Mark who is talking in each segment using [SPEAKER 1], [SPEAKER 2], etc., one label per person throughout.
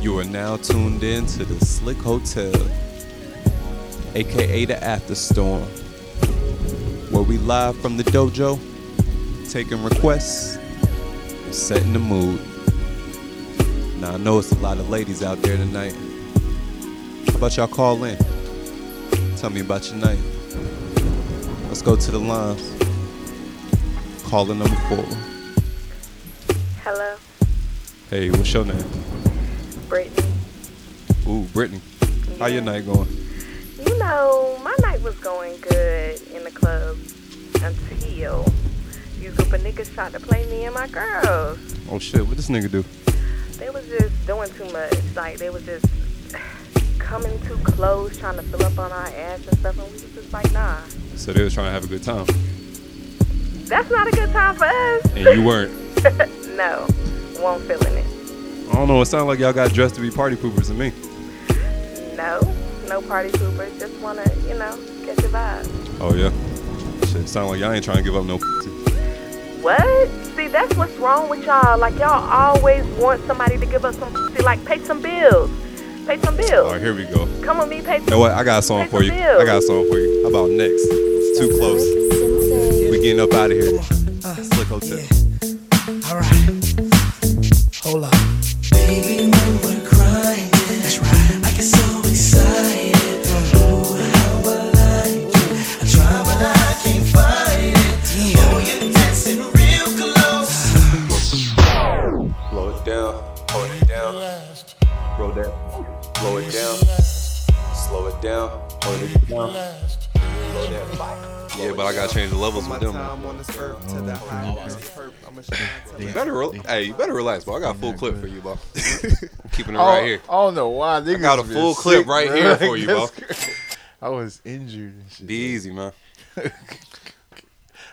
[SPEAKER 1] You are now tuned in to the Slick Hotel, aka the After Storm, where we live from the dojo, taking requests, and setting the mood. Now I know it's a lot of ladies out there tonight. How about y'all call in? Tell me about your night. Let's go to the lines. Caller number four.
[SPEAKER 2] Hello,
[SPEAKER 1] Hey, what's your name?
[SPEAKER 2] Brittany.
[SPEAKER 1] Ooh, Brittany. How your night going?
[SPEAKER 2] You know, my night was going good in the club until you group of niggas tried to play me and my girls.
[SPEAKER 1] Oh shit, what this nigga do?
[SPEAKER 2] They was just doing too much. Like they was just coming too close, trying to fill up on our ass and stuff, and we was just like, nah,
[SPEAKER 1] So they was trying to have a good time,
[SPEAKER 2] that's not a good time for us.
[SPEAKER 1] and you weren't.
[SPEAKER 2] no, won't feeling it.
[SPEAKER 1] I don't know. It sounded like y'all got dressed to be party poopers to me.
[SPEAKER 2] No, no party poopers. Just wanna, you know, catch a vibe.
[SPEAKER 1] Oh yeah. Shit, sound like y'all ain't trying to give up no.
[SPEAKER 2] What? See, that's what's wrong with y'all. Like y'all always want somebody to give us some pussy. Like pay some bills. Pay
[SPEAKER 1] All
[SPEAKER 2] some
[SPEAKER 1] right,
[SPEAKER 2] bills.
[SPEAKER 1] here we go.
[SPEAKER 2] Come with me, pay
[SPEAKER 1] You know
[SPEAKER 2] some.
[SPEAKER 1] what? I got a song for you. I got a song for you. How about next? It's too close. We getting up out of here. Slick hotel.
[SPEAKER 3] All right. Hold up.
[SPEAKER 4] Baby, when we're crying,
[SPEAKER 3] That's right.
[SPEAKER 4] I get so excited. Oh, how I like you. I try, but I can't find it. Oh, you're dancing real close.
[SPEAKER 1] Blow it down. Hold it down. Roll that. Blow it down. Slow it down. Hold it down. Blow that bike. Yeah, but I gotta change the levels with them. You better, re- hey, you better relax, bro. I got a full clip for you, bro. I'm keeping it
[SPEAKER 5] I,
[SPEAKER 1] right here.
[SPEAKER 5] I don't know why. Niggas
[SPEAKER 1] got a
[SPEAKER 5] been
[SPEAKER 1] full clip
[SPEAKER 5] sick,
[SPEAKER 1] right
[SPEAKER 5] bro.
[SPEAKER 1] here for you, bro.
[SPEAKER 5] I was injured and shit.
[SPEAKER 1] Be easy, man.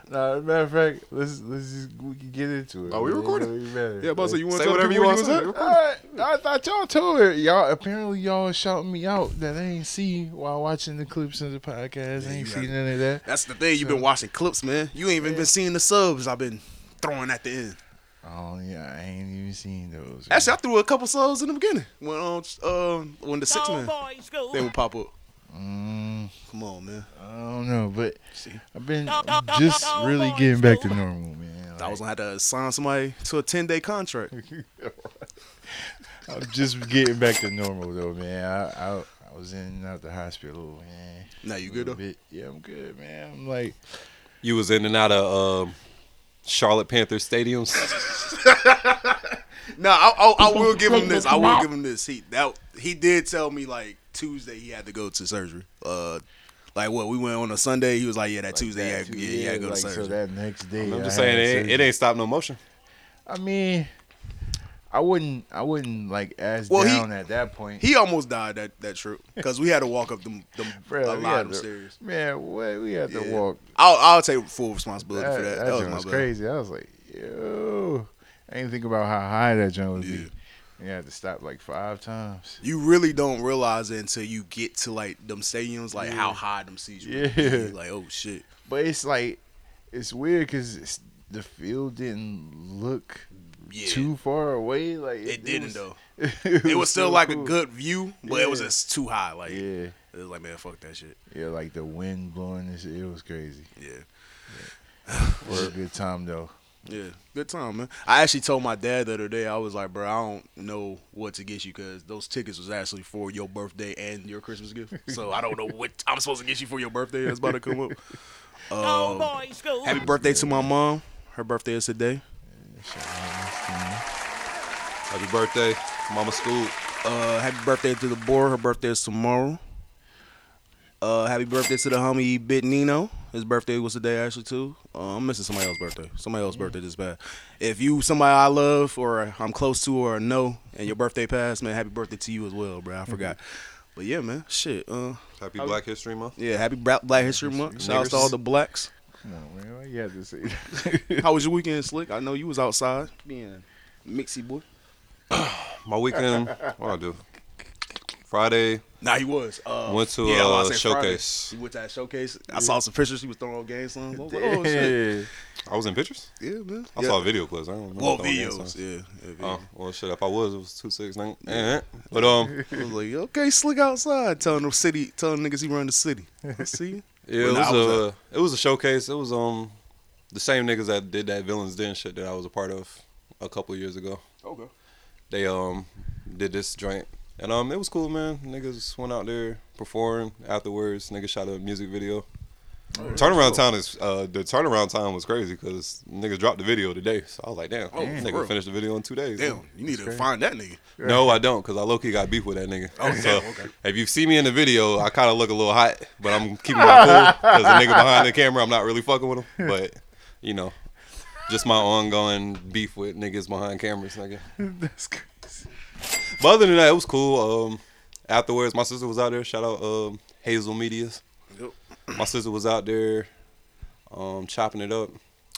[SPEAKER 5] Nah, as a matter of fact, let's let's just Oh, we can get into it.
[SPEAKER 6] Are we
[SPEAKER 5] It ain't
[SPEAKER 6] recording?
[SPEAKER 5] gonna be bad.
[SPEAKER 6] Yeah, but so you want
[SPEAKER 1] Say
[SPEAKER 6] to tell
[SPEAKER 1] whatever
[SPEAKER 6] people
[SPEAKER 1] you
[SPEAKER 6] what
[SPEAKER 1] want
[SPEAKER 6] you
[SPEAKER 1] to
[SPEAKER 6] want
[SPEAKER 5] I, I thought y'all told it. Y'all apparently y'all shouting me out that I ain't see while watching the clips of the podcast. I ain't
[SPEAKER 6] you
[SPEAKER 5] see
[SPEAKER 6] got-
[SPEAKER 5] none of that.
[SPEAKER 6] That's the thing. You've been watching clips, man. You ain't even been seeing the subs I've been throwing at the end.
[SPEAKER 5] Oh yeah, I ain't even seen those.
[SPEAKER 6] Actually, I threw a couple subs in the beginning when um, um when the six man thing would pop up.
[SPEAKER 5] Mm,
[SPEAKER 6] Come on, man.
[SPEAKER 5] I don't know, but
[SPEAKER 6] See,
[SPEAKER 5] I've been just really getting back to normal, man.
[SPEAKER 6] I
[SPEAKER 5] Like,
[SPEAKER 6] was gonna have to sign somebody to a ten day contract.
[SPEAKER 5] I'm just getting back to normal though, man. I, I I was in and out the hospital, man.
[SPEAKER 6] Now you
[SPEAKER 5] A
[SPEAKER 6] good
[SPEAKER 5] little
[SPEAKER 6] though?
[SPEAKER 5] bit. Yeah, I'm good, man. I'm like,
[SPEAKER 1] You was in and out of um, Charlotte Panther stadiums.
[SPEAKER 6] No, I, I, I will give him this. I will give him this. He that he did tell me like Tuesday he had to go to surgery. Uh, like what we went on a Sunday. He was like, yeah, that Tuesday, yeah,
[SPEAKER 5] that,
[SPEAKER 6] yeah, yeah, I go
[SPEAKER 5] like,
[SPEAKER 6] to
[SPEAKER 5] so
[SPEAKER 6] surgery.
[SPEAKER 5] that next day.
[SPEAKER 1] I'm
[SPEAKER 5] I
[SPEAKER 1] just
[SPEAKER 5] had
[SPEAKER 1] saying, it ain't, it
[SPEAKER 5] surgery.
[SPEAKER 1] ain't stop no motion.
[SPEAKER 5] I mean, I wouldn't, I wouldn't like ass
[SPEAKER 6] Well, he-
[SPEAKER 5] down at that point.
[SPEAKER 6] he almost died that that trip because we had to walk up them, them
[SPEAKER 5] Bruh,
[SPEAKER 6] a
[SPEAKER 5] we
[SPEAKER 6] lot of
[SPEAKER 5] had
[SPEAKER 6] them
[SPEAKER 5] to-
[SPEAKER 6] stairs.
[SPEAKER 5] Man, what we had to
[SPEAKER 6] Yeah.
[SPEAKER 5] walk.
[SPEAKER 6] I'll I'll take full responsibility
[SPEAKER 5] That,
[SPEAKER 6] for that.
[SPEAKER 5] that
[SPEAKER 6] That, was
[SPEAKER 5] joint
[SPEAKER 6] my
[SPEAKER 5] was
[SPEAKER 6] bad.
[SPEAKER 5] crazy. I was like, yo, I didn't think about how high that joint would
[SPEAKER 6] Yeah.
[SPEAKER 5] be. And I had to stop like five times.
[SPEAKER 6] You really don't realize it until you get to like them stadiums, like how high them seats. really
[SPEAKER 5] Yeah.
[SPEAKER 6] be. like oh shit.
[SPEAKER 5] But it's like it's weird because the field didn't look
[SPEAKER 6] Yeah.
[SPEAKER 5] too far away. Like
[SPEAKER 6] It didn't, though.
[SPEAKER 5] It,
[SPEAKER 6] It was still like a
[SPEAKER 5] cool.
[SPEAKER 6] good view, but it was
[SPEAKER 5] Yeah.
[SPEAKER 6] just too high. Like
[SPEAKER 5] Yeah,
[SPEAKER 6] it was like man, fuck that shit.
[SPEAKER 5] yeah, like the wind blowing. This, it was crazy.
[SPEAKER 6] Yeah.
[SPEAKER 5] It was a good time though.
[SPEAKER 6] Yeah, good time, man. I actually told my dad the other day, I was like, bro, I don't know what to get you because those tickets was actually for your birthday and your Christmas gift. So I don't know what I'm supposed to get you for your birthday that's about to come up. Um, happy birthday to my mom. Her birthday is today.
[SPEAKER 1] Happy birthday, Mama School.
[SPEAKER 6] Uh, happy birthday to the boy. Her birthday is tomorrow. Uh, happy birthday to the homie Bit Nino. His birthday was today actually too. Uh, I'm missing somebody else's birthday. Somebody else's birthday just bad. If you somebody I love or I'm close to or know, and your birthday passed, man, happy birthday to you as well, bro. I forgot. But yeah, man, shit. Uh,
[SPEAKER 1] Happy Black History Month.
[SPEAKER 6] yeah, happy Bra- Black History Month. Shout out to all the blacks.
[SPEAKER 5] Come on, man. Why you had to say that?
[SPEAKER 6] How was your weekend, Slick? I know you was outside being a mixy boy.
[SPEAKER 1] My weekend, what I do? Friday.
[SPEAKER 6] Nah, he was. Uh,
[SPEAKER 1] Went to,
[SPEAKER 6] yeah, I
[SPEAKER 1] uh,
[SPEAKER 6] said
[SPEAKER 1] Showcase.
[SPEAKER 6] Friday. He went to that showcase. I saw some pictures. He was throwing games on. I was like, oh, shit.
[SPEAKER 5] Yeah.
[SPEAKER 1] I was in pictures.
[SPEAKER 6] Yeah, man.
[SPEAKER 1] I
[SPEAKER 6] yeah.
[SPEAKER 1] saw video clips. I don't know.
[SPEAKER 6] Well,
[SPEAKER 1] what the hell
[SPEAKER 6] videos.
[SPEAKER 1] that was.
[SPEAKER 6] Yeah. yeah video.
[SPEAKER 1] Oh well, shit. If I was, it was two six nine. Eh, eh. But um,
[SPEAKER 6] I was like, okay, slick outside. Telling the city, telling niggas he run the city. I see you.
[SPEAKER 1] yeah, it
[SPEAKER 6] When
[SPEAKER 1] was,
[SPEAKER 6] I
[SPEAKER 1] uh,
[SPEAKER 6] was
[SPEAKER 1] a it was a showcase. It was um, the same niggas that did that villains den shit that I was a part of a couple years ago.
[SPEAKER 6] Okay.
[SPEAKER 1] They um did this joint and um it was cool, man. Niggas went out there performed afterwards. Niggas shot a music video.
[SPEAKER 6] Oh,
[SPEAKER 1] turnaround time is uh the turnaround time was crazy because niggas dropped the video today. So I was like, damn,
[SPEAKER 6] Oh, for
[SPEAKER 1] nigga
[SPEAKER 6] real?
[SPEAKER 1] finished the video in two days.
[SPEAKER 6] Damn, you need to find that nigga.
[SPEAKER 1] No, I don't, cause I low key got beef with that nigga.
[SPEAKER 6] Oh,
[SPEAKER 1] so if you see me in the video, I kind of look a little hot, but I'm keeping my cool, cause the nigga behind the camera, I'm not really fucking with him. But you know, just my ongoing beef with niggas behind cameras, nigga.
[SPEAKER 5] That's crazy.
[SPEAKER 1] But other than that, it was cool. Um, afterwards, my sister was out there. Shout out um, Hazel Media's.
[SPEAKER 6] Yep.
[SPEAKER 1] My sister was out there, um, chopping it up.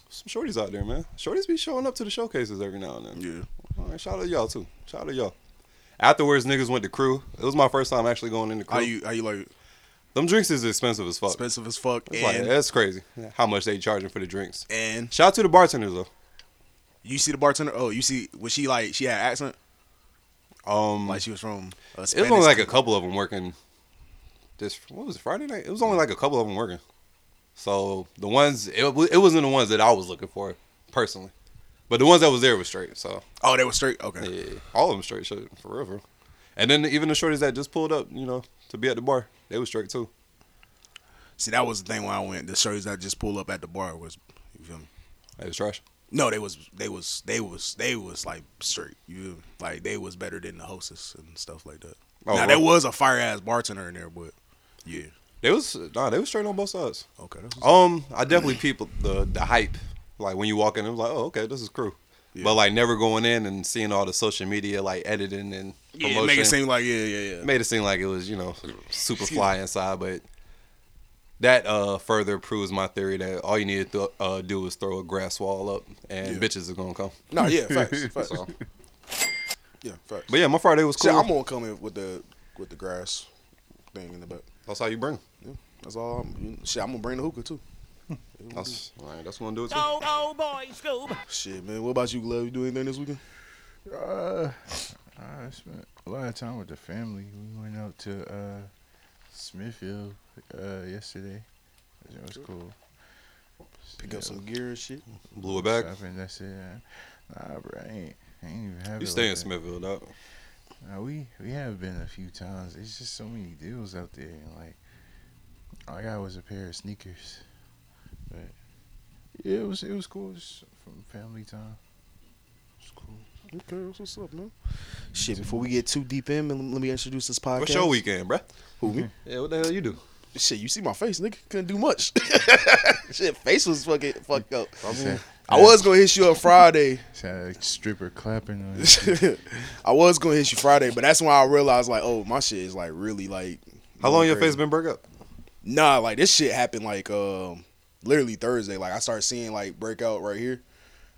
[SPEAKER 1] Some shorties out there, man. Shorties be showing up to the showcases every now and then.
[SPEAKER 6] Yeah.
[SPEAKER 1] All right, shout out to y'all too. Shout out to y'all. Afterwards, niggas went to crew. It was my first time actually going into crew.
[SPEAKER 6] Are you are you like
[SPEAKER 1] Them drinks is expensive as fuck.
[SPEAKER 6] expensive as fuck?
[SPEAKER 1] It's like,
[SPEAKER 6] and
[SPEAKER 1] that's crazy. How much they charging for the drinks?
[SPEAKER 6] and
[SPEAKER 1] Shout out to the bartenders
[SPEAKER 6] you see the bartender? Oh, you see was she like she had accent?
[SPEAKER 1] though. Um,
[SPEAKER 6] Like she was from a
[SPEAKER 1] Mm-hmm. it was
[SPEAKER 6] Spanish
[SPEAKER 1] only like a
[SPEAKER 6] country.
[SPEAKER 1] couple of them working. This what was it, Friday night? It was only like a couple of them working. So the ones it, wa- it wasn't the ones that I was looking for personally, but the ones that was there was straight. So
[SPEAKER 6] Oh, they were straight. Okay.
[SPEAKER 1] yeah, all of them straight shit for real, for real. And then even the shorties that just pulled up, you know, to be at the bar, they was straight too.
[SPEAKER 6] See, that was the thing when I went. The shirts that just pull up at the bar was, you feel me?
[SPEAKER 1] It was trash.
[SPEAKER 6] No, they was they was they was they was like straight. You feel me? like they was better than the hostess and stuff like that.
[SPEAKER 1] Oh,
[SPEAKER 6] now
[SPEAKER 1] right.
[SPEAKER 6] there was a fire ass bartender in there, but yeah. Oh,
[SPEAKER 1] They was nah, they was straight on both sides.
[SPEAKER 6] Okay. That's what's-
[SPEAKER 1] Um, I definitely people the the hype. Like when you walk in, it was like, oh, okay, this is crew.
[SPEAKER 6] Yeah.
[SPEAKER 1] But like never going in and seeing all the social media like editing and
[SPEAKER 6] yeah,
[SPEAKER 1] promotion
[SPEAKER 6] it make it seem like yeah, yeah, yeah.
[SPEAKER 1] made it seem like it was you know super fly inside, but that uh further proves my theory that all you need to th- uh, do is throw a grass wall up and
[SPEAKER 6] Yeah.
[SPEAKER 1] bitches are gonna come.
[SPEAKER 6] No, yeah, facts, facts.
[SPEAKER 1] So,
[SPEAKER 6] Yeah, facts.
[SPEAKER 1] but yeah, my Friday was
[SPEAKER 6] Shit,
[SPEAKER 1] cool.
[SPEAKER 6] I'm gonna come in with the with the grass thing in the back.
[SPEAKER 1] That's how you bring. 'em.
[SPEAKER 6] Yeah, that's all. I'm, shit, I'm gonna bring the hookah too.
[SPEAKER 1] That's all right, that's gonna do it. Too.
[SPEAKER 7] Oh, oh boy, Scoob.
[SPEAKER 6] Shit, man. What about you, Glove? You do anything this weekend?
[SPEAKER 5] Uh, I spent a lot of time with the family. We went out to uh, Smithfield uh, yesterday. It was cool.
[SPEAKER 6] Pick up some gear and shit.
[SPEAKER 1] Blew it back.
[SPEAKER 5] Shopping, that's it. Nah, bro, I ain't, I ain't even have
[SPEAKER 1] You
[SPEAKER 5] it
[SPEAKER 1] stay
[SPEAKER 5] like
[SPEAKER 1] in
[SPEAKER 5] that.
[SPEAKER 1] Smithville, dog.
[SPEAKER 5] Now, we we have been a few times. It's just so many deals out there. And like, all I got was a pair of sneakers. But yeah, it was it was cool. Just from family time. It's cool.
[SPEAKER 6] Okay, that's what's up, man. Shit, before we get too deep in, man, let me introduce this podcast.
[SPEAKER 1] What's your Mm-hmm. weekend, bruh?
[SPEAKER 6] Who me?
[SPEAKER 1] Yeah, what the hell you do?
[SPEAKER 6] Shit, you see my face, nigga. Couldn't do much. shit, face was fucking fucked up.
[SPEAKER 5] Said,
[SPEAKER 6] I was gonna hit you up Friday.
[SPEAKER 5] said a stripper clapping on you.
[SPEAKER 6] I was gonna hit you Friday, but that's when I realized like, oh, my shit is like really like.
[SPEAKER 1] How long your
[SPEAKER 6] crazy.
[SPEAKER 1] face been broke up?
[SPEAKER 6] Nah, like this shit happened like um literally Thursday. Like I started seeing like breakout right here,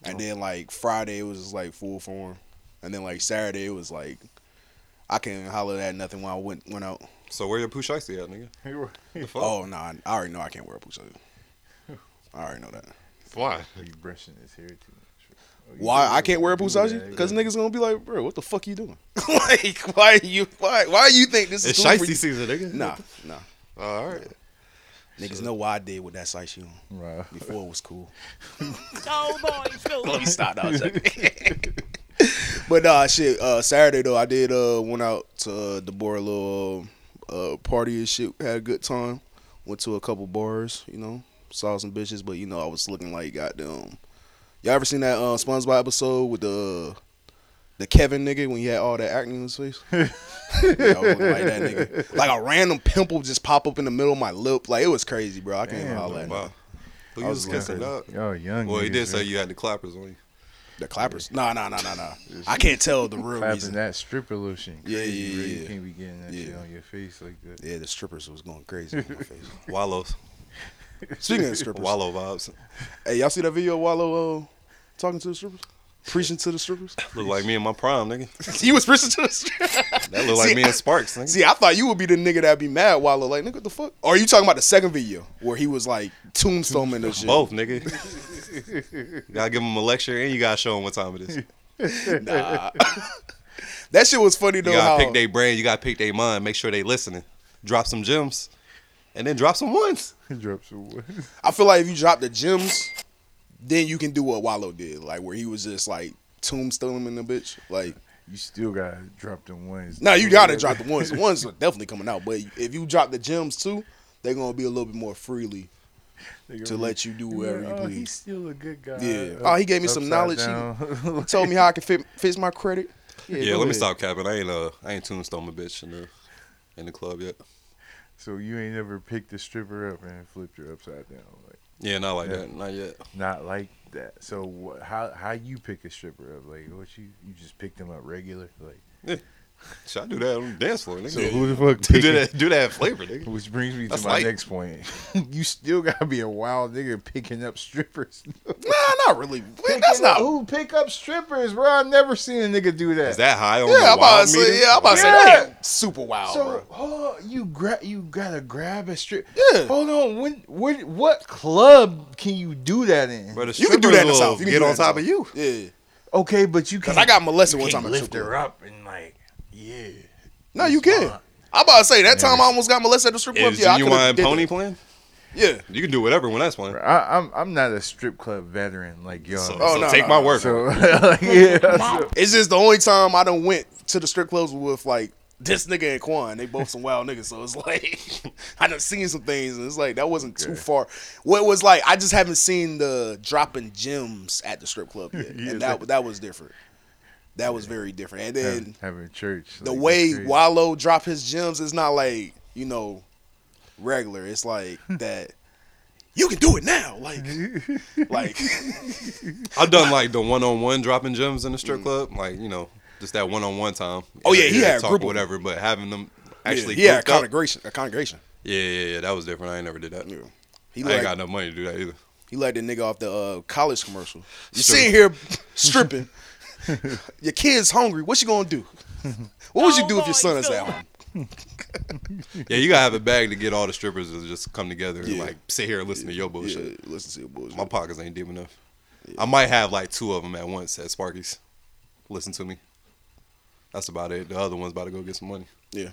[SPEAKER 1] Oh.
[SPEAKER 6] and then like Friday it was just like full form, and then like Saturday it was like I can't holler at nothing when I went went out.
[SPEAKER 1] So where your poo shicey at, nigga? The fuck?
[SPEAKER 6] Oh no, nah, I already know I can't wear a pussy. I already know that.
[SPEAKER 1] why?
[SPEAKER 5] you brushing his hair too much. Oh, you
[SPEAKER 6] Why
[SPEAKER 5] do
[SPEAKER 6] I can't wear a pusaji?
[SPEAKER 5] that,
[SPEAKER 6] Because
[SPEAKER 5] yeah.
[SPEAKER 6] niggas gonna be like, bro, what the fuck you doing? like, why you why why you think this is
[SPEAKER 1] It's
[SPEAKER 6] cool for
[SPEAKER 1] shicey
[SPEAKER 6] you?
[SPEAKER 1] season, nigga. Oh,
[SPEAKER 6] Nah, nah.
[SPEAKER 1] All right.
[SPEAKER 6] Niggas know why I did with that size shoe
[SPEAKER 5] Wow.
[SPEAKER 6] before it was cool.
[SPEAKER 7] Oh boy, Scoob.
[SPEAKER 6] Let me stop now. but nah, shit. Uh, Saturday though, I did uh went out to uh, the board little uh, uh, party and shit. Had a good time. Went to a couple bars, you know. Saw some bitches, but you know I was looking like goddamn. Y'all ever seen that uh, SpongeBob episode with the the Kevin nigga when he had all that acne in his face? yeah, I was looking like that nigga. Like a random pimple just pop up in the middle of my lip. Like it was crazy, bro. I can't even
[SPEAKER 5] Damn,
[SPEAKER 6] holler at
[SPEAKER 1] Wow.
[SPEAKER 6] wow.
[SPEAKER 1] Who
[SPEAKER 6] I
[SPEAKER 1] you
[SPEAKER 6] was
[SPEAKER 1] was
[SPEAKER 6] going
[SPEAKER 1] kissing,
[SPEAKER 6] crazy.
[SPEAKER 1] dog?
[SPEAKER 5] Y'all young.
[SPEAKER 1] Well, he
[SPEAKER 5] niggas,
[SPEAKER 1] did say
[SPEAKER 5] man.
[SPEAKER 1] you had the clappers on you.
[SPEAKER 6] the clappers. Nah, nah, nah, nah, nah. I can't tell the real
[SPEAKER 5] clapping
[SPEAKER 6] reason.
[SPEAKER 5] that stripper lotion.
[SPEAKER 6] Yeah,
[SPEAKER 5] Crazy,
[SPEAKER 6] yeah,
[SPEAKER 5] bro.
[SPEAKER 6] yeah.
[SPEAKER 5] You can't be getting that shit
[SPEAKER 6] Yeah.
[SPEAKER 5] on your face like that.
[SPEAKER 6] Yeah, the strippers was going crazy on my face.
[SPEAKER 1] Wallows.
[SPEAKER 6] Speaking of strippers,
[SPEAKER 1] Wallow vibes.
[SPEAKER 6] hey, y'all see that video of Wallow uh, talking to the strippers? Preaching to the strippers.
[SPEAKER 1] Look like me in my prime, nigga.
[SPEAKER 6] you was preaching to the strippers.
[SPEAKER 1] That look like
[SPEAKER 6] See,
[SPEAKER 1] me in Sparks, nigga.
[SPEAKER 6] See, I thought you would be the nigga that'd be mad, Wallow. Like, nigga, what the fuck? Or are you talking about the second video where he was like tombstoning the shit?
[SPEAKER 1] Both, nigga. you gotta give him a lecture and you gotta show him what time it is. You
[SPEAKER 6] That shit was funny though.
[SPEAKER 1] gotta
[SPEAKER 6] how-
[SPEAKER 1] pick their brain, you gotta pick their mind, make sure they listening. Drop some gems, and then drop some ones.
[SPEAKER 5] Drop some words.
[SPEAKER 6] I feel like if you drop the gems, then you can do what Wallow did, like where he was just like tombstoning the bitch. Like,
[SPEAKER 5] You still gotta drop them ones.
[SPEAKER 6] now you gotta drop the ones. The ones are definitely coming out, but if you drop the gems too, they're gonna be a little bit more freely to let you do whatever you
[SPEAKER 5] Oh, he's
[SPEAKER 6] please.
[SPEAKER 5] still a good guy.
[SPEAKER 6] Yeah. Oh, he gave me some knowledge. He
[SPEAKER 5] He
[SPEAKER 6] told me how I can fit, fix my credit.
[SPEAKER 1] Yeah, let
[SPEAKER 5] go
[SPEAKER 1] me
[SPEAKER 5] ahead.
[SPEAKER 1] stop capping. I ain't uh, I ain't tombstone my bitch in the in the club yet.
[SPEAKER 5] So you ain't never picked a stripper up and flipped her upside down, like
[SPEAKER 1] Yeah, not like
[SPEAKER 5] Yeah.
[SPEAKER 1] that, not yet.
[SPEAKER 5] not like that. So wha how how you pick a stripper up? Like what you you just pick them up regular? Like
[SPEAKER 1] Should I do that on the dance floor, nigga?
[SPEAKER 5] so who the fuck
[SPEAKER 1] do
[SPEAKER 5] pick it?
[SPEAKER 1] that? Do that flavor, nigga.
[SPEAKER 5] Which brings me to
[SPEAKER 1] That's
[SPEAKER 5] my
[SPEAKER 1] light.
[SPEAKER 5] next point. you still gotta be a wild nigga picking up strippers.
[SPEAKER 6] Nah, not really. That's not.
[SPEAKER 5] who pick up strippers, bro. I've never seen a nigga do that.
[SPEAKER 1] Is that high on the
[SPEAKER 6] Yeah, I'm about
[SPEAKER 1] wild
[SPEAKER 6] to
[SPEAKER 1] meter?
[SPEAKER 6] say. Yeah, I'm about to say that ain't super wild, bro.
[SPEAKER 5] So oh, you grab you gotta grab a strip.
[SPEAKER 6] Yeah.
[SPEAKER 5] Hold on. When when what club can you do that in?
[SPEAKER 1] Bro, the
[SPEAKER 6] You can do that in the
[SPEAKER 1] strippers
[SPEAKER 6] south.
[SPEAKER 1] will
[SPEAKER 6] You can
[SPEAKER 1] get
[SPEAKER 6] do that
[SPEAKER 1] on
[SPEAKER 6] in the
[SPEAKER 1] top
[SPEAKER 6] South.
[SPEAKER 1] of you.
[SPEAKER 6] Yeah,
[SPEAKER 5] Okay, but you
[SPEAKER 6] cause
[SPEAKER 5] can
[SPEAKER 6] I got molested one
[SPEAKER 5] you
[SPEAKER 6] time.
[SPEAKER 5] can't
[SPEAKER 6] at
[SPEAKER 5] lift
[SPEAKER 6] strip
[SPEAKER 5] her
[SPEAKER 6] club.
[SPEAKER 5] up and like yeah.
[SPEAKER 6] No, you can. I'm about to say that time I almost got molested at the strip club.
[SPEAKER 1] Is
[SPEAKER 6] Yeah, I
[SPEAKER 1] genuine
[SPEAKER 6] could've did that.
[SPEAKER 1] pony playing?
[SPEAKER 6] Yeah.
[SPEAKER 1] You can do whatever when that's playing.
[SPEAKER 5] I, I'm I'm not a strip club veteran like y'all.
[SPEAKER 1] So,
[SPEAKER 5] So,
[SPEAKER 6] Oh,
[SPEAKER 1] so
[SPEAKER 6] no,
[SPEAKER 1] take
[SPEAKER 6] no,
[SPEAKER 1] my
[SPEAKER 6] no.
[SPEAKER 1] word. for it.
[SPEAKER 5] like, yeah, so-
[SPEAKER 6] It's just the only time I done went to the strip clubs with like this nigga and Quan. They both some wild niggas, so it's like I done seen some things, and it's like that wasn't too far. What was like I just haven't seen the dropping gems at the strip club yet,
[SPEAKER 5] Yeah,
[SPEAKER 6] and that that was different. That was very different. And then
[SPEAKER 5] having, having church.
[SPEAKER 6] the
[SPEAKER 5] like,
[SPEAKER 6] way
[SPEAKER 5] that's crazy.
[SPEAKER 6] Wallow drop his gems is not like you know regular. It's like that. You can do it now, like, like
[SPEAKER 1] I've done like the one on one dropping gems in the strip club, like you know, just that one on one time.
[SPEAKER 6] Mm. Oh, yeah, he
[SPEAKER 1] You
[SPEAKER 6] had
[SPEAKER 1] could
[SPEAKER 6] a
[SPEAKER 1] talk
[SPEAKER 6] group
[SPEAKER 1] or
[SPEAKER 6] of
[SPEAKER 1] whatever, but having them actually,
[SPEAKER 6] yeah, he had a
[SPEAKER 1] grouped up-
[SPEAKER 6] congregation, a congregation.
[SPEAKER 1] yeah, yeah, yeah, that was different. I ain't never did that.
[SPEAKER 6] Yeah. He
[SPEAKER 1] I ain't
[SPEAKER 6] like
[SPEAKER 1] got enough money to do that either.
[SPEAKER 6] he like the nigga off the uh, college commercial. You
[SPEAKER 1] Sure.
[SPEAKER 6] sitting here stripping. your kid's hungry. What you gonna do? What would you do if your son is at home?
[SPEAKER 1] Yeah, you gotta have a bag to get all the strippers to just come together and
[SPEAKER 6] Yeah.
[SPEAKER 1] like sit here and listen to your
[SPEAKER 6] Yeah,
[SPEAKER 1] bullshit.
[SPEAKER 6] listen to your bullshit.
[SPEAKER 1] My pockets ain't deep enough. I might have like two of them at once at Sparky's. Listen to me. That's about it. The other one's about to go get some money.
[SPEAKER 6] Yeah.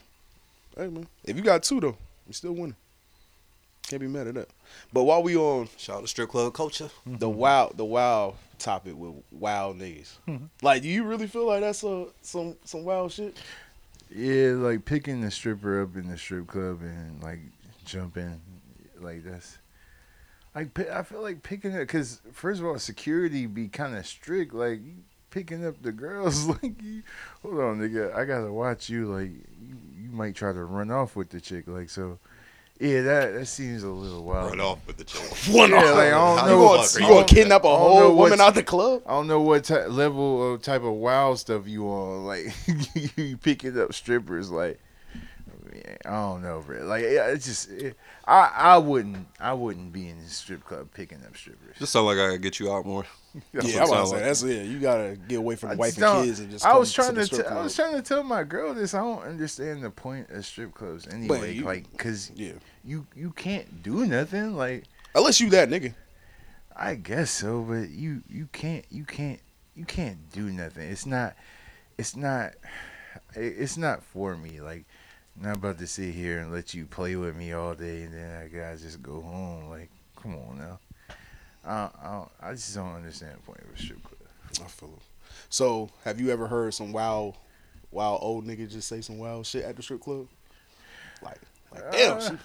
[SPEAKER 6] Hey man, if you got two though, you still winning. Can't be mad at that. But while we on
[SPEAKER 1] Shout out to strip club culture.
[SPEAKER 6] the wild the wild topic with wild niggas. Like, do you really feel like that's a, some some wild shit?
[SPEAKER 5] Yeah, like picking the stripper up in the strip club and like jumping, like that's like pi- I feel like picking up because first of all, security be kind of strict. Like you picking up the girls, like you, hold on, nigga, I gotta watch you. Like you, you might try to run off with the chick, like so. Yeah, that that seems a little wild.
[SPEAKER 1] Run off with the chick.
[SPEAKER 6] One
[SPEAKER 5] Yeah, like I
[SPEAKER 1] How the fuck
[SPEAKER 5] don't know.
[SPEAKER 6] You
[SPEAKER 1] are
[SPEAKER 6] gonna, you gonna kidnap a
[SPEAKER 5] I don't know
[SPEAKER 6] whole woman
[SPEAKER 5] what's-
[SPEAKER 6] out the club?
[SPEAKER 5] I don't know what ty- level of type of wild stuff you on. Like you, you picking up strippers, like man, I don't know, bro. Like it, it's just, it, I I wouldn't I wouldn't be in the strip club picking up strippers.
[SPEAKER 1] Just sound like I gotta get you out more.
[SPEAKER 6] Yeah,
[SPEAKER 1] what
[SPEAKER 6] I'm about
[SPEAKER 1] sound
[SPEAKER 6] to say
[SPEAKER 1] like.
[SPEAKER 6] that's yeah. You gotta get away from
[SPEAKER 5] I
[SPEAKER 6] the
[SPEAKER 5] just
[SPEAKER 6] wife and
[SPEAKER 5] don't-
[SPEAKER 6] kids and just.
[SPEAKER 5] I was
[SPEAKER 6] come
[SPEAKER 5] trying
[SPEAKER 6] the
[SPEAKER 5] to,
[SPEAKER 6] strip
[SPEAKER 5] t- I
[SPEAKER 6] club.
[SPEAKER 5] was trying to tell my girl this. I don't understand the point of strip clubs anyway.
[SPEAKER 6] you-
[SPEAKER 5] like, cause
[SPEAKER 6] yeah.
[SPEAKER 5] you you can't do nothing. Like,
[SPEAKER 6] Unless you that nigga.
[SPEAKER 5] I guess so, but you you can't you can't you can't do nothing. It's not it's not it- it's not for me. Like I'm not about to sit here and let you play with me all day and then I gotta just go home. Like come on now. I I, don't- I just don't understand the point of a strip club.
[SPEAKER 6] I feel him. So, have you ever heard some wild, wild old nigga just say some wild shit at the strip club? Like, like damn,
[SPEAKER 5] Uh,
[SPEAKER 6] she,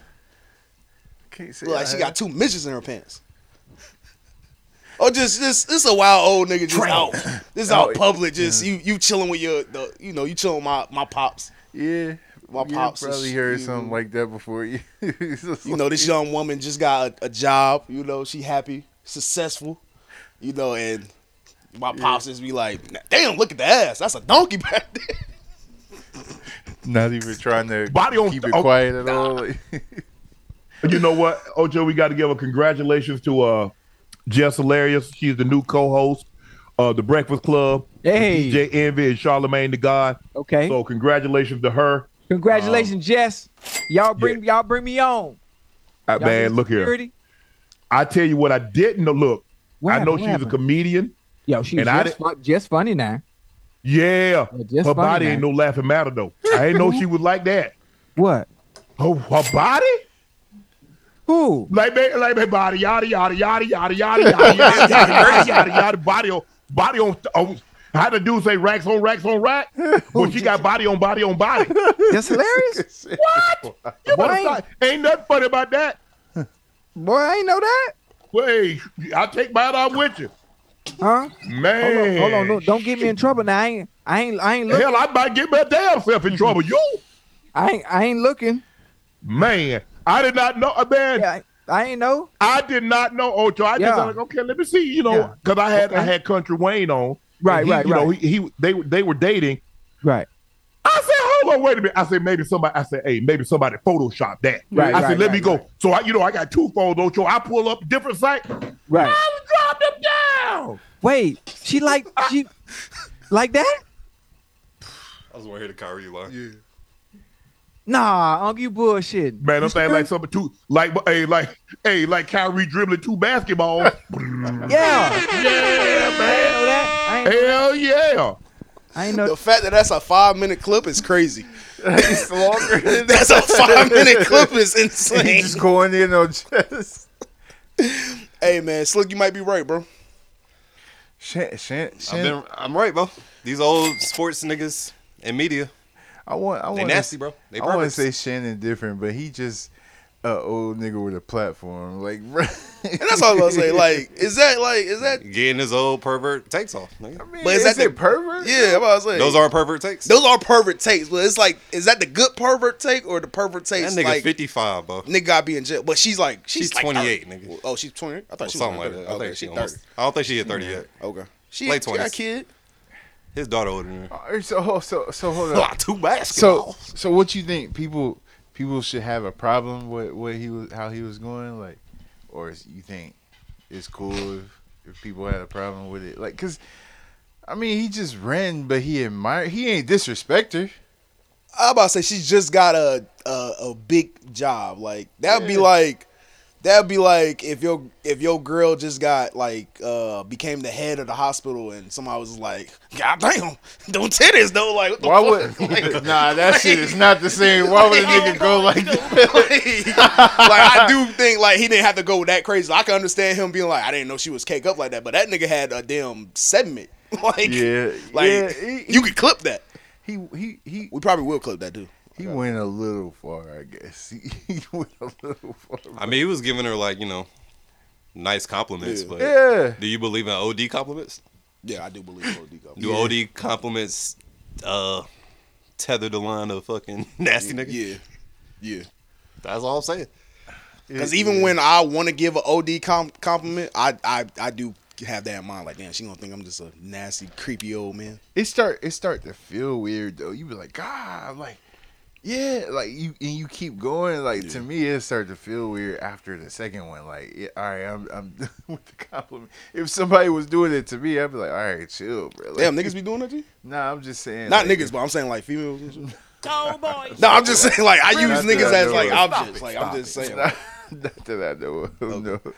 [SPEAKER 5] Can't say
[SPEAKER 6] look like she
[SPEAKER 5] I-
[SPEAKER 6] got two midgets in her pants. Or just, just, it's a wild old nigga just out, just out public, just you, you chilling with your, the, you know, you chilling with my, my pops.
[SPEAKER 5] yeah.
[SPEAKER 6] my
[SPEAKER 5] yeah,
[SPEAKER 6] pops is-
[SPEAKER 5] probably heard
[SPEAKER 6] you-
[SPEAKER 5] something like that before you.
[SPEAKER 6] You know, this young woman just got a, a job. You know, she happy, successful. You know, and my pops just be like, damn, look at the ass, that's a donkey back there.
[SPEAKER 5] not even trying to
[SPEAKER 8] Body on-
[SPEAKER 5] keep it
[SPEAKER 8] oh,
[SPEAKER 5] quiet at all. like-
[SPEAKER 8] You know what, Ojo, we got to give a congratulations to uh, Jess Hilarious. She's the new co-host uh, the Breakfast Club,
[SPEAKER 7] Hey.
[SPEAKER 8] DJ Envy, and Charlemagne the God.
[SPEAKER 7] Okay.
[SPEAKER 8] So um, congratulations to her.
[SPEAKER 7] Congratulations, Jess. Y'all bring y'all bring me on.
[SPEAKER 8] Uh,
[SPEAKER 7] Y'all
[SPEAKER 8] man,
[SPEAKER 7] need
[SPEAKER 8] look here.
[SPEAKER 7] security?
[SPEAKER 8] I tell you what, I didn't know- look.
[SPEAKER 7] What
[SPEAKER 8] I
[SPEAKER 7] happened?
[SPEAKER 8] know
[SPEAKER 7] What
[SPEAKER 8] she's a
[SPEAKER 7] happened?
[SPEAKER 8] comedian.
[SPEAKER 7] Yo, she's
[SPEAKER 8] And I
[SPEAKER 7] just, fu- just funny now.
[SPEAKER 8] Yeah,
[SPEAKER 7] Yeah, just
[SPEAKER 8] her
[SPEAKER 7] funny,
[SPEAKER 8] body
[SPEAKER 7] man.
[SPEAKER 8] ain't no laughing matter though. I ain't know she was like that.
[SPEAKER 7] What?
[SPEAKER 8] Oh, her body,
[SPEAKER 7] Who?
[SPEAKER 8] like man, like man, body, yada yada yada yada yada yada yada yada yada yada body on body on. on how the dude say racks on racks on rack?
[SPEAKER 7] Oh,
[SPEAKER 8] But she got body on body on body.
[SPEAKER 7] That's hilarious.
[SPEAKER 8] You better
[SPEAKER 7] Boy.
[SPEAKER 8] stop. Ain't nothing funny about that.
[SPEAKER 7] Boy, I ain't know that.
[SPEAKER 8] Wait, I take mine out with you,
[SPEAKER 7] Huh? Hold
[SPEAKER 8] man.
[SPEAKER 7] on, hold on. Look, don't get me in trouble now. I ain't I ain't I ain't looking.
[SPEAKER 8] Hell, I might get my damn self in trouble. You,
[SPEAKER 7] I ain't I ain't looking.
[SPEAKER 8] man, I did not know, uh, man.
[SPEAKER 7] Yeah, I, I ain't know.
[SPEAKER 8] I did not know Ocho. I just
[SPEAKER 7] Yeah.
[SPEAKER 8] like, okay, let me see, you know,
[SPEAKER 7] Yeah.
[SPEAKER 8] because I had I
[SPEAKER 7] Okay.
[SPEAKER 8] had Country Wayne on. and
[SPEAKER 7] Right,
[SPEAKER 8] he-
[SPEAKER 7] right,
[SPEAKER 8] you Know,
[SPEAKER 7] right.
[SPEAKER 8] he, he they they were dating.
[SPEAKER 7] Right.
[SPEAKER 8] I said, hold on, wait a minute. I said maybe somebody. I said, hey, maybe somebody photoshopped that.
[SPEAKER 7] Right,
[SPEAKER 8] I said,
[SPEAKER 7] right,
[SPEAKER 8] let me
[SPEAKER 7] right,
[SPEAKER 8] go.
[SPEAKER 7] right.
[SPEAKER 8] So I, you know, I got two phones, Ocho. I pull up different site.
[SPEAKER 7] Right.
[SPEAKER 8] I drop them down.
[SPEAKER 7] Wait, she like she like that?
[SPEAKER 1] I was want to hear the Kyrie line.
[SPEAKER 6] Yeah.
[SPEAKER 7] Nah, Unc, you bullshitting.
[SPEAKER 8] Man, I'm saying like something too, like hey, like hey, like Kyrie dribbling two basketballs.
[SPEAKER 7] Yeah.
[SPEAKER 8] yeah,
[SPEAKER 7] I ain't know
[SPEAKER 8] man.
[SPEAKER 7] that. I ain't,
[SPEAKER 8] Hell yeah.
[SPEAKER 7] I ain't
[SPEAKER 6] The
[SPEAKER 7] know.
[SPEAKER 6] fact that that's a five minute clip is crazy.
[SPEAKER 5] It's longer than that.
[SPEAKER 6] That's a five minute clip is
[SPEAKER 5] He
[SPEAKER 6] insane.
[SPEAKER 5] just going in on just.
[SPEAKER 6] Hey man, Slick, you might be right, bro.
[SPEAKER 5] Shan, Shan,
[SPEAKER 1] I've
[SPEAKER 5] Shan,
[SPEAKER 1] been, I'm right, bro. These old sports niggas and media,
[SPEAKER 5] I want. I
[SPEAKER 1] they
[SPEAKER 5] want.
[SPEAKER 1] nasty, bro. They
[SPEAKER 5] I want to
[SPEAKER 1] perverts.
[SPEAKER 5] say Shannon different, but he just a old nigga with a platform. Like, bro.
[SPEAKER 6] And that's all I'm gonna say. Like, is that like is that
[SPEAKER 1] getting his old pervert takes off. nigga.
[SPEAKER 6] but is, that
[SPEAKER 5] it
[SPEAKER 6] the
[SPEAKER 5] pervert?
[SPEAKER 6] Yeah, I'm about to say
[SPEAKER 1] Those are pervert takes.
[SPEAKER 6] those are pervert takes, but it's like is that the good pervert take or the pervert take?
[SPEAKER 1] that nigga
[SPEAKER 6] like,
[SPEAKER 1] 55, bro.
[SPEAKER 6] nigga gotta be in jail. But she's like she's,
[SPEAKER 1] She's
[SPEAKER 6] like
[SPEAKER 1] 28,
[SPEAKER 6] 30.
[SPEAKER 1] nigga.
[SPEAKER 6] Oh, she's 28. I thought
[SPEAKER 1] Or
[SPEAKER 6] she was
[SPEAKER 1] something like
[SPEAKER 6] 30.
[SPEAKER 1] that. I
[SPEAKER 6] Okay,
[SPEAKER 1] think she
[SPEAKER 6] she's
[SPEAKER 1] almost.
[SPEAKER 6] 30.
[SPEAKER 1] I don't think she hit 30 yet.
[SPEAKER 6] Okay. She,
[SPEAKER 1] Late
[SPEAKER 6] she got a
[SPEAKER 1] 20s.
[SPEAKER 6] kid.
[SPEAKER 1] His daughter older than her.
[SPEAKER 5] Oh, So, so, so hold
[SPEAKER 6] Oh,
[SPEAKER 5] on.
[SPEAKER 6] two basketballs.
[SPEAKER 5] So, so what you think people people should have a problem with what he was how he was going like, or is, you think it's cool if, if people had a problem with it like because. I mean, he just ran, but he admired. He ain't disrespect her.
[SPEAKER 6] I'm about to say she just got a a, a big job. Like that'd be like that'd be like if your if your girl just got like uh became the head of the hospital and somebody was like, God damn, don't titties though. Like what the
[SPEAKER 5] Why
[SPEAKER 6] fuck?
[SPEAKER 5] would? nah, that shit is not the same. Why would a nigga go like that?
[SPEAKER 6] like, I do think like he didn't have to go that crazy. I can understand him being like, I didn't know she was cake up like that, but that nigga had a damn segment. like
[SPEAKER 5] Yeah,
[SPEAKER 6] like
[SPEAKER 5] yeah, he-
[SPEAKER 6] you could clip that.
[SPEAKER 5] He he he
[SPEAKER 6] We probably will clip that too.
[SPEAKER 5] he went a little far, I guess. He, he went a little far.
[SPEAKER 1] I mean, he was giving her like you know, nice compliments, but
[SPEAKER 5] Yeah.
[SPEAKER 1] do you believe in OD compliments?
[SPEAKER 6] Yeah, I do believe OD go.
[SPEAKER 1] Do OD compliments uh tether the line of fucking nasty nigga?
[SPEAKER 6] Yeah. Yeah.
[SPEAKER 1] That's all I'm saying.
[SPEAKER 6] Because even when I want to give an OD com- compliment, I, I I do have that in mind. Like, damn, she gonna think I'm just a nasty, creepy old man.
[SPEAKER 5] it start it start to feel weird though. You be like, God, like yeah, like you and you keep going. Like to me, it start to feel weird after the second one. Like, yeah, all right, I'm I'm done with the compliment. If somebody was doing it to me, I'd be like, all right, chill, bro. Like,
[SPEAKER 6] Damn, niggas be doing that to you?
[SPEAKER 5] Nah, I'm just saying.
[SPEAKER 6] Not
[SPEAKER 5] like,
[SPEAKER 6] niggas, but I'm saying like females. and shit.
[SPEAKER 9] Tall boys.
[SPEAKER 6] No, I'm just saying like I use
[SPEAKER 5] Not
[SPEAKER 6] niggas
[SPEAKER 5] that I
[SPEAKER 6] as
[SPEAKER 5] know
[SPEAKER 6] like
[SPEAKER 5] of.
[SPEAKER 6] objects. Like I'm just saying
[SPEAKER 5] Not, not that I know. Of, no.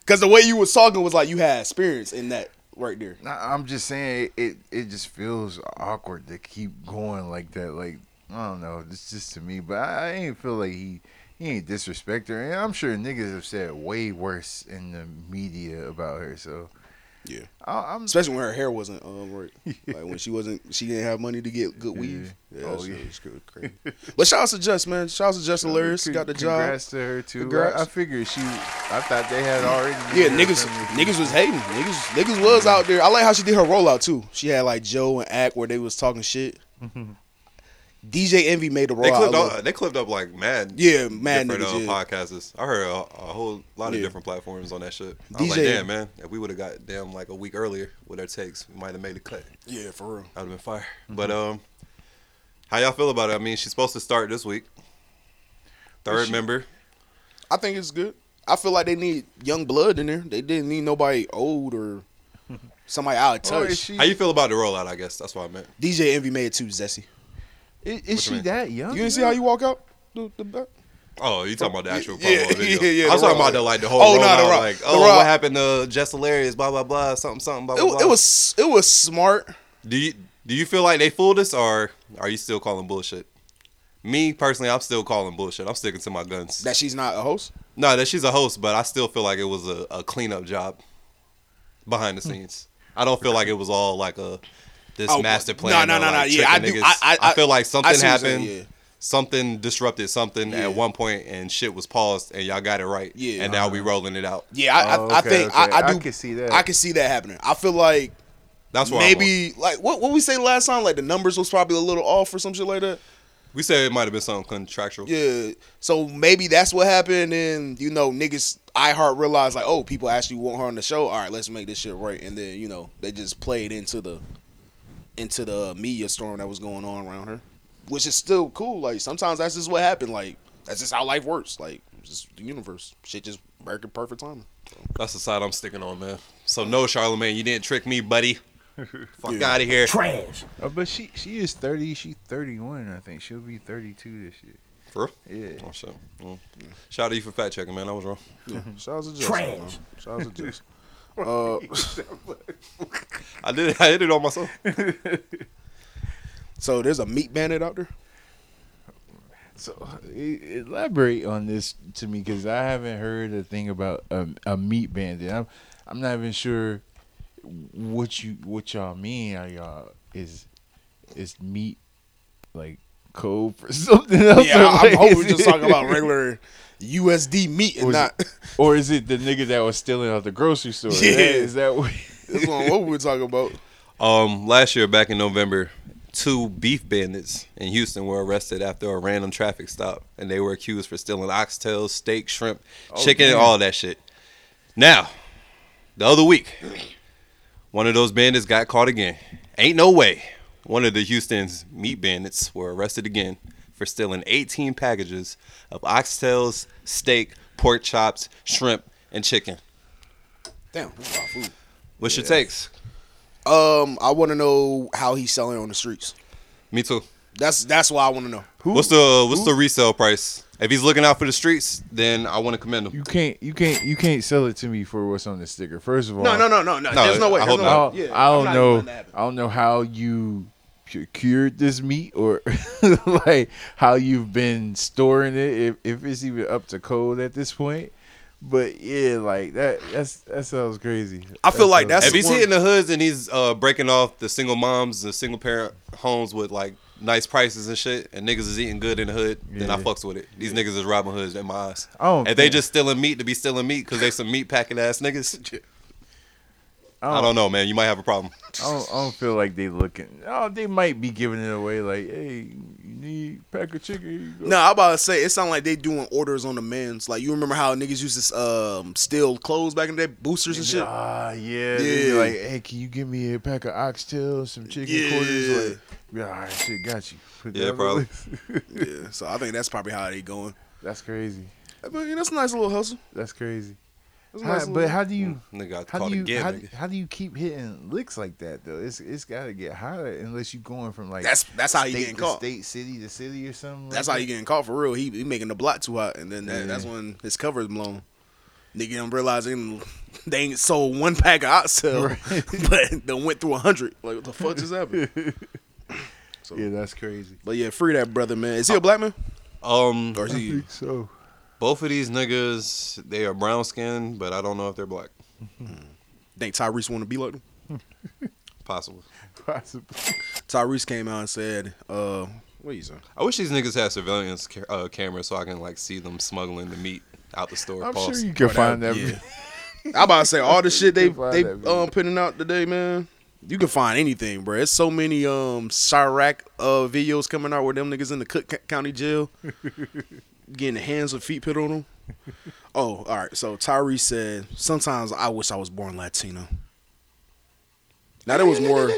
[SPEAKER 6] because the way you was talking was like you had experience in that right there.
[SPEAKER 5] Nah, I'm just saying it, it. just feels awkward to keep going like that. Like I don't know. It's just to me, but I, I ain't feel like he he ain't disrespect her. And I'm sure niggas have said way worse in the media about her. So
[SPEAKER 6] Yeah.
[SPEAKER 5] I, I'm
[SPEAKER 6] Especially when her hair wasn't um right. Like when she wasn't, she didn't have money to get good weave.
[SPEAKER 5] Yeah.
[SPEAKER 6] Yeah,
[SPEAKER 5] Oh,
[SPEAKER 6] oh yeah,
[SPEAKER 5] yeah.
[SPEAKER 6] crazy. But shout out to Just man, shout out to Justin Hilarious. Got the job.
[SPEAKER 5] Congrats to her too.
[SPEAKER 6] Congrats.
[SPEAKER 5] I, I figured she. I thought they had already.
[SPEAKER 6] Yeah,
[SPEAKER 5] made her
[SPEAKER 6] niggas,
[SPEAKER 5] family.
[SPEAKER 6] niggas was hating. Niggas, niggas was out there. I like how she did her rollout too. She had like Joe and Act where they was talking shit. DJ Envy made a rollout.
[SPEAKER 1] They clipped
[SPEAKER 6] I
[SPEAKER 1] all,
[SPEAKER 6] love-
[SPEAKER 1] they clipped up like mad
[SPEAKER 6] Yeah, mad
[SPEAKER 1] different
[SPEAKER 6] niggas,
[SPEAKER 1] uh,
[SPEAKER 6] yeah.
[SPEAKER 1] podcasts. I heard a, a whole lot of
[SPEAKER 6] Yeah.
[SPEAKER 1] different platforms on that shit. I was like,
[SPEAKER 6] DJ
[SPEAKER 1] damn man, if we would have got damn like a week earlier with our takes, we might have made the cut.
[SPEAKER 6] yeah, for real.
[SPEAKER 1] That would have been fire.
[SPEAKER 6] Mm-hmm.
[SPEAKER 1] But um, how y'all feel about it? I mean, she's supposed to start this week. Third member.
[SPEAKER 6] I think it's good. I feel like they need young blood in there. They didn't need nobody old or Somebody out of
[SPEAKER 1] Or
[SPEAKER 6] touch.
[SPEAKER 1] is she- How you feel about the rollout? I guess that's what I meant.
[SPEAKER 6] DJ Envy made it too, Zessie.
[SPEAKER 5] Is,
[SPEAKER 1] What she you mean?
[SPEAKER 5] that young?
[SPEAKER 6] You didn't see how you walk out? The, the back?
[SPEAKER 1] Oh, you talking about the actual promo
[SPEAKER 6] Yeah,
[SPEAKER 1] video?
[SPEAKER 6] yeah, yeah,
[SPEAKER 1] I was
[SPEAKER 6] the
[SPEAKER 1] talking
[SPEAKER 6] Raw.
[SPEAKER 1] about the like the whole.
[SPEAKER 6] Oh,
[SPEAKER 1] Oh
[SPEAKER 6] nah,
[SPEAKER 1] no,
[SPEAKER 6] the Raw.
[SPEAKER 1] Like,
[SPEAKER 6] The
[SPEAKER 1] oh,
[SPEAKER 6] Raw.
[SPEAKER 1] what happened to Jess Hilarious? Blah blah blah. Something something. Blah
[SPEAKER 6] It,
[SPEAKER 1] blah.
[SPEAKER 6] it
[SPEAKER 1] blah.
[SPEAKER 6] was it was smart.
[SPEAKER 1] Do you do you feel like they fooled us, or are you still calling bullshit? Me personally, I'm still calling bullshit. I'm sticking to my guns.
[SPEAKER 6] That she's not a host.
[SPEAKER 1] no, that she's a host, but I still feel like it was a, a cleanup job behind the scenes. I don't feel like it was all like a this
[SPEAKER 6] Hmm. Oh,
[SPEAKER 1] master
[SPEAKER 6] no,
[SPEAKER 1] plan.
[SPEAKER 6] no,
[SPEAKER 1] of,
[SPEAKER 6] no, no,
[SPEAKER 1] like,
[SPEAKER 6] yeah, I
[SPEAKER 1] tricking
[SPEAKER 6] do-
[SPEAKER 1] niggas.
[SPEAKER 6] I- I-
[SPEAKER 1] I feel like
[SPEAKER 6] I
[SPEAKER 1] something
[SPEAKER 6] see what you're saying,
[SPEAKER 1] happened.
[SPEAKER 6] yeah.
[SPEAKER 1] Something disrupted something at one point, and shit was paused, and y'all got it right.
[SPEAKER 6] Yeah. uh-huh.
[SPEAKER 1] and now we rolling it out.
[SPEAKER 6] Yeah, I,
[SPEAKER 5] Oh,
[SPEAKER 6] I, I
[SPEAKER 5] okay,
[SPEAKER 6] think
[SPEAKER 5] okay.
[SPEAKER 6] I, I
[SPEAKER 5] I
[SPEAKER 6] do.
[SPEAKER 5] can see that.
[SPEAKER 6] I can see that happening. I feel like
[SPEAKER 1] That's why
[SPEAKER 6] maybe like what what we say last time. Like the numbers was probably a little off or some shit like that.
[SPEAKER 1] we said it might have been something contractual.
[SPEAKER 6] Yeah. So maybe that's what happened, and you know, niggas iHeart realized like, oh, people actually want her on the show. All right, let's make this shit right, and then you know they just played into the into the uh, media storm that was going on around her, which is still cool. Like sometimes that's just what happened. Like that's just how life works. Like just the universe, shit just working perfect timing.
[SPEAKER 1] That's the side I'm sticking on, man. So no, Charlemagne, you didn't trick me, buddy. Fuck out of here.
[SPEAKER 10] Trash.
[SPEAKER 5] Oh, but she she is thirty. She thirty one. I think she'll be thirty two this year.
[SPEAKER 1] For real?
[SPEAKER 5] Yeah.
[SPEAKER 1] Oh, shit. Mm. Shout out to you for fact checking, man. I was wrong.
[SPEAKER 6] Yeah.
[SPEAKER 5] Mm-hmm.
[SPEAKER 6] Shout out to Justin.
[SPEAKER 10] Trash.
[SPEAKER 6] man. Shout out to Justin. Uh,
[SPEAKER 1] I did. it- I did it on myself.
[SPEAKER 6] so there's a meat bandit out there.
[SPEAKER 5] So e- elaborate on this to me because I haven't heard a thing about a, a meat bandit. I'm I'm not even sure what you what y'all mean. Are y'all is is meat like code for something else?
[SPEAKER 6] Yeah, I,
[SPEAKER 5] or
[SPEAKER 6] I'm
[SPEAKER 5] like,
[SPEAKER 6] hoping
[SPEAKER 5] is
[SPEAKER 6] we're just
[SPEAKER 5] it-
[SPEAKER 6] talking about regular USD meat and
[SPEAKER 5] Was
[SPEAKER 6] not.
[SPEAKER 5] Or is it the nigga that was stealing out the grocery store?
[SPEAKER 6] Yeah.
[SPEAKER 5] That- is that what?
[SPEAKER 6] That's what what we were talking about.
[SPEAKER 1] Um, last year, back in November, two beef bandits in Houston were arrested after a random traffic stop, and they were accused for stealing oxtails, steak, shrimp, chicken, and all that shit. Now, the other week, one of those bandits got caught again. Ain't no way. One of the Houston's meat bandits were arrested again for stealing 18 packages of oxtails, steak, pork chops, shrimp, and chicken.
[SPEAKER 6] Damn, that's a lot of food.
[SPEAKER 1] What's your takes?
[SPEAKER 6] Um, I want to know how he's selling on the streets.
[SPEAKER 1] Me too.
[SPEAKER 6] That's that's what I want to know.
[SPEAKER 1] What's the what's the resale price? If he's looking out for the streets, then I want to commend him.
[SPEAKER 5] You can't you can't you can't sell it to me for what's on the sticker. First of all,
[SPEAKER 6] No, no, no, no, no. There's no way.
[SPEAKER 1] I
[SPEAKER 6] There's
[SPEAKER 1] hope
[SPEAKER 6] no
[SPEAKER 5] I
[SPEAKER 1] not.
[SPEAKER 6] way.
[SPEAKER 5] don't,
[SPEAKER 6] Yeah,
[SPEAKER 5] Oh, I
[SPEAKER 6] I'm not
[SPEAKER 5] don't
[SPEAKER 6] even letting
[SPEAKER 5] know.
[SPEAKER 6] that happen.
[SPEAKER 5] I don't know how you cu- cured this meat or like how you've been storing it if, if it's even up to code at this point. But yeah, like that that's that sounds crazy.
[SPEAKER 6] I feel
[SPEAKER 5] That
[SPEAKER 6] like
[SPEAKER 5] sounds-
[SPEAKER 1] If
[SPEAKER 6] that's-
[SPEAKER 1] he's hitting the hoods and he's uh, breaking off the single moms and single parent homes with like nice prices and shit, and niggas is eating good in the hood, then I
[SPEAKER 5] Yeah.
[SPEAKER 1] fucks with it. These niggas is robbing hoods in my eyes.
[SPEAKER 5] I don't
[SPEAKER 1] if they
[SPEAKER 5] think-
[SPEAKER 1] just stealing meat to be stealing meat because they some meat packing ass niggas,
[SPEAKER 5] I
[SPEAKER 1] I
[SPEAKER 5] don't,
[SPEAKER 1] don't know, man. You might have a problem.
[SPEAKER 5] I don't, I don't feel like they looking. Oh, they might be giving it away. Like, hey, you need a pack of chicken? Here you go.
[SPEAKER 6] No, I'm about to say it sounds like they doing orders on the men's. Like you remember how niggas used to um steal clothes back in the day, boosters and shit.
[SPEAKER 5] Ah, yeah. they be
[SPEAKER 6] Yeah.
[SPEAKER 5] like, hey, can you give me a pack of oxtails, some chicken
[SPEAKER 6] Yeah.
[SPEAKER 5] quarters? Like, yeah, all right, shit, got you. Put
[SPEAKER 1] Yeah,
[SPEAKER 5] that on the
[SPEAKER 1] probably.
[SPEAKER 5] list.
[SPEAKER 6] Yeah, so I think that's probably how they going.
[SPEAKER 5] That's crazy.
[SPEAKER 6] But you know, it's a nice little hustle.
[SPEAKER 5] That's crazy.
[SPEAKER 6] It's a
[SPEAKER 5] How-
[SPEAKER 6] nice little-
[SPEAKER 5] but how do you
[SPEAKER 6] Mm,
[SPEAKER 1] Nigga got
[SPEAKER 5] how
[SPEAKER 1] caught
[SPEAKER 5] do you
[SPEAKER 1] again.
[SPEAKER 5] how,
[SPEAKER 1] nigga.
[SPEAKER 5] how do you keep hitting licks like that though? It's it's got to get hotter unless you going from like
[SPEAKER 6] that's that's how you
[SPEAKER 5] state
[SPEAKER 6] getting
[SPEAKER 5] to
[SPEAKER 6] caught.
[SPEAKER 5] state, city to city, or something.
[SPEAKER 6] That's how
[SPEAKER 5] like
[SPEAKER 6] you getting caught for real. He, he making the block too hot, and then that,
[SPEAKER 5] Yeah.
[SPEAKER 6] that's when his cover is blown. Nigga, I'm realizing they ain't sold one pack of oxtail, but they went through a hundred. Like what the fuck just happened?
[SPEAKER 5] that. Yeah, that's crazy.
[SPEAKER 6] But yeah, free that brother, man. Is he a black man
[SPEAKER 1] Um,
[SPEAKER 6] or is he?
[SPEAKER 5] So
[SPEAKER 1] both of these niggas, they are brown skinned, but I don't know if they're black.
[SPEAKER 6] Think Tyrese want to be like him?
[SPEAKER 1] Possible.
[SPEAKER 5] possibly.
[SPEAKER 6] Tyrese came out and said, uh, "What you saying?
[SPEAKER 1] I wish these niggas had surveillance ca- uh, cameras so I can like see them smuggling the meat out the store.
[SPEAKER 5] I'm
[SPEAKER 1] Pause.
[SPEAKER 5] sure you can find that.
[SPEAKER 6] yeah. I about to say all the shit they
[SPEAKER 5] You can find
[SPEAKER 6] they
[SPEAKER 5] that video.
[SPEAKER 6] um putting out today, man. You can find anything, bro. It's so many um Chirac uh videos coming out where them niggas in the Cook Co- County jail getting hands and feet put on them. Oh, all right. So Tyree said, "Sometimes I wish I was born Latino." Now there was more.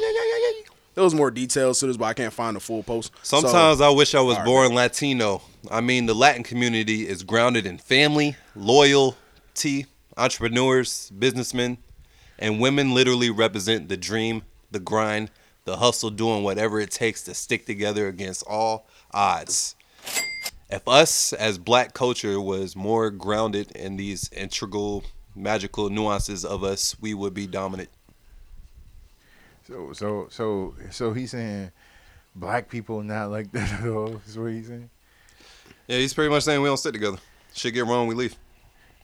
[SPEAKER 6] There was more details to this, but I can't find the full post. So-
[SPEAKER 1] Sometimes I wish I was
[SPEAKER 6] All right.
[SPEAKER 1] born Latino. I mean, the Latin community is grounded in family, loyalty, entrepreneurs, businessmen. And women literally represent the dream, the grind, the hustle, doing whatever it takes to stick together against all odds. If us as black culture was more grounded in these integral, magical nuances of us, we would be dominant.
[SPEAKER 5] So so so so he's saying black people not like that at all. Is what he's saying.
[SPEAKER 1] Yeah, he's pretty much saying we don't stick together. Shit get wrong, we leave.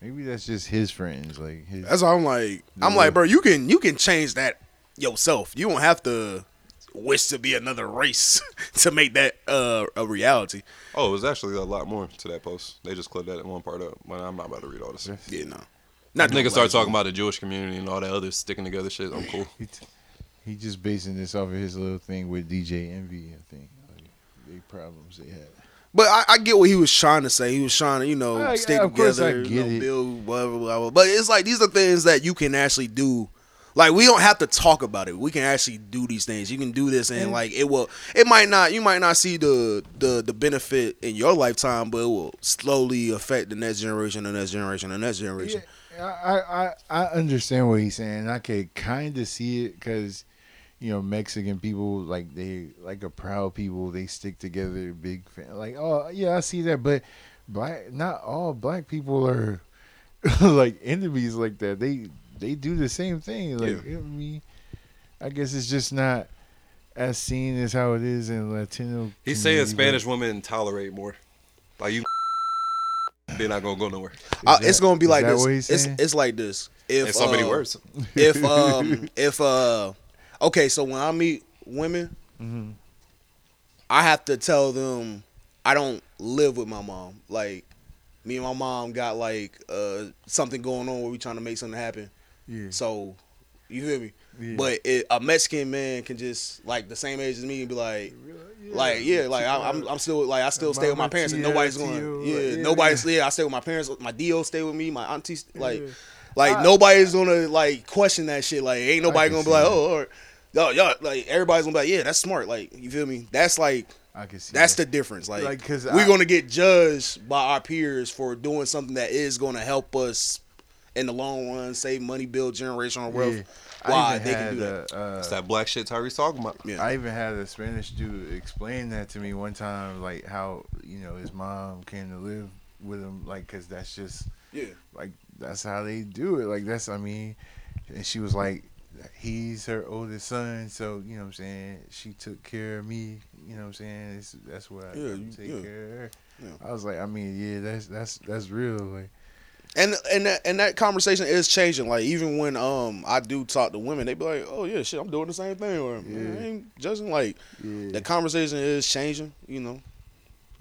[SPEAKER 5] Maybe that's just his friends. Like his,
[SPEAKER 6] That's why I'm like, I'm like, bro, you can you can change that yourself. You don't have to wish to be another race to make that uh, a reality.
[SPEAKER 1] Oh, it was actually a lot more to that post. They just clipped that one part up. But I'm not about to read all this.
[SPEAKER 6] Yeah, no.
[SPEAKER 1] Not
[SPEAKER 6] Not
[SPEAKER 1] niggas
[SPEAKER 6] doing
[SPEAKER 1] start
[SPEAKER 6] black
[SPEAKER 1] talking about the Jewish community and all that other sticking together shit. I'm cool.
[SPEAKER 5] he just basing this off of his little thing with DJ Envy. I think like, they problems they had.
[SPEAKER 6] But I, I get what he was trying to say. He was trying to, you know,
[SPEAKER 5] I-
[SPEAKER 6] stay
[SPEAKER 5] of course I
[SPEAKER 6] together, you
[SPEAKER 5] get
[SPEAKER 6] know,
[SPEAKER 5] it.
[SPEAKER 6] build whatever, whatever. But it's like these are things that you can actually do. Like we don't have to talk about it. We can actually do these things. You can do this, and like it will. It might not. You might not see the the the benefit in your lifetime, but it will slowly affect the next generation, the next generation, the next generation.
[SPEAKER 5] I, I, I- I understand what he's saying. I could kind of see it because, you know, Mexican people like they like a proud people. They stick together, big fan. Like, oh yeah, I see that. But black, not all black people are like enemies like that. They they do the same thing. Like, I mean, I guess it's just not as seen as how it is in Latino.
[SPEAKER 1] He's saying
[SPEAKER 5] community, but-
[SPEAKER 1] Spanish women tolerate more. Like you, they're not gonna go nowhere.
[SPEAKER 6] Uh, it's
[SPEAKER 5] that-
[SPEAKER 6] gonna be
[SPEAKER 5] is
[SPEAKER 6] like
[SPEAKER 5] that
[SPEAKER 6] this.
[SPEAKER 5] what he's
[SPEAKER 6] it's
[SPEAKER 5] saying?
[SPEAKER 6] it's like this. If
[SPEAKER 1] In so many
[SPEAKER 6] uh,
[SPEAKER 1] words.
[SPEAKER 6] If um if uh okay, so when I meet women,
[SPEAKER 5] Mm-hmm.
[SPEAKER 6] I have to tell them I don't live with my mom. Like me and my mom got like uh something going on where we trying to make something happen.
[SPEAKER 5] Yeah.
[SPEAKER 6] So you feel me?
[SPEAKER 5] Yeah.
[SPEAKER 6] But it, a Mexican man can just like the same age as me and be like, like yeah, like I, I'm I'm still like I still stay with my
[SPEAKER 5] Mama
[SPEAKER 6] parents and
[SPEAKER 5] Tia,
[SPEAKER 6] nobody's
[SPEAKER 5] Tio,
[SPEAKER 6] going.
[SPEAKER 5] like,
[SPEAKER 6] Yeah,
[SPEAKER 5] yeah,
[SPEAKER 6] nobody's. Yeah, I stay with my parents. My Dio stay with me. My aunties like,
[SPEAKER 5] Yeah.
[SPEAKER 6] like nobody's gonna like question that shit. Like ain't nobody gonna
[SPEAKER 5] can
[SPEAKER 6] be like,
[SPEAKER 5] see that.
[SPEAKER 6] oh, all right. yo, yo, like everybody's gonna be like, yeah, that's smart. Like you feel me? That's like.
[SPEAKER 5] I can see
[SPEAKER 6] That's
[SPEAKER 5] that.
[SPEAKER 6] the difference. Like,
[SPEAKER 5] Like, 'cause
[SPEAKER 6] we're
[SPEAKER 5] I-
[SPEAKER 6] gonna get judged by our peers for doing something that is gonna help us in the long run, save money, build generational wealth.
[SPEAKER 5] Yeah. I
[SPEAKER 6] Why
[SPEAKER 5] even
[SPEAKER 6] they can
[SPEAKER 5] had
[SPEAKER 6] do that?
[SPEAKER 5] a, uh,
[SPEAKER 1] It's that black shit Tyree's talking about.
[SPEAKER 6] Yeah.
[SPEAKER 5] I even had a Spanish dude explain that to me one time, like how you know his mom came to live with him, like because that's just
[SPEAKER 6] Yeah.
[SPEAKER 5] like that's how they do it. Like that's I mean, and she was like, he's her oldest son, so you know what I'm saying. She took care of me, you know what I'm saying. It's, that's what I
[SPEAKER 6] Yeah,
[SPEAKER 5] do,
[SPEAKER 6] you-
[SPEAKER 5] take
[SPEAKER 6] yeah.
[SPEAKER 5] care of her.
[SPEAKER 6] Yeah.
[SPEAKER 5] I was like, I mean, yeah, that's that's that's real. Like
[SPEAKER 6] and and that, and that conversation is changing. Like even when um I do talk to women, they be like, "Oh yeah, shit, I'm doing the same thing," or "Man, I ain't judging. Like the conversation is changing. You know,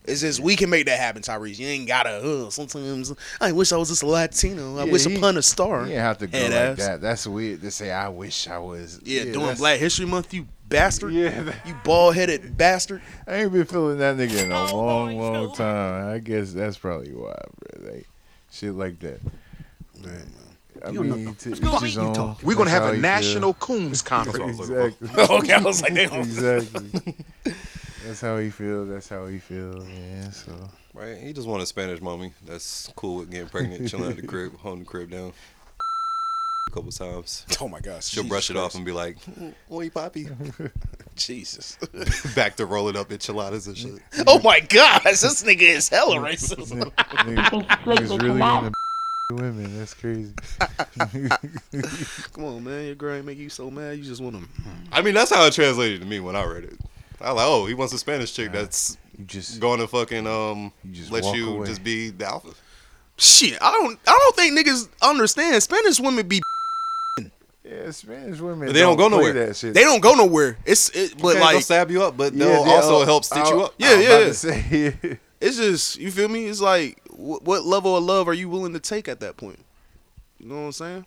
[SPEAKER 6] it's just we can make that happen, Tyrese. You ain't gotta. Uh, sometimes I wish I was just a Latino. I
[SPEAKER 5] Yeah,
[SPEAKER 6] wish
[SPEAKER 5] he-
[SPEAKER 6] upon a star.
[SPEAKER 5] you didn't have to go
[SPEAKER 6] Head
[SPEAKER 5] like
[SPEAKER 6] ass.
[SPEAKER 5] that. That's weird to say. I wish I was.
[SPEAKER 6] Yeah, doing
[SPEAKER 5] that's-
[SPEAKER 6] Black History Month, you bastard.
[SPEAKER 5] Yeah, that-
[SPEAKER 6] you bald headed bastard.
[SPEAKER 5] I ain't been feeling that nigga in a
[SPEAKER 11] Oh,
[SPEAKER 5] long,
[SPEAKER 11] boy,
[SPEAKER 5] long
[SPEAKER 11] so-
[SPEAKER 5] time. I guess that's probably why, bro. Like, shit like that. But, I mean, to each his own.
[SPEAKER 12] We're gonna
[SPEAKER 5] That's
[SPEAKER 12] have
[SPEAKER 5] how
[SPEAKER 12] a
[SPEAKER 5] you
[SPEAKER 12] national coons
[SPEAKER 5] feel.
[SPEAKER 12] conference.
[SPEAKER 5] Exactly.
[SPEAKER 6] okay, I was like,
[SPEAKER 5] exactly. That's how he feel. That's how he feel, man. So
[SPEAKER 1] Right? He just want a Spanish mommy. That's cool with getting pregnant, chilling at the crib, holding the crib down. A couple times.
[SPEAKER 6] Oh my gosh,
[SPEAKER 1] She'll
[SPEAKER 6] Jesus
[SPEAKER 1] brush it off
[SPEAKER 6] Christ.
[SPEAKER 1] and be like,
[SPEAKER 6] Oi, Poppy. Jesus.
[SPEAKER 1] back to rolling up enchiladas and shit.
[SPEAKER 6] oh my gosh, this nigga is hella racist.
[SPEAKER 5] nigga, nigga, he's really into women. That's crazy.
[SPEAKER 6] Come on, man. Your girl ain't make you so mad. You just want to.
[SPEAKER 1] I mean, that's how it translated to me when I read it. I was like, oh, he wants a Spanish chick that's
[SPEAKER 5] You just
[SPEAKER 1] going to fucking um
[SPEAKER 5] You just
[SPEAKER 1] let
[SPEAKER 5] walk
[SPEAKER 1] you
[SPEAKER 5] away.
[SPEAKER 1] just be the alpha.
[SPEAKER 6] Shit, I don't. I don't think niggas understand. Spanish women be.
[SPEAKER 5] yeah, Spanish women.
[SPEAKER 1] But they don't go
[SPEAKER 5] play
[SPEAKER 1] nowhere.
[SPEAKER 5] That shit.
[SPEAKER 6] They don't go nowhere. It's it, but
[SPEAKER 1] They'll
[SPEAKER 6] like
[SPEAKER 1] stab you up, but
[SPEAKER 5] Yeah,
[SPEAKER 1] they'll
[SPEAKER 5] they-
[SPEAKER 1] also
[SPEAKER 5] oh,
[SPEAKER 1] help stitch you
[SPEAKER 5] I-
[SPEAKER 1] up.
[SPEAKER 6] Yeah,
[SPEAKER 5] I was about
[SPEAKER 6] yeah.
[SPEAKER 5] to say, yeah.
[SPEAKER 6] it's just you feel me. It's like what, what level of love are you willing to take at that point? You know what I'm saying?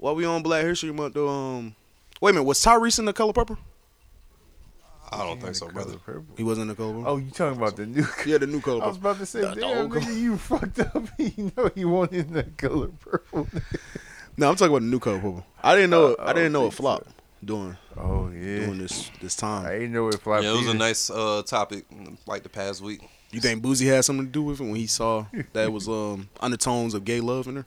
[SPEAKER 6] While we on Black History Month, though, um, wait a minute, was Tyrese in the Color Purple?
[SPEAKER 1] I don't think so, brother.
[SPEAKER 6] He wasn't in the Color Purple.
[SPEAKER 5] Oh, you talking about the new?
[SPEAKER 6] yeah, the new Color
[SPEAKER 5] I was
[SPEAKER 6] Purple.
[SPEAKER 5] about to say,
[SPEAKER 6] The
[SPEAKER 5] damn,
[SPEAKER 6] dog.
[SPEAKER 5] nigga, you fucked up. you know you wanted that color purple.
[SPEAKER 6] No, I'm talking about oh, the new Color Purple. I didn't know.
[SPEAKER 5] Uh,
[SPEAKER 6] I didn't know it
[SPEAKER 5] so.
[SPEAKER 6] flopped during
[SPEAKER 5] Oh
[SPEAKER 6] during
[SPEAKER 5] yeah,
[SPEAKER 6] this this
[SPEAKER 5] I
[SPEAKER 6] time.
[SPEAKER 5] ain't know it flopped.
[SPEAKER 1] Yeah, it was a
[SPEAKER 5] either.
[SPEAKER 1] nice uh, topic like the past week.
[SPEAKER 6] You think Boozy had something to do with it when he saw that it was um undertones of gay love in her?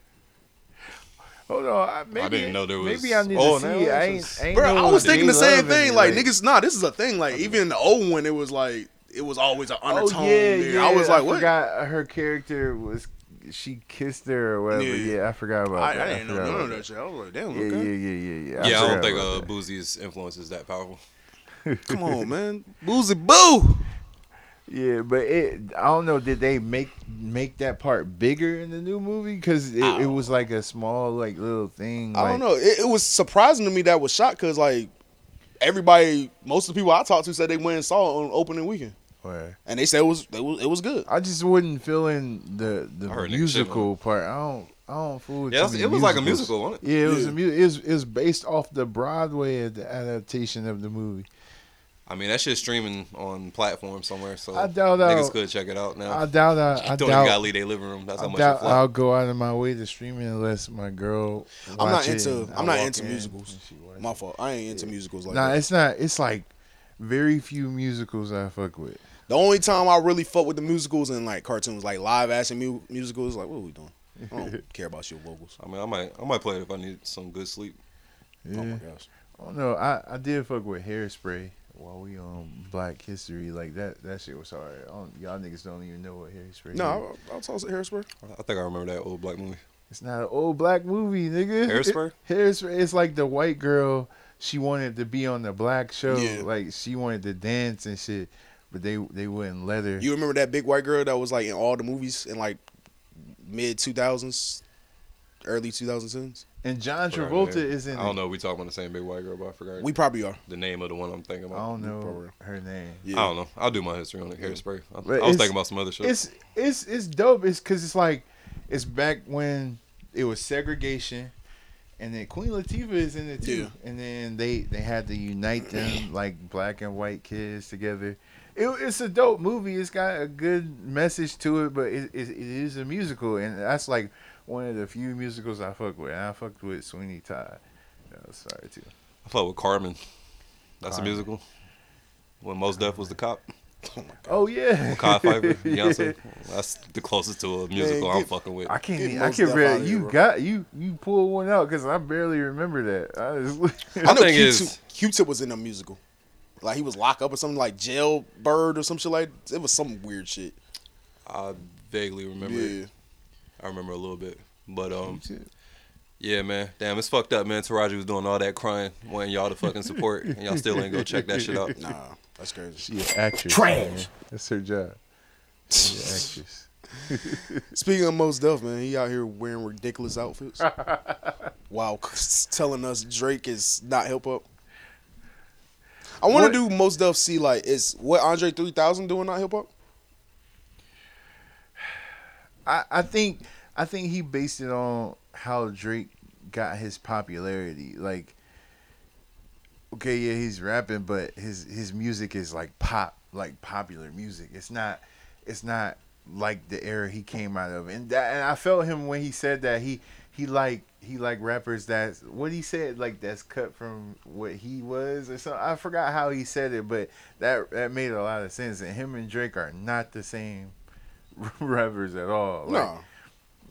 [SPEAKER 5] Hold on, I, maybe,
[SPEAKER 1] didn't know there
[SPEAKER 5] Maybe I
[SPEAKER 1] was-
[SPEAKER 5] need
[SPEAKER 1] Oh,
[SPEAKER 5] to see.
[SPEAKER 1] now
[SPEAKER 5] it.
[SPEAKER 1] it's
[SPEAKER 5] I ain't,
[SPEAKER 1] just-
[SPEAKER 5] ain't
[SPEAKER 6] Bro,
[SPEAKER 5] know
[SPEAKER 6] I was
[SPEAKER 5] they
[SPEAKER 6] thinking the same
[SPEAKER 5] loving it,
[SPEAKER 6] thing. Like, niggas, nah, this is a thing. Like, even in the old one, it was like, it was always an undertone. there. I was like,
[SPEAKER 5] Oh, I
[SPEAKER 6] what?
[SPEAKER 5] Forgot her character was she kissed her or whatever.
[SPEAKER 6] Yeah.
[SPEAKER 5] Yeah, I forgot about
[SPEAKER 6] I,
[SPEAKER 5] that.
[SPEAKER 6] I didn't know
[SPEAKER 5] forgot
[SPEAKER 6] none
[SPEAKER 5] about
[SPEAKER 6] of that shit. I was like, damn,
[SPEAKER 5] Yeah,
[SPEAKER 6] okay.
[SPEAKER 5] yeah, yeah, yeah,
[SPEAKER 1] yeah,
[SPEAKER 5] yeah.
[SPEAKER 1] I don't
[SPEAKER 5] forgot
[SPEAKER 1] think
[SPEAKER 5] about
[SPEAKER 1] uh,
[SPEAKER 5] that.
[SPEAKER 1] Boozy's influence is that powerful.
[SPEAKER 6] Come on, man. Boozy Boo.
[SPEAKER 5] Yeah, but it. I don't know. Did they make make that part bigger in the new movie? Because it, it was like a small, like little thing.
[SPEAKER 6] I don't
[SPEAKER 5] like-
[SPEAKER 6] know. It, it was surprising to me that was shot because, like, everybody, most of the people I talked to said they went and saw it on opening weekend.
[SPEAKER 5] Where-
[SPEAKER 6] And they said it was, it was, it was good.
[SPEAKER 5] I just wouldn't feel in the
[SPEAKER 1] I
[SPEAKER 5] the
[SPEAKER 1] heard niggas shit on
[SPEAKER 5] musical part. I don't. I don't fool with
[SPEAKER 1] Yeah,
[SPEAKER 5] too
[SPEAKER 1] that's-
[SPEAKER 5] many
[SPEAKER 1] it was like a
[SPEAKER 5] musicals.
[SPEAKER 1] musical, wasn't it?
[SPEAKER 5] Yeah, it was a mu- it was, it was based off the Broadway ad- adaptation of the movie.
[SPEAKER 1] I mean, that shit's streaming on platform somewhere, so
[SPEAKER 5] I doubt
[SPEAKER 1] niggas
[SPEAKER 5] I'll-
[SPEAKER 1] could check it out now.
[SPEAKER 5] I doubt I, I
[SPEAKER 1] Don't even
[SPEAKER 5] doubt
[SPEAKER 1] gotta leave their living room. That's how
[SPEAKER 5] I
[SPEAKER 1] much it
[SPEAKER 5] doubt uh, I'll
[SPEAKER 1] flopped.
[SPEAKER 5] go out of my way to stream it unless my girl.
[SPEAKER 6] I'm not
[SPEAKER 5] watch it
[SPEAKER 6] into,
[SPEAKER 5] and I
[SPEAKER 6] I'm not
[SPEAKER 5] walk
[SPEAKER 6] into
[SPEAKER 5] in
[SPEAKER 6] musicals.
[SPEAKER 5] and she watch
[SPEAKER 6] My fault. I ain't into musicals
[SPEAKER 5] it.
[SPEAKER 6] like
[SPEAKER 5] Nah,
[SPEAKER 6] that.
[SPEAKER 5] it's not. It's like very few musicals I fuck with.
[SPEAKER 6] The only time I really fuck with the musicals and like cartoons, like live action mu- musicals, like what are we doing? I don't care about your vocals.
[SPEAKER 1] I mean, I might, I might play it if I need some good sleep.
[SPEAKER 5] Yeah.
[SPEAKER 6] Oh my gosh.
[SPEAKER 5] I don't know. I, I did fuck with hairspray while we on Black History like that. That shit was hard. I don't, y'all niggas don't even know what
[SPEAKER 6] No,
[SPEAKER 5] hairspray. is.
[SPEAKER 6] I'll, I'll toss it hairspray.
[SPEAKER 1] I think I remember that old black movie.
[SPEAKER 5] it's not an old black movie, nigga.
[SPEAKER 1] Hairspray?
[SPEAKER 5] It- hairspray. It's like the white girl. She wanted to be on the black show.
[SPEAKER 6] Yeah.
[SPEAKER 5] Like she wanted to dance and shit, but they they wouldn't let her.
[SPEAKER 6] You remember that big white girl that was like in all the movies in like mid two thousands, early two thousand tens?
[SPEAKER 5] and John
[SPEAKER 1] Forgot her
[SPEAKER 5] Travolta
[SPEAKER 1] name.
[SPEAKER 5] is in.
[SPEAKER 1] I don't
[SPEAKER 5] it.
[SPEAKER 1] know. We talking about the same big white girl, but I forgot
[SPEAKER 6] We probably are.
[SPEAKER 1] the name of the one I'm thinking
[SPEAKER 5] I
[SPEAKER 1] about.
[SPEAKER 5] don't know her name.
[SPEAKER 1] I don't know. I'll do my history on it. Hairspray. I, I was
[SPEAKER 5] it's-
[SPEAKER 1] thinking about some other shit.
[SPEAKER 5] It's it's it's dope. It's because it's like it's back when it was segregation, and then Queen Latifah is in it too.
[SPEAKER 6] Yeah.
[SPEAKER 5] And then they they had to unite them like black and white kids together. It, it's a dope movie. It's got a good message to it, but it, it, it is a musical, and that's like one of the few musicals I fuck with. And I fucked with Sweeney Todd. Oh, sorry too.
[SPEAKER 1] I played with Carmen. That's
[SPEAKER 5] Carmen.
[SPEAKER 1] a musical. When Mos Def was the cop,
[SPEAKER 5] Oh yeah,
[SPEAKER 1] Cod Piper, Beyonce.
[SPEAKER 5] Yeah.
[SPEAKER 1] That's the closest to a musical I'm
[SPEAKER 6] get-
[SPEAKER 1] fucking with.
[SPEAKER 5] I can't.
[SPEAKER 6] Get
[SPEAKER 5] Even, I
[SPEAKER 6] Mos
[SPEAKER 5] can
[SPEAKER 6] Def outta
[SPEAKER 5] barely.
[SPEAKER 6] here,
[SPEAKER 5] You
[SPEAKER 6] bro.
[SPEAKER 5] got you. You pulled one out because I barely remember that. I just,
[SPEAKER 6] I know
[SPEAKER 1] thing
[SPEAKER 6] Q-tip,
[SPEAKER 1] is-
[SPEAKER 6] Q-tip was in a musical. Like he was locked up or something like jailbird or some shit like it was some weird shit.
[SPEAKER 1] I vaguely remember.
[SPEAKER 6] Yeah.
[SPEAKER 1] It. I remember a little bit, but um, yeah, man, damn, it's fucked up, man. Taraji was doing all that crying, wanting y'all to fucking support, and y'all still ain't go check that shit out.
[SPEAKER 6] Nah, that's crazy.
[SPEAKER 5] she an actress. Trash. That's her job. She an actress.
[SPEAKER 6] Speaking of Mos Def, man, he out here wearing ridiculous outfits. wow, telling us Drake is not help up. I want to do Mos Def see like is what Andre three thousand doing not help up?
[SPEAKER 5] I, I think I think he based it on how Drake got his popularity. Like, okay, yeah, he's rapping, but his his music is like pop, like popular music. It's not it's not like the era he came out of. And that, and I felt him when he said that he he like he like rappers that's what he said like that's cut from what he was or something. I forgot how he said it, but that that made a lot of sense. And him and Drake are not the same rappers at all. Like,
[SPEAKER 6] No,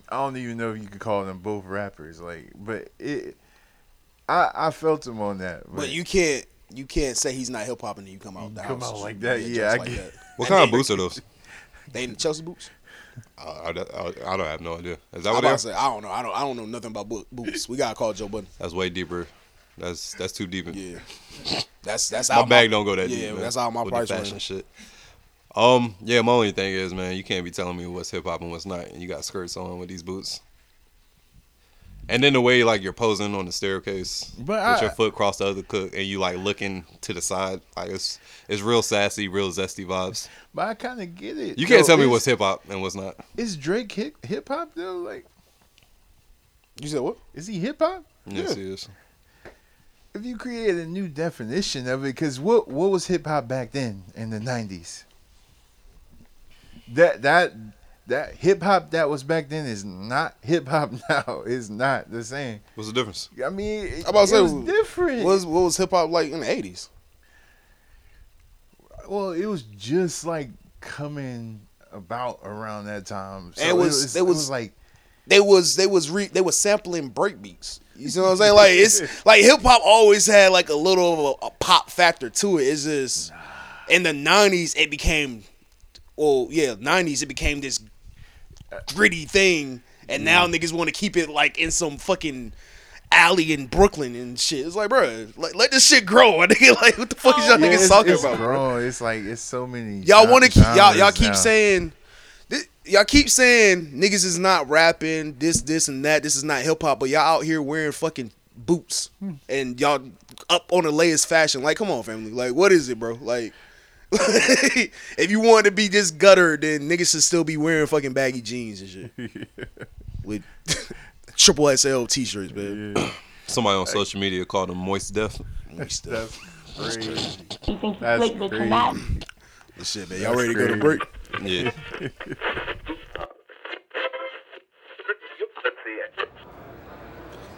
[SPEAKER 5] I don't even know if you could call them both rappers. Like, but it, I I felt him on that. But,
[SPEAKER 6] but you can't you can't say he's not hip hop and then you come out the
[SPEAKER 5] come
[SPEAKER 6] house
[SPEAKER 5] out like that, yeah,
[SPEAKER 6] just
[SPEAKER 5] I get-
[SPEAKER 1] What kind of boots are those?
[SPEAKER 6] that. They in Chelsea boots.
[SPEAKER 1] I, I, I- I don't have no idea. Is that
[SPEAKER 6] I,
[SPEAKER 1] what
[SPEAKER 6] about to
[SPEAKER 1] they are?
[SPEAKER 6] say, I don't know. I don't I don't know nothing about bo- boots. We gotta call Joe Budden.
[SPEAKER 1] That's way deeper. That's that's too deep. In.
[SPEAKER 6] Yeah, that's that's
[SPEAKER 1] my
[SPEAKER 6] how
[SPEAKER 1] bag don't go that deep.
[SPEAKER 6] Yeah,
[SPEAKER 1] man,
[SPEAKER 6] that's how my
[SPEAKER 1] with the
[SPEAKER 6] price
[SPEAKER 1] fashion
[SPEAKER 6] range.
[SPEAKER 1] shit. Um, yeah, my only thing is, man, you can't be telling me what's hip hop and what's not, and you got skirts on with these boots. And then the way like you're posing on the staircase
[SPEAKER 5] But
[SPEAKER 1] with
[SPEAKER 5] I-
[SPEAKER 1] your foot across the other cook, and you like looking to the side, like it's it's real sassy, real zesty vibes.
[SPEAKER 5] but I kind of get it.
[SPEAKER 1] You can't
[SPEAKER 5] though.
[SPEAKER 1] tell me
[SPEAKER 5] Is-
[SPEAKER 1] what's hip hop and what's not.
[SPEAKER 5] Is Drake hip hip hop though? Like,
[SPEAKER 6] You said what?
[SPEAKER 5] is he hip hop?
[SPEAKER 1] Yes, it is.
[SPEAKER 5] If you create a new definition of it, because what what was hip hop back then in the nineties? That that that hip hop that was back then is not hip hop now. It's not the same.
[SPEAKER 1] What's the difference?
[SPEAKER 5] I mean, it,
[SPEAKER 6] I'm about to say,
[SPEAKER 5] it was different.
[SPEAKER 6] What was, what was hip hop like in the eighties?
[SPEAKER 5] Well, it was just like coming about around that time. So
[SPEAKER 6] It was- it was-
[SPEAKER 5] like
[SPEAKER 6] they was they was re, they was sampling breakbeats. You see what I'm saying? Like it's like hip hop always had like a little of a, a pop factor to it. It's just in the '90s it became, well, yeah, '90s it became this gritty thing, and now
[SPEAKER 13] Mm.
[SPEAKER 6] niggas want to keep it like in some fucking alley in Brooklyn and shit. It's like, bro, let, let this shit grow. Nigga, like, what the fuck is y'all
[SPEAKER 13] Oh, Yeah,
[SPEAKER 6] niggas
[SPEAKER 13] it's,
[SPEAKER 6] talking
[SPEAKER 13] it's
[SPEAKER 6] about? bro?
[SPEAKER 13] grown. It's like it's so many.
[SPEAKER 6] Y'all want to keep y'all y'all
[SPEAKER 13] genres
[SPEAKER 6] keep
[SPEAKER 13] now.
[SPEAKER 6] saying thi- y'all keep saying niggas is not rapping this this and that. This is not hip hop, but y'all out here wearing fucking boots and y'all up on the latest fashion. Like, come on, family. Like, what is it, bro? Like. if you want to be this gutter, then niggas should still be wearing fucking baggy jeans and shit. With triple SL t shirts, man.
[SPEAKER 1] Somebody on social media called him Moist Death.
[SPEAKER 6] Moist
[SPEAKER 13] Death. Crazy.
[SPEAKER 1] You think
[SPEAKER 13] That's
[SPEAKER 1] Blake would come out?
[SPEAKER 13] crazy.
[SPEAKER 6] This shit, man. Y'all ready to go to break?
[SPEAKER 1] Yeah.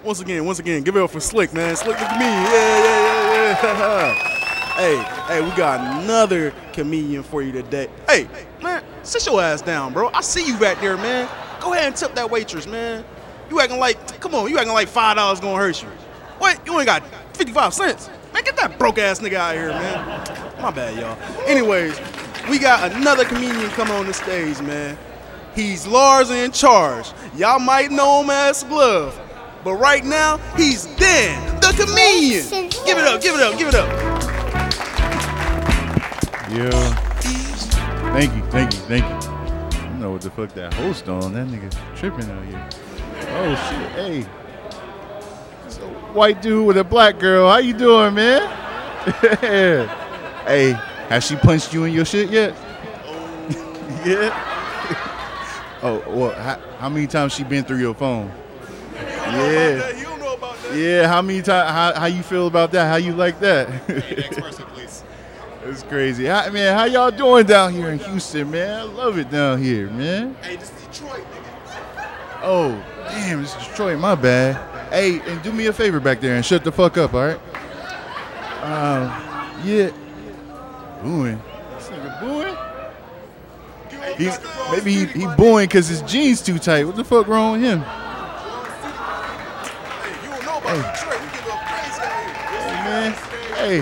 [SPEAKER 14] Once again, once again, give it up for Slick, man. Slick, look at me. Yeah, yeah, yeah, yeah. hey, hey, we got another comedian for you today. Hey, man, sit your ass down, bro. I see you back there, man. Go ahead and tip that waitress, man. You acting like, come on, you acting like five dollars gonna hurt you. What? You only got fifty-five cents. Man, get that broke ass nigga out of here, man. My bad, y'all. Anyways, we got another comedian coming on the stage, man. He's Lars in charge. Y'all might know him as Glove, but right now he's Dan, the comedian. Give it up, give it up, give it up.
[SPEAKER 5] Yeah. Thank you, thank you, thank you. I don't know what the fuck that host on. That nigga's tripping out here. Oh shit. Hey. It's a white dude with a black girl. How you doing, man? hey, has she punched you in your shit yet? yeah. oh, well, how, how many times she been through your phone? Yeah.
[SPEAKER 14] You don't know about that.
[SPEAKER 5] Yeah, how many times? How, how you feel about that? How you like that?
[SPEAKER 14] please.
[SPEAKER 5] It's crazy. How, man, how y'all doing down here in Houston, man? I love it down here, man.
[SPEAKER 14] Hey, this is Detroit,
[SPEAKER 5] Oh, damn, it's Detroit, my bad. Hey, and do me a favor back there and shut the fuck up, all right? Um, yeah. Booing. This nigga booing? He, maybe he, he booing because his jeans too tight. What the fuck wrong with him? man. Hey,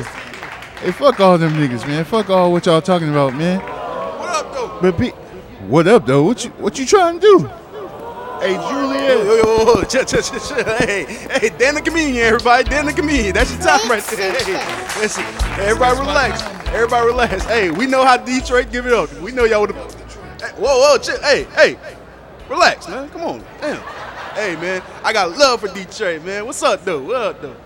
[SPEAKER 5] hey, fuck all them niggas, man. Fuck all what y'all talking about, man. What
[SPEAKER 6] up though?
[SPEAKER 5] But be, what up though? What you what you trying to do? Hey,
[SPEAKER 14] Juliet. Yo, yo, yo, chill, chill, chill, chill. Hey, hey, Dan the comedian, everybody. Dan the comedian. That's your time right there. Hey, listen, everybody relax. Everybody relax. Hey, we know how Detroit give it up. We know y'all would have. Hey, whoa, whoa, chill. Hey, hey, relax, man. Come on. Damn. Hey, man, I got love for Detroit, man. What's up, though? What up, though?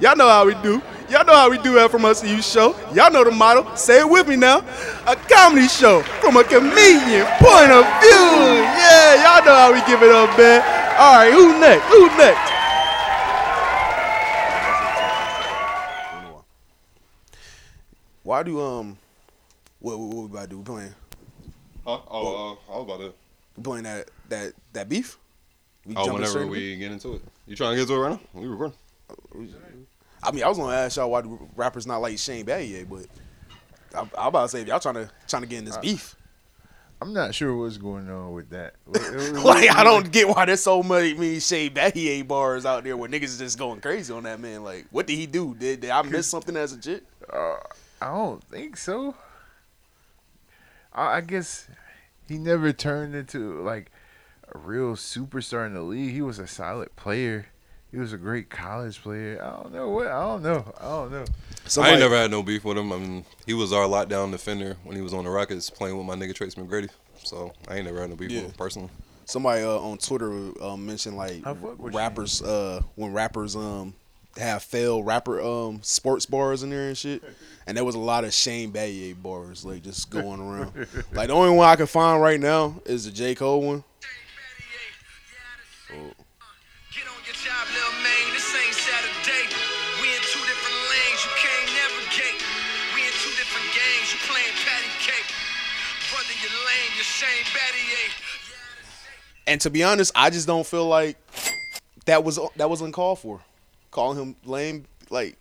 [SPEAKER 14] Y'all know how we do. Y'all know how we do at From Us to You show. Y'all know the motto. Say it with me now. A comedy show from a comedian point of view. Yeah, y'all know how we give it up, man. All right, who next? Who next?
[SPEAKER 6] Why do, um, what, what, what we about to do? We playing?
[SPEAKER 1] Huh? Oh, uh, I was about to.
[SPEAKER 6] We playing that, that, that beef? We
[SPEAKER 1] oh,
[SPEAKER 6] jumping straight
[SPEAKER 1] whenever
[SPEAKER 6] to beef?
[SPEAKER 1] we get into it. You trying to get into it right now? We recording.
[SPEAKER 6] I mean, I was gonna ask y'all why do rappers not like Shane Battier, but I'm, I'm about to say if y'all trying to trying to get in this beef,
[SPEAKER 13] I'm not sure what's going on with that. What- what-
[SPEAKER 6] like
[SPEAKER 13] what-
[SPEAKER 6] I don't get why there's so many, many Shane Battier bars out there where niggas is just going crazy on that man. Like, what did he do? Did, did I miss something as a jit?
[SPEAKER 13] Uh, I don't think so. I, I guess he never turned into like a real superstar in the league. He was a solid player. He was a great college player. I don't know what. I don't know. I don't know.
[SPEAKER 1] I ain't never had no beef with him. I mean, he was our lockdown defender when he was on the Rockets playing with my nigga Trace McGrady. So I ain't never had no beef
[SPEAKER 6] Yeah.
[SPEAKER 1] with him personally.
[SPEAKER 6] Somebody uh, on Twitter uh, mentioned like rappers uh, when rappers um have failed rapper um sports bars in there and shit, and there was a lot of Shane Battier bars like just going around. like the only one I can find right now is the J Cole one. Oh. And to be honest, I just don't feel like that was that was uncalled for. Calling him lame, like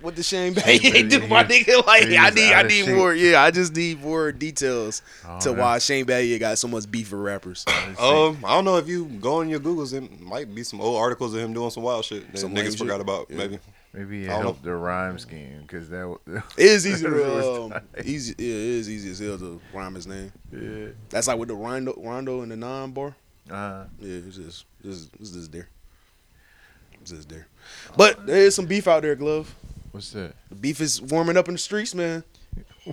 [SPEAKER 6] what the Shane Battier do, my nigga. Like, I need, I need more. Yeah, I just need more details to
[SPEAKER 1] man.
[SPEAKER 6] why Shane Battier got so much beef with rappers.
[SPEAKER 1] Um, I don't know if you go in your Googles, it might be some old articles of him doing some wild shit that
[SPEAKER 6] Some lame
[SPEAKER 1] niggas
[SPEAKER 6] shit.
[SPEAKER 1] forgot about.
[SPEAKER 6] Yeah.
[SPEAKER 1] Maybe.
[SPEAKER 5] Maybe it
[SPEAKER 1] I don't know.
[SPEAKER 5] helped the rhyme scheme because that it
[SPEAKER 6] It is easy to um, easy. Yeah, it is easy as hell to rhyme his name.
[SPEAKER 5] Yeah.
[SPEAKER 6] That's like with the Rondo, Rondo and the non bar. Uh, yeah, it's just, it's, it's just there. It's just there. But there is some beef out there, Glove.
[SPEAKER 15] What's that?
[SPEAKER 6] The beef is warming up in the streets, man.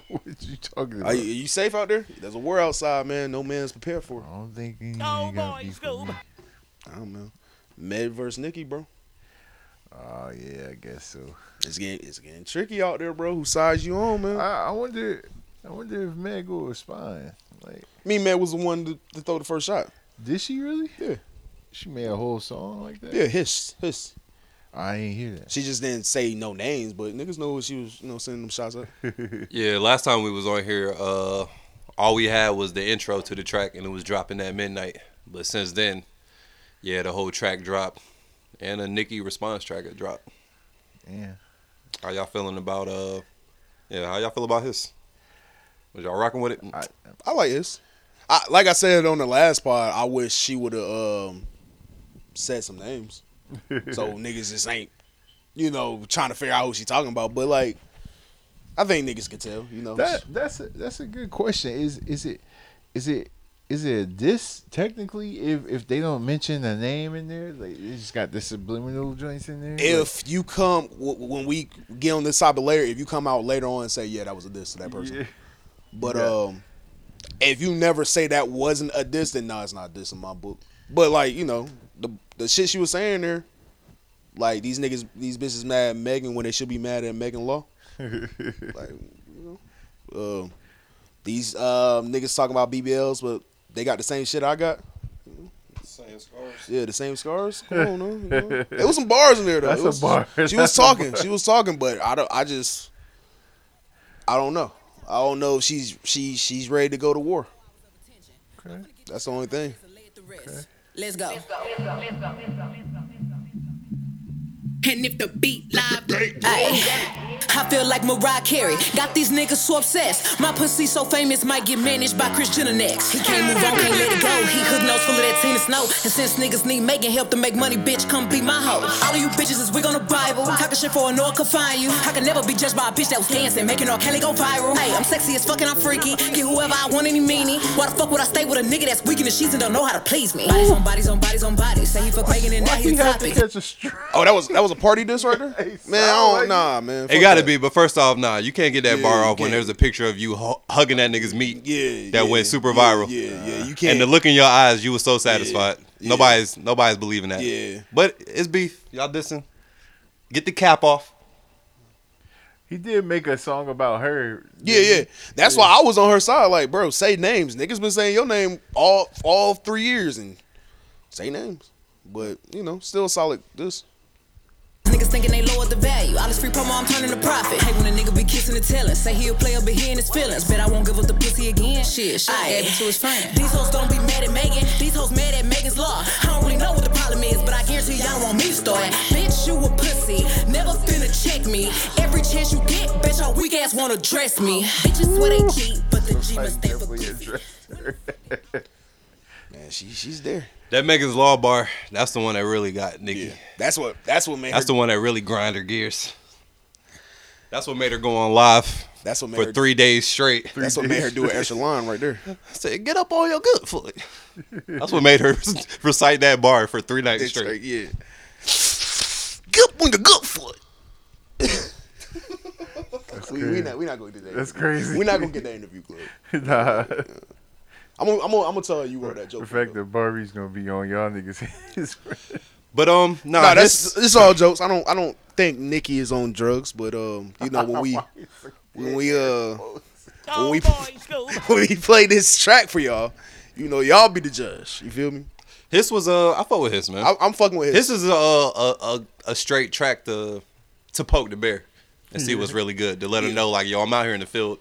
[SPEAKER 5] what you talking
[SPEAKER 6] Are you, are you safe out there? There's a war outside, man. No man's prepared for. I
[SPEAKER 5] don't think.
[SPEAKER 6] Oh boy, Scoob. I don't know. Med versus Nikki, bro.
[SPEAKER 5] Oh yeah, I guess so.
[SPEAKER 6] It's getting it's getting tricky out there, bro. Who size you on, man?
[SPEAKER 5] I, I wonder. I wonder if Meg will respond. Like,
[SPEAKER 6] me, man was the one to, to throw the first shot.
[SPEAKER 5] Did she really?
[SPEAKER 6] Yeah.
[SPEAKER 5] She made a whole song like that.
[SPEAKER 6] Yeah, hiss, hiss.
[SPEAKER 5] I ain't hear that.
[SPEAKER 6] She just didn't say no names, but niggas know what she was, you know, sending them shots up.
[SPEAKER 1] Yeah, last time we was on here, uh, all we had was the intro to the track, and it was dropping at midnight. But since then, yeah, the whole track dropped, and a Nicki response track had dropped.
[SPEAKER 5] Yeah.
[SPEAKER 1] How y'all feeling about uh? Yeah, how y'all feel about his? Was y'all rocking with it?
[SPEAKER 5] I,
[SPEAKER 6] I like his. I, like I said on the last part, I wish she would have um, said some names, so niggas just ain't, you know, trying to figure out who she talking about. But like, I think niggas can tell, you know.
[SPEAKER 5] That that's a, that's a good question. Is is it is it is it a diss technically if if they don't mention a name in there? Like they just got the subliminal joints in there.
[SPEAKER 6] if you come w- w- when we get on this type of layer, if you come out later on and say, "Yeah, that was a diss to that person," but
[SPEAKER 5] Yeah.
[SPEAKER 6] um, if you never say that wasn't a diss, then no, it's not a diss in my book. But like you know, the the shit she was saying there, like these niggas, these bitches mad at Megan when they should be mad at Megan Law. like you know, um, these um niggas talking about BBLs, but they got the same shit I got.
[SPEAKER 1] Same scars.
[SPEAKER 6] Yeah, the same scars. Come on, no, you know. It was some bars in there though.
[SPEAKER 5] That's
[SPEAKER 6] It
[SPEAKER 5] a
[SPEAKER 6] was-
[SPEAKER 5] bar.
[SPEAKER 6] She was
[SPEAKER 5] That's a
[SPEAKER 6] talking.
[SPEAKER 5] bar.
[SPEAKER 6] She was talking, but I don't. I just. I don't know. I don't know if she's she she's ready to go to war. That's the only thing.
[SPEAKER 4] Let's go. And if the beat live, Ay. I feel like Mariah Carey. Got these niggas so obsessed. My pussy so famous might get managed by Chris Jenner next. He can't move on, can't let it go. He hook nose full of that Tina Snow. And since niggas need making help to make money, bitch, come be my hoe. All of you bitches is wig on the Bible. Talking shit for a no can find you. I can never be judged by a bitch that was dancing, making R. Kelly go viral. Hey, I'm sexy as fuck and I'm freaky. Get whoever I want any meanie. Why the fuck would I stay with a nigga that's weak in the sheets and don't know how to please me? Bodies on bodies on bodies on bodies. Say he fuck Megan and now he's topic.
[SPEAKER 6] Oh, that was that was a party diss right there. Man, I don't nah, man.
[SPEAKER 1] It gotta be, but first off, nah, you can't get that
[SPEAKER 6] Yeah,
[SPEAKER 1] bar
[SPEAKER 6] you
[SPEAKER 1] off when
[SPEAKER 6] can't.
[SPEAKER 1] there's a picture of you hu- hugging that nigga's meat.
[SPEAKER 6] Yeah,
[SPEAKER 1] that
[SPEAKER 6] yeah,
[SPEAKER 1] went super viral.
[SPEAKER 6] Yeah, yeah, you
[SPEAKER 1] And
[SPEAKER 6] can't-
[SPEAKER 1] the look in your eyes, you were so satisfied. Nobody's nobody's believing that.
[SPEAKER 6] Yeah.
[SPEAKER 1] but it's beef. Y'all dissing. Get the cap off.
[SPEAKER 5] He did make a song about her.
[SPEAKER 6] Yeah, yeah. That's why I was on her side. Like, bro, say names. Niggas been saying your name all all three years and say names. But you know, still solid. This
[SPEAKER 4] Niggas thinking they lower the value. All this free promo, I'm turning to profit. Hate when a nigga be kissing and telling. Say he a player, but he in his feelings. Bet I won't give up the pussy again. Shit, shit. Add it to his friend. These hoes don't be mad at Megan. These hoes mad at Megan's law. I don't really know what the problem is, but I guarantee y'all don't want me to start. Bitch, you a pussy. Never finna check me. Every chance you get, bitch, your weak ass wanna dress me. Bitches swear they cheat, but the G must stay for
[SPEAKER 6] man, she she's there.
[SPEAKER 1] That Megan's Law bar. That's the one that really got Nikki.
[SPEAKER 6] That's what that's what made
[SPEAKER 1] That's
[SPEAKER 6] her,
[SPEAKER 1] the one that really grind her gears. That's what made her go on live.
[SPEAKER 6] That's what made
[SPEAKER 1] for
[SPEAKER 6] her-
[SPEAKER 1] three days straight.
[SPEAKER 6] That's what made her do an extra line right there.
[SPEAKER 1] Said, get up on your good foot. That's what made her recite that bar for three nights
[SPEAKER 6] That's
[SPEAKER 1] straight.
[SPEAKER 6] right, yeah.
[SPEAKER 1] Get up on your good foot.
[SPEAKER 6] we, we not we not gonna do that.
[SPEAKER 5] That's
[SPEAKER 6] interview.
[SPEAKER 5] crazy.
[SPEAKER 6] We not gonna get that interview clip.
[SPEAKER 5] nah.
[SPEAKER 6] I'm gonna, I'm gonna, I'm gonna tell you where that
[SPEAKER 5] The
[SPEAKER 6] joke.
[SPEAKER 5] fact that Barbie's gonna be on y'all niggas. heads.
[SPEAKER 1] But um, no,
[SPEAKER 6] nah, that's it's all jokes. I don't I don't think Nikki is on drugs, but um, you know when we when we uh when we when we play this track for y'all, you know y'all be the judge. You feel me?
[SPEAKER 1] His was uh, I fuck with his man.
[SPEAKER 6] I, I'm fucking with his.
[SPEAKER 1] This is a a, a a straight track to to poke the bear and see what's really good to let her know like yo, I'm out here in the field.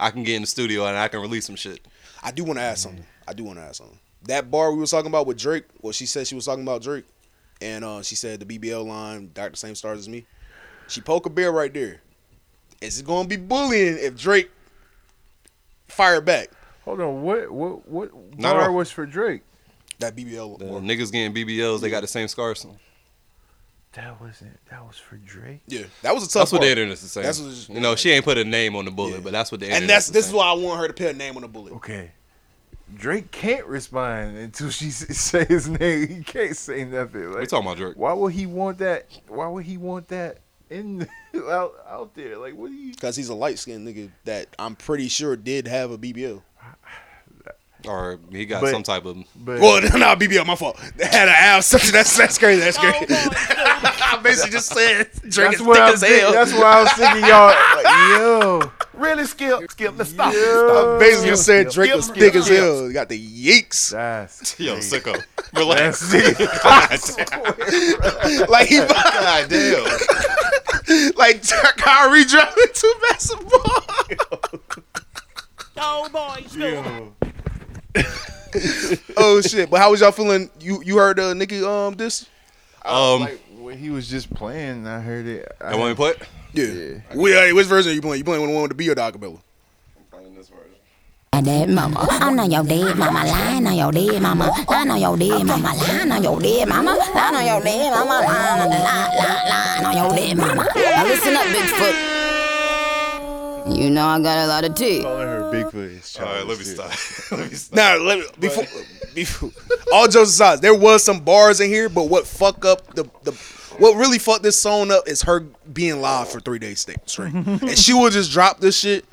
[SPEAKER 1] I can get in the studio and I can release some shit.
[SPEAKER 6] I do want to ask something. I do want to ask something. That bar we was talking about with Drake, well, she said she was talking about Drake, and uh, she said the BBL line, Doctor Same Stars as Me. She poke a bear right there. Is it gonna be bullying if Drake fire back?
[SPEAKER 5] Hold on, what what what
[SPEAKER 1] Not at bar all.
[SPEAKER 5] was for Drake?
[SPEAKER 6] That BBL.
[SPEAKER 1] The niggas getting BBLs, they got the same scars.
[SPEAKER 5] That wasn't. That was for Drake.
[SPEAKER 6] Yeah, that was a tough.
[SPEAKER 1] That's what
[SPEAKER 6] part.
[SPEAKER 1] the internet's saying.
[SPEAKER 6] That's what it's-
[SPEAKER 1] you know, she ain't put a name on the bullet, but that's what the
[SPEAKER 6] and that's this is why I want her to put a name on the bullet.
[SPEAKER 5] Okay. Drake can't respond until she s- say his name. He can't say nothing. Like,
[SPEAKER 1] talking about Drake.
[SPEAKER 5] Why would he want that? Why would he want that in out, out there? Like, what do you?
[SPEAKER 6] Because he's a light skinned nigga that I'm pretty sure did have a BBL.
[SPEAKER 1] Or he got
[SPEAKER 6] But-
[SPEAKER 1] some type of.
[SPEAKER 6] well, not BBL, my fault. They had an abscess. That's that's crazy. That's crazy. I basically just said Drake
[SPEAKER 5] that's
[SPEAKER 6] is
[SPEAKER 5] what
[SPEAKER 6] thick
[SPEAKER 5] I'm
[SPEAKER 6] as
[SPEAKER 5] thinking-
[SPEAKER 6] hell.
[SPEAKER 5] That's why I was thinking, y'all. Like, yo,
[SPEAKER 8] Really, Skip? Skip, let's stop.
[SPEAKER 6] I
[SPEAKER 8] Stop.
[SPEAKER 6] Uh, basically just said
[SPEAKER 8] Skip,
[SPEAKER 6] Drake was
[SPEAKER 8] Skip,
[SPEAKER 6] thick as
[SPEAKER 8] Skip.
[SPEAKER 6] hell. He got the yeeks.
[SPEAKER 1] Yo, sicko. Relax.
[SPEAKER 6] like he
[SPEAKER 1] God damn.
[SPEAKER 6] like Kyrie driving two basketball.
[SPEAKER 16] Oh boy, school.
[SPEAKER 6] oh shit! But how was y'all feeling? You you heard uh, Nicki um this?
[SPEAKER 1] Um,
[SPEAKER 5] like, when he was just playing, I heard it. I
[SPEAKER 1] That one we play?
[SPEAKER 6] Yeah. We, hey, which version are you playing? You playing with the one with the B or the acapella?
[SPEAKER 17] My dead mama, I know your dead mama, lying on your dead mama, lying on your dead mama, lying on your dead mama, lying on your dead mama, lying on, lying, lying, lying on your dead mama. Now listen up, Bigfoot. You know I got a lot of teeth.
[SPEAKER 1] All right, let me stop. let me stop.
[SPEAKER 6] Now, let me, before, before all jokes aside, there was some bars in here, but what fuck up the the what really fucked this song up is her being live for three days sta- straight, and she would just drop this shit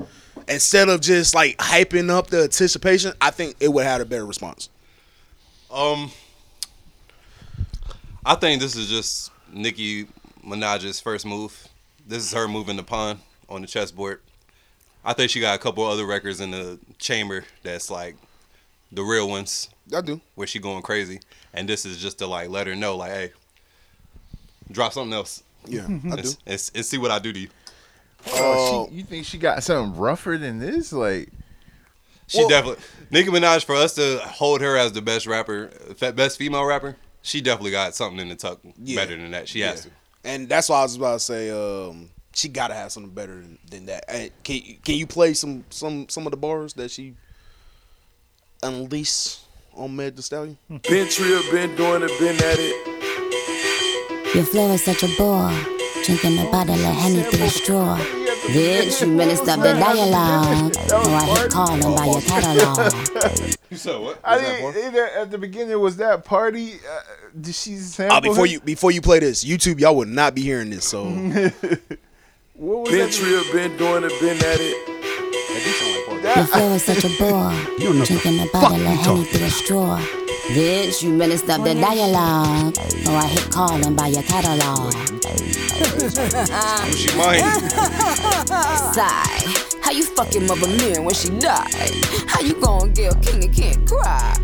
[SPEAKER 6] instead of just like hyping up the anticipation. I think it would have had a better response.
[SPEAKER 1] Um, I think this is just Nicki Minaj's first move. This is her moving the pawn on the chessboard. I think she got a couple other records in the chamber that's like the real ones.
[SPEAKER 6] I do.
[SPEAKER 1] Where she going crazy, and this is just to like let her know, like, hey, drop something else.
[SPEAKER 6] Yeah,
[SPEAKER 5] I do.
[SPEAKER 1] And, and see what I do to you.
[SPEAKER 5] Oh, she, you think she got something rougher than this? Like,
[SPEAKER 1] She definitely Nicki Minaj for us to hold her as the best rapper, fe- best female rapper. She definitely got something in the tuck better than that. She has to.
[SPEAKER 6] And that's why I was about to say, um, she gotta have something better than, than that. Hey, can you- can you play some some some of the bars that she unleashed on Meg The Stallion?
[SPEAKER 18] Been trill, been doing it, been at it.
[SPEAKER 17] Your flow is such a bore, drinking a bottle of honey through a straw. Bitch, you better stop the dialogue, or I hit calling by your catalog.
[SPEAKER 1] You said what?
[SPEAKER 5] I didn't, either at the beginning was that party. Uh, did she sample?
[SPEAKER 6] Uh, before
[SPEAKER 5] him?
[SPEAKER 6] you before you play this, YouTube, y'all would not be hearing this. So
[SPEAKER 5] what was
[SPEAKER 18] Been
[SPEAKER 5] that?
[SPEAKER 18] trill, been doing it, been at it.
[SPEAKER 17] Your flow is such a bore, drinking a bottle of honey through a straw. Bitch, you better stop the dialogue, or I hit calling by your catalog.
[SPEAKER 1] She mine.
[SPEAKER 17] Sigh. How you fucking Mother Mary when she died? How you gonna get king and can't cry?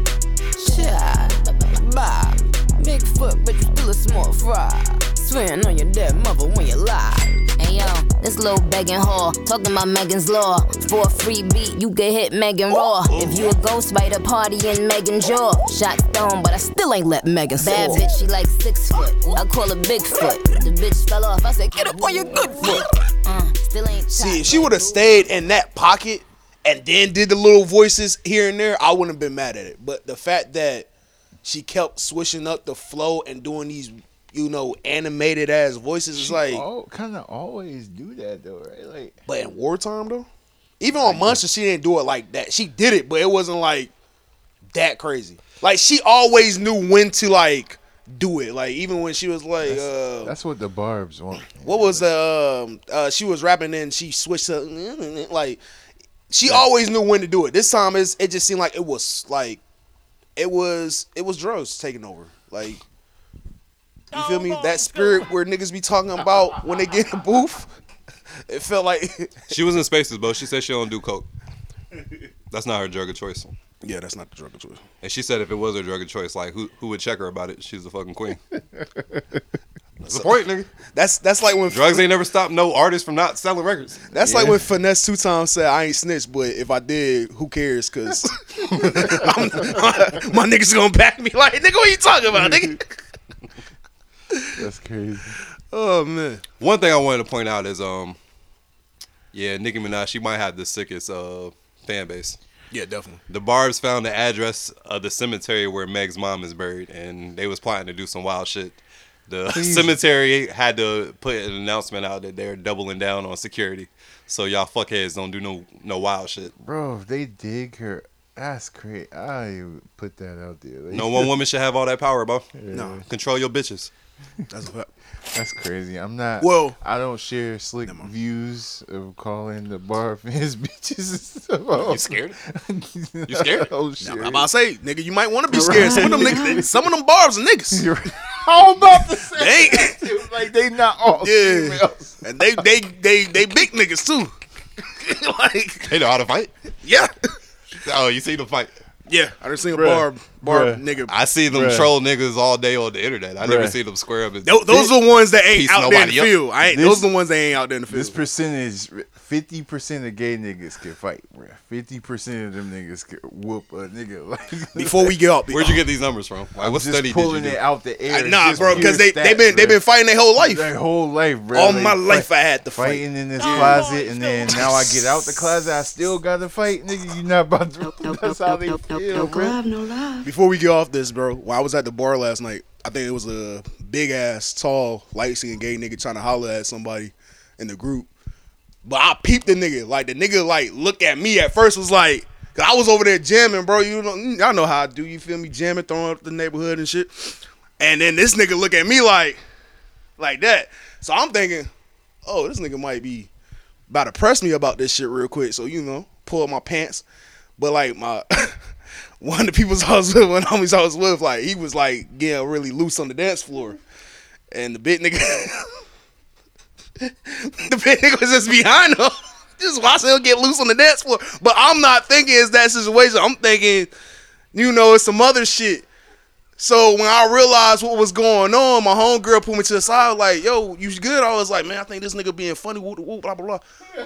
[SPEAKER 17] Child, Bob, big foot, but you still a small fry. Swearing on your dead mother when you lie. Hey yo, this little begging whore talking about Megan's law. For a free beat, you could hit Megan raw. If you a ghost spider, party in Megan jaw. Shot thrown, but I still ain't let Megan Bad
[SPEAKER 4] soar.
[SPEAKER 17] bitch, she like six foot. I call her Bigfoot. The bitch fell off. I said, get up on your good foot. Uh, still ain't
[SPEAKER 6] see, if she would have stayed in that pocket and then did the little voices here and there, I wouldn't have been mad at it. But the fact that she kept swishing up the flow and doing these, you know, animated ass voices is like
[SPEAKER 5] Oh, kind of always do that though, right? Like,
[SPEAKER 6] But in wartime though, even on Munster, she didn't do it like that. She did it, but it wasn't like that crazy. Like she always knew when to like do it. Like even when she was like, uh,
[SPEAKER 5] that's what the Barb's want.
[SPEAKER 6] what was the? Um, uh, she was rapping and she switched to like. She always knew when to do it. This time is it just seemed like it was like, it was it was drugs taking over. Like. You feel me? That spirit where niggas be talking about when they get in the booth. It felt like
[SPEAKER 1] She was in spaces, bro. She said she don't do coke. That's not her drug of choice.
[SPEAKER 6] Yeah, that's not the drug of choice.
[SPEAKER 1] And she said if it was her drug of choice, like who who would check her about it? She's the fucking queen. That's the point, nigga.
[SPEAKER 6] That's that's like when
[SPEAKER 1] drugs ain't never stopped no artist from not selling records.
[SPEAKER 6] That's like when Finesse Two Times said, I ain't snitch, but if I did, who cares? Because my niggas gonna back me like, nigga, what you talking about, nigga?
[SPEAKER 5] That's crazy.
[SPEAKER 6] Oh man.
[SPEAKER 1] One thing I wanted to point out is um, yeah, Nicki Minaj she might have the sickest uh fan base.
[SPEAKER 6] Yeah, definitely.
[SPEAKER 1] The Barb's found the address of the cemetery where Meg's mom is buried, and they was plotting to do some wild shit. The
[SPEAKER 6] Please.
[SPEAKER 1] cemetery had to put an announcement out that they're doubling down on security, so y'all fuckheads don't do no no wild shit.
[SPEAKER 5] Bro, if they dig her, that's great. I would put that out there. Like,
[SPEAKER 1] No one woman should have all that power, bro.
[SPEAKER 5] No.
[SPEAKER 1] control your bitches.
[SPEAKER 6] That's a fact.
[SPEAKER 5] That's crazy. I'm not.
[SPEAKER 1] Well-
[SPEAKER 5] I don't share slick views of calling the bar fans bitches and stuff.
[SPEAKER 6] You scared?
[SPEAKER 5] You
[SPEAKER 6] scared?
[SPEAKER 5] Oh shit!
[SPEAKER 6] I'm about to say, nigga, you might want to be scared. Some of them niggas, some of them barbs are niggas.
[SPEAKER 5] I'm about to say,
[SPEAKER 6] they
[SPEAKER 5] like they not all
[SPEAKER 6] yeah, and they they they they big niggas too. like
[SPEAKER 1] they know how to fight.
[SPEAKER 6] Yeah.
[SPEAKER 1] Oh, you see the fight?
[SPEAKER 6] Yeah, I done seen a
[SPEAKER 1] Bruh.
[SPEAKER 6] barb barb nigga.
[SPEAKER 1] I see them
[SPEAKER 6] Bruh.
[SPEAKER 1] troll niggas all day on the internet. I never
[SPEAKER 6] Bruh.
[SPEAKER 1] see them square up. and
[SPEAKER 6] Tho- those are the ones that ain't
[SPEAKER 1] piece
[SPEAKER 6] out there in
[SPEAKER 1] nobody
[SPEAKER 6] the
[SPEAKER 1] up.
[SPEAKER 6] field. I ain't,
[SPEAKER 5] This-
[SPEAKER 6] those are the ones that ain't out there in the field.
[SPEAKER 5] This percentage, fifty percent of gay niggas can fight, bro. Fifty percent of them niggas can whoop a nigga. Like
[SPEAKER 6] Before we get up,
[SPEAKER 1] Where'd you get these numbers from? Like,
[SPEAKER 5] I'm
[SPEAKER 1] what
[SPEAKER 5] just
[SPEAKER 1] study did you
[SPEAKER 5] pulling
[SPEAKER 1] do?
[SPEAKER 5] it out the air.
[SPEAKER 6] Uh, nah,
[SPEAKER 5] Just
[SPEAKER 6] bro, 'cause they-
[SPEAKER 5] pure
[SPEAKER 6] they been- they been fighting their whole life.
[SPEAKER 5] Their whole life, bro.
[SPEAKER 6] All
[SPEAKER 5] They
[SPEAKER 6] my life I had to fight.
[SPEAKER 5] fighting in this closet, and then now I get out the closet. I still got to fight, nigga. You not about to? That's how they feel, bro.
[SPEAKER 6] Before we get off this, bro, when I was at the bar last night, I think it was a big ass, tall, light skinned gay nigga trying to holler at somebody in the group. But I peeped the nigga. Like the nigga like looked at me at first was like, cause I was over there jamming, bro. You know, y'all know how I do. You feel me? Jamming, throwing up the neighborhood and shit. And then this nigga look at me like, like that. So I'm thinking, oh, this nigga might be about to press me about this shit real quick. So you know, pull up my pants. But like my one of the people's I was with, one of the homies I was with, like he was like getting really loose on the dance floor, and the big nigga, the big nigga was just behind him. Just watching him get loose on the dance floor. But I'm not thinking it's that situation. I'm thinking, you know, it's some other shit. So when I realized what was going on, my homegirl pulled me to the side, like, yo, you good? I was like, man, I think this nigga being funny, whoop, whoop, blah, blah, blah.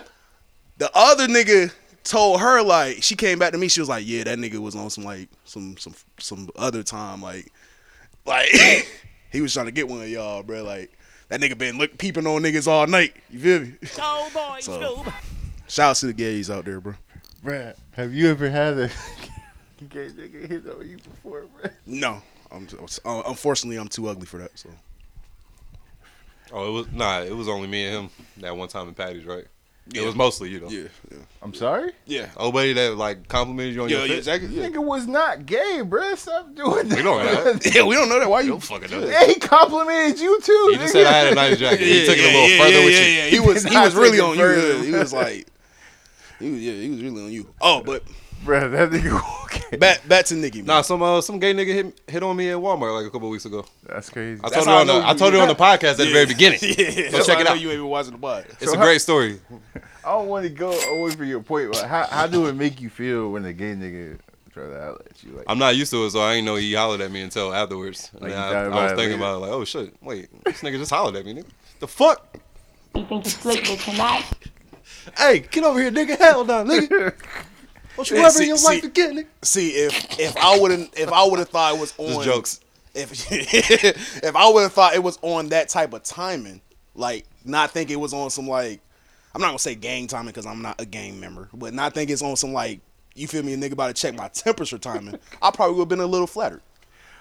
[SPEAKER 6] The other nigga told her, like, she came back to me, she was like, yeah, that nigga was on some, like, some, some, some other time, like, like, he was trying to get one of y'all, bro, like, that nigga been look peeping on niggas all night, you feel me?
[SPEAKER 19] Oh boy,
[SPEAKER 6] So-
[SPEAKER 19] Scoob.
[SPEAKER 6] Shout out to the gays out there, bro.
[SPEAKER 5] Bruh, have you ever had a gay nigga hit on you before, bro?
[SPEAKER 6] No, I'm, uh, unfortunately, I'm too ugly for that, so.
[SPEAKER 1] Oh, it was nah. It was only me and him that one time in Patty's, right?
[SPEAKER 6] Yeah.
[SPEAKER 1] It was mostly you though.
[SPEAKER 6] Yeah.
[SPEAKER 5] I'm sorry.
[SPEAKER 6] Yeah.
[SPEAKER 1] Oh, buddy, that like complimented you on
[SPEAKER 6] Yeah,
[SPEAKER 1] your
[SPEAKER 6] yeah,
[SPEAKER 1] fit?
[SPEAKER 6] exactly, yeah.
[SPEAKER 5] Nigga was not gay, bruh. Stop doing that.
[SPEAKER 1] We don't know that.
[SPEAKER 6] yeah, we don't know that. Why you
[SPEAKER 1] fucking know that?
[SPEAKER 5] Yeah, he complimented you too.
[SPEAKER 1] He just said I had a nice jacket. He took it a little further with you.
[SPEAKER 6] He was he was really on you.
[SPEAKER 5] Further.
[SPEAKER 6] Yeah, He was like, he was, yeah, he was really on you. Oh, but
[SPEAKER 5] bro, that nigga. Okay.
[SPEAKER 6] back back to Nicki.
[SPEAKER 1] Nah, some uh, some gay nigga hit, hit on me at Walmart like a couple weeks ago.
[SPEAKER 5] That's crazy.
[SPEAKER 1] I told
[SPEAKER 6] That's how
[SPEAKER 1] her on
[SPEAKER 6] I
[SPEAKER 1] the,
[SPEAKER 6] know
[SPEAKER 1] I
[SPEAKER 6] you-
[SPEAKER 1] told her on the podcast at the very beginning.
[SPEAKER 6] Yeah.
[SPEAKER 1] So check it out.
[SPEAKER 6] You ain't been watching the pod.
[SPEAKER 1] It's a great story.
[SPEAKER 5] I don't want to go away from your point, but how, how do it make you feel when a gay nigga try to holler at you? Like,
[SPEAKER 1] I'm not used to it, so I ain't know he hollered at me until afterwards. And
[SPEAKER 5] Like,
[SPEAKER 1] then
[SPEAKER 5] you
[SPEAKER 1] I,
[SPEAKER 5] thought
[SPEAKER 1] I
[SPEAKER 5] about
[SPEAKER 1] was
[SPEAKER 5] it
[SPEAKER 1] thinking
[SPEAKER 5] later.
[SPEAKER 1] about it, like, oh shit, wait, this nigga just hollered at me, nigga. The fuck?
[SPEAKER 7] You think you slick, but you're not.
[SPEAKER 1] Hey, get over here, nigga. Hell no, nigga. Don't
[SPEAKER 6] you ever in your life
[SPEAKER 1] again, nigga?
[SPEAKER 6] See, if if I wouldn't, if I would have thought it was on
[SPEAKER 1] jokes.
[SPEAKER 6] If if I would have thought it was on that type of timing, like not think it was on some like, I'm not gonna say gang timing because I'm not a gang member, but not think it's on some like, you feel me, a nigga about to check my temperature timing. I probably would have been a little flattered.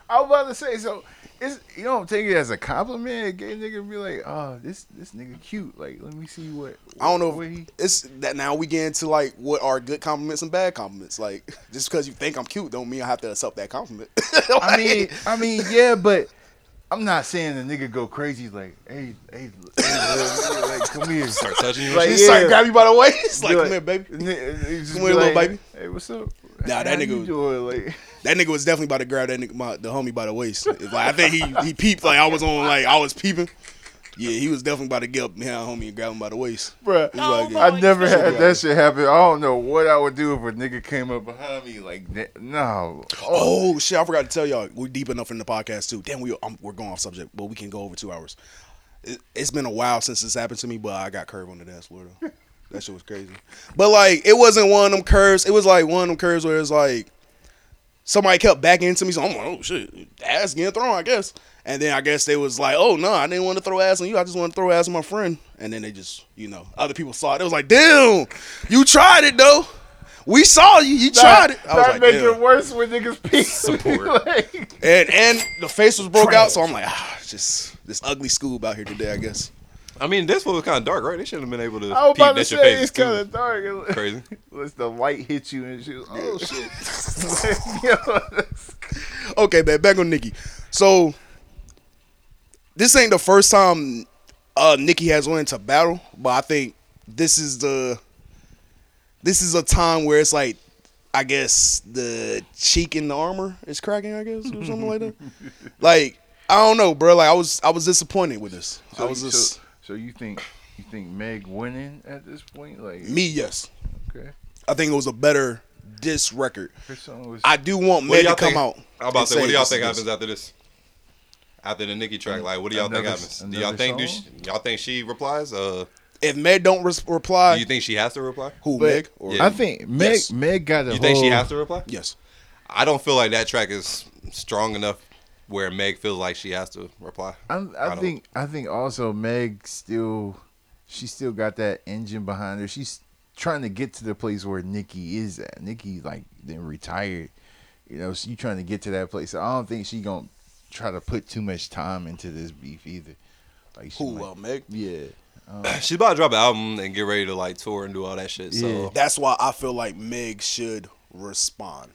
[SPEAKER 5] I was about to say, so it's, you don't take it as a compliment. A gay nigga be like, oh, this this nigga cute. Like, let me see what.
[SPEAKER 6] I don't know. If it's that now we get into like what are good compliments and bad compliments. Like just because you think I'm cute, don't mean I have to accept that compliment.
[SPEAKER 5] I mean, I mean, yeah, but I'm not saying the nigga go crazy. Like, hey, hey, hey little nigga, like, come here,
[SPEAKER 1] start touching you.
[SPEAKER 6] Like, just start grab you by the waist. Like, come here, baby.
[SPEAKER 5] Come here,
[SPEAKER 6] Come here, little baby.
[SPEAKER 5] Hey, what's up?
[SPEAKER 6] Nah, that
[SPEAKER 5] How you
[SPEAKER 6] nigga.
[SPEAKER 5] doing? Like,
[SPEAKER 6] That nigga was definitely about to grab that nigga, my, the homie, by the waist. Like I think he he peeped. Like I was on, like I was peeping. Yeah, he was definitely about to get up behind homie and grab him by the waist.
[SPEAKER 5] Bruh,
[SPEAKER 6] He was like,
[SPEAKER 5] I never had that shit happen. I don't know what I would do if a nigga came up behind me like that. No.
[SPEAKER 6] Oh shit! I forgot to tell y'all we're deep enough in the podcast too. Damn, we um, we're going off subject, but we can go over two hours. It, has been a while since this happened to me, but I got curved on the dance floor though. that shit was crazy. But like, it wasn't one of them curves. It was like one of them curves where it's like somebody kept backing into me. So I'm like, oh shit, ass getting thrown, I guess. And then I guess they was like, oh no, I didn't want to throw ass on you. I just want to throw ass on my friend. And then they just, you know, other people saw it. It was like, damn, you tried it though. We saw you. You tried it. I was
[SPEAKER 5] That
[SPEAKER 6] like,
[SPEAKER 5] make
[SPEAKER 6] damn.
[SPEAKER 5] it worse when niggas pee. Support.
[SPEAKER 6] And and the face was broke out, so I'm like, ah, it's just this ugly school out here today, I guess.
[SPEAKER 1] I mean, this one was kind of dark, right? They shouldn't have been able to
[SPEAKER 5] I was
[SPEAKER 1] peep
[SPEAKER 5] about to
[SPEAKER 1] at your
[SPEAKER 5] say
[SPEAKER 1] face.
[SPEAKER 5] it's
[SPEAKER 1] too.
[SPEAKER 5] kind of dark. It-
[SPEAKER 1] Crazy.
[SPEAKER 5] Unless the light hit you and she was, oh shit.
[SPEAKER 6] okay, man, back on Nikki. So this ain't the first time uh Nikki has went into battle, but I think this is the this is a time where it's like I guess the cheek in the armor is cracking, I guess, or something like that. Like, I don't know, bro. Like I was I was disappointed with this. I was
[SPEAKER 5] you-
[SPEAKER 6] just
[SPEAKER 5] so you think you think Meg winning at this point? Like
[SPEAKER 6] me, yes.
[SPEAKER 5] Okay.
[SPEAKER 6] I think it was a better diss record.
[SPEAKER 5] Her song was-
[SPEAKER 6] I do
[SPEAKER 1] What
[SPEAKER 6] want
[SPEAKER 1] do
[SPEAKER 6] Meg to
[SPEAKER 1] y'all
[SPEAKER 6] come
[SPEAKER 1] think-
[SPEAKER 6] out.
[SPEAKER 1] I'm about
[SPEAKER 6] and
[SPEAKER 1] to say, what
[SPEAKER 6] say
[SPEAKER 1] do y'all
[SPEAKER 6] this is
[SPEAKER 1] think
[SPEAKER 6] this.
[SPEAKER 1] happens after this? After the Nicki track, like, what do y'all think
[SPEAKER 6] Another-
[SPEAKER 1] happens? Do y'all
[SPEAKER 6] another
[SPEAKER 1] think do she,
[SPEAKER 6] song?
[SPEAKER 1] y'all think she replies? Uh,
[SPEAKER 6] If Meg don't res- reply,
[SPEAKER 1] do you think she has to reply?
[SPEAKER 6] Who
[SPEAKER 5] But
[SPEAKER 6] Meg? Or
[SPEAKER 1] Yeah.
[SPEAKER 5] I think Meg
[SPEAKER 1] Yes.
[SPEAKER 5] Meg got a
[SPEAKER 1] You think she
[SPEAKER 5] whole-
[SPEAKER 1] has to reply?
[SPEAKER 6] Yes.
[SPEAKER 1] I don't feel like that track is strong enough where Meg feels like she has to reply.
[SPEAKER 5] I'm, I,
[SPEAKER 1] don't-
[SPEAKER 5] think I think also Meg still she still got that engine behind her. She's trying to get to the place where Nikki is at. Nikki like then retired. You know, she trying to get to that place. I don't think she gonna try to put too much time into this beef either. Like she
[SPEAKER 6] Who,
[SPEAKER 5] might-
[SPEAKER 6] uh, Meg?
[SPEAKER 5] Yeah. Um,
[SPEAKER 1] she's about to drop an album and get ready to like tour and do all that shit. So
[SPEAKER 6] That's why I feel like Meg should respond.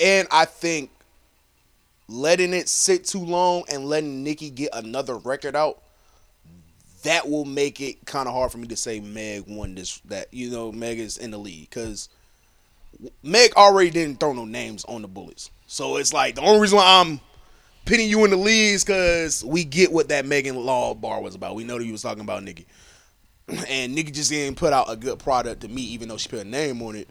[SPEAKER 6] And I think letting it sit too long and letting Nikki get another record out, that will make it kind of hard for me to say Meg won this. That you know Meg is in the lead because Meg already didn't throw no names on the bullets. So it's like the only reason why I'm pitting you in the lead is because we get what that Megan Law bar was about. We know that you was talking about Nikki and Nikki just didn't put out a good product to me, even though she put a name on it.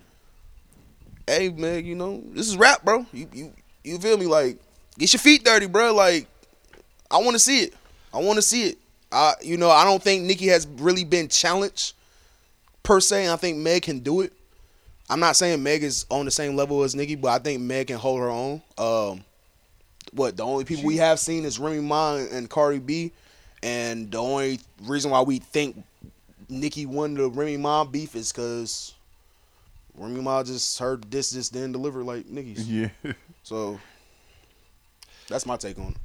[SPEAKER 6] Hey man, you know this is rap, bro. You you you feel me? Like get your feet dirty, bro. Like I want to see it. I want to see it. I you know I don't think Nikki has really been challenged per se. and I think Meg can do it. I'm not saying Meg is on the same level as Nikki, but I think Meg can hold her own. Um, what the only people we have seen is Remy Ma and Cardi B, and the only reason why we think Nikki won the Remy Ma beef is because Remy Ma just her this just didn't deliver like Nikki's.
[SPEAKER 5] Yeah.
[SPEAKER 6] So that's my take on it.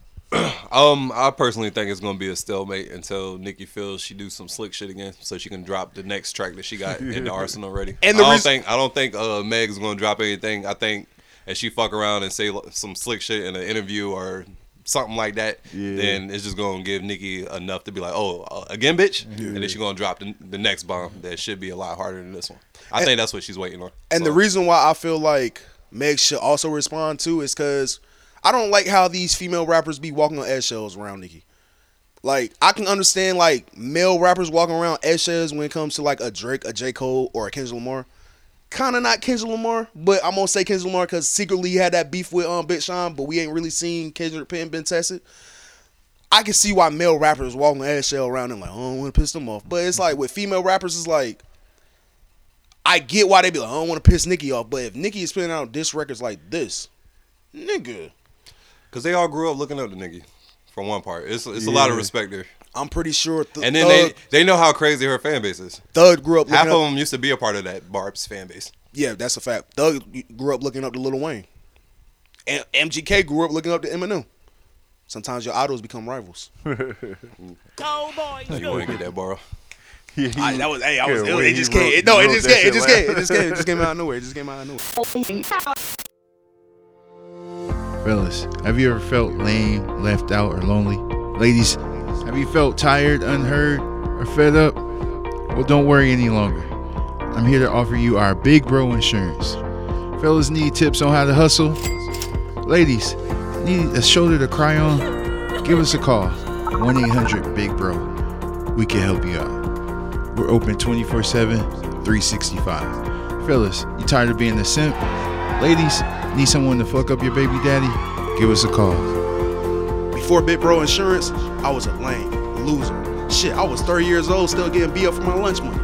[SPEAKER 1] Um, I personally think it's gonna be a stalemate until Nikki feels she do some slick shit again, so she can drop the next track that she got in the arsenal already. And
[SPEAKER 6] And the
[SPEAKER 1] I don't
[SPEAKER 6] reason-
[SPEAKER 1] think I don't think uh, Meg's gonna drop anything. I think if she fuck around and say lo- some slick shit in an interview or something like that, then it's just gonna give Nikki enough to be like, oh, uh, again, bitch, and then she's gonna drop the, the next bomb that should be a lot harder than this one. I
[SPEAKER 6] And-
[SPEAKER 1] think that's what she's waiting on.
[SPEAKER 6] And the reason why I feel like Meg should also respond too is because I don't like how these female rappers be walking on eggshells around Nikki. Like I can understand like male rappers walking around eggshells when it comes to like a Drake, a J Cole, or a Kendrick Lamar. Kind of not Kendrick Lamar, but I'm gonna say Kendrick Lamar because secretly he had that beef with um Big Sean, but we ain't really seen Kendrick Penn been tested. I can see why male rappers walking on eggshell around and like, oh, I don't want to piss them off. But it's like with female rappers, it's like I get why they be like, I don't want to piss Nikki off, but if Nikki is putting out diss records like this, nigga,
[SPEAKER 1] because they all grew up looking up to Nikki. For one part, it's it's a lot of
[SPEAKER 6] Yeah.
[SPEAKER 1] respect there.
[SPEAKER 6] I'm pretty sure. Th-
[SPEAKER 1] And then
[SPEAKER 6] Thug,
[SPEAKER 1] they they know how crazy her fan base is.
[SPEAKER 6] Thug grew up
[SPEAKER 1] Half
[SPEAKER 6] looking
[SPEAKER 1] of
[SPEAKER 6] up-
[SPEAKER 1] them used to be a part of that Barb's fan base.
[SPEAKER 6] yeah, that's a fact. Thug grew up looking up to Lil Wayne, and MGK grew up looking up to Eminem. Sometimes your idols become rivals.
[SPEAKER 16] Cowboy
[SPEAKER 1] You want to get that borrow?
[SPEAKER 6] I, that was hey, I
[SPEAKER 1] Yeah,
[SPEAKER 6] was it,
[SPEAKER 1] when
[SPEAKER 6] it
[SPEAKER 1] he
[SPEAKER 6] just
[SPEAKER 1] wrote-
[SPEAKER 6] came. It, no,
[SPEAKER 1] he
[SPEAKER 6] it
[SPEAKER 1] wrote
[SPEAKER 6] just
[SPEAKER 1] that
[SPEAKER 6] came. It
[SPEAKER 1] shit
[SPEAKER 6] just
[SPEAKER 1] last-
[SPEAKER 6] came. It just came. It just came out of nowhere. It just came out of nowhere.
[SPEAKER 15] Fellas, have you ever felt lame, left out, or lonely? Ladies, have you felt tired, unheard, or fed up? Well, don't worry any longer. I'm here to offer you our Big Bro Insurance. Fellas need tips on how to hustle. Ladies, need a shoulder to cry on? Give us a call 1 800 Big Bro. We can help you out. We're open 24 7, 365. Fellas, you tired of being a simp? Ladies, need someone to fuck up your baby daddy? Give us a call.
[SPEAKER 6] Before Big Bro Insurance, I was a lame loser. Shit, I was 30 years old, still getting beat up for my lunch money.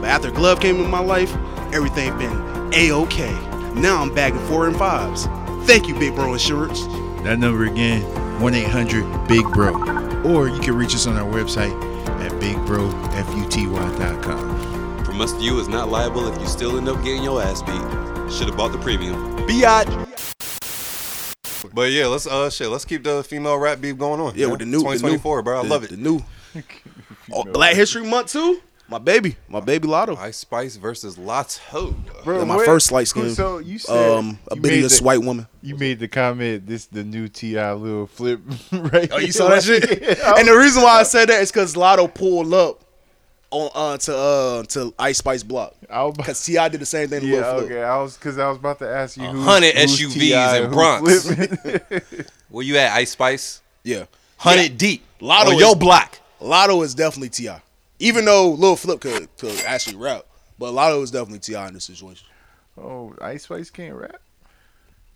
[SPEAKER 6] But after Glove came in my life, everything been a-okay.
[SPEAKER 20] Now I'm bagging four and fives. Thank you, Big Bro Insurance.
[SPEAKER 21] That number again, 1 800 Big Bro. Or you can reach us on our website at bigbrofutty.com.
[SPEAKER 1] From us to you is not liable if you still end up getting your ass beat. Should have bought the premium.
[SPEAKER 20] Biatch.
[SPEAKER 1] But yeah, let's uh shit, let's keep the female rap beef going on.
[SPEAKER 20] Yeah, with the new the new-
[SPEAKER 1] 2024, bro. I
[SPEAKER 20] the-
[SPEAKER 1] love it.
[SPEAKER 20] The new Oh, Black History Month too. My baby, my baby Lotto.
[SPEAKER 1] Ice Spice versus Lotto.
[SPEAKER 5] Bro,
[SPEAKER 20] my
[SPEAKER 5] what-
[SPEAKER 20] first light skin.
[SPEAKER 5] So you said
[SPEAKER 20] um, a
[SPEAKER 5] you
[SPEAKER 20] bitty
[SPEAKER 5] made
[SPEAKER 20] little
[SPEAKER 5] the-
[SPEAKER 20] white woman.
[SPEAKER 5] You made the comment. This the new Ti little flip, right?
[SPEAKER 6] Oh, you saw that shit? and the reason why I said that is because Lotto pulled up on uh, to uh, to Ice Spice Block. Because Ti did the same thing to
[SPEAKER 5] Yeah,
[SPEAKER 6] Lil Flip.
[SPEAKER 5] okay. I was because I was about to ask you who,
[SPEAKER 1] Hundred
[SPEAKER 5] who's T.I.
[SPEAKER 1] SUVs in
[SPEAKER 5] who
[SPEAKER 1] Bronx.
[SPEAKER 5] flipping.
[SPEAKER 1] Where you at, Ice Spice?
[SPEAKER 20] Yeah.
[SPEAKER 1] Hundred deep.
[SPEAKER 6] Lotto
[SPEAKER 1] on
[SPEAKER 6] is-
[SPEAKER 1] your block.
[SPEAKER 6] Lotto is definitely Ti. Even though Lil Flip could could actually rap, but Lotto is definitely Ti in this situation.
[SPEAKER 5] Oh, Ice Spice can't rap.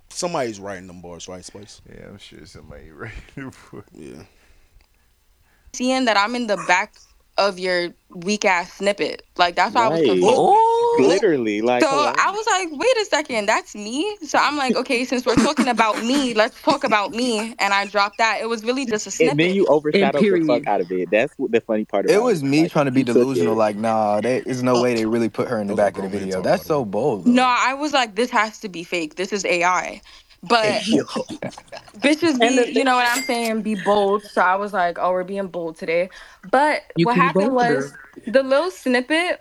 [SPEAKER 6] Somebody's writing them bars, right, Spice?
[SPEAKER 5] Yeah, I'm sure somebody writing for.
[SPEAKER 6] Yeah.
[SPEAKER 22] seeing that I'm in the back of your weak ass snippet. Like that's why I was
[SPEAKER 4] Right.
[SPEAKER 22] confused.
[SPEAKER 4] Literally, like
[SPEAKER 22] So
[SPEAKER 4] hello?
[SPEAKER 22] I was like, wait a second, that's me. So I'm like, okay, since we're talking about me, let's talk about me. And I dropped that. It was really just a snippet.
[SPEAKER 4] and then you overshadowed the
[SPEAKER 22] Period.
[SPEAKER 4] fuck out of it. That's what the funny part about
[SPEAKER 7] It was me trying to be
[SPEAKER 4] took it.
[SPEAKER 7] delusional. Like, nah, there is no
[SPEAKER 16] Oh.
[SPEAKER 7] way they really put her in the back of the video. That's so bold.
[SPEAKER 22] No, I was like, this has to be fake. This is AI. But bitches be, you know what I'm saying, be bold. So I was like, oh, we're being bold today. But
[SPEAKER 6] You
[SPEAKER 22] what
[SPEAKER 6] can be
[SPEAKER 22] happened
[SPEAKER 6] bolder.
[SPEAKER 22] was the little snippet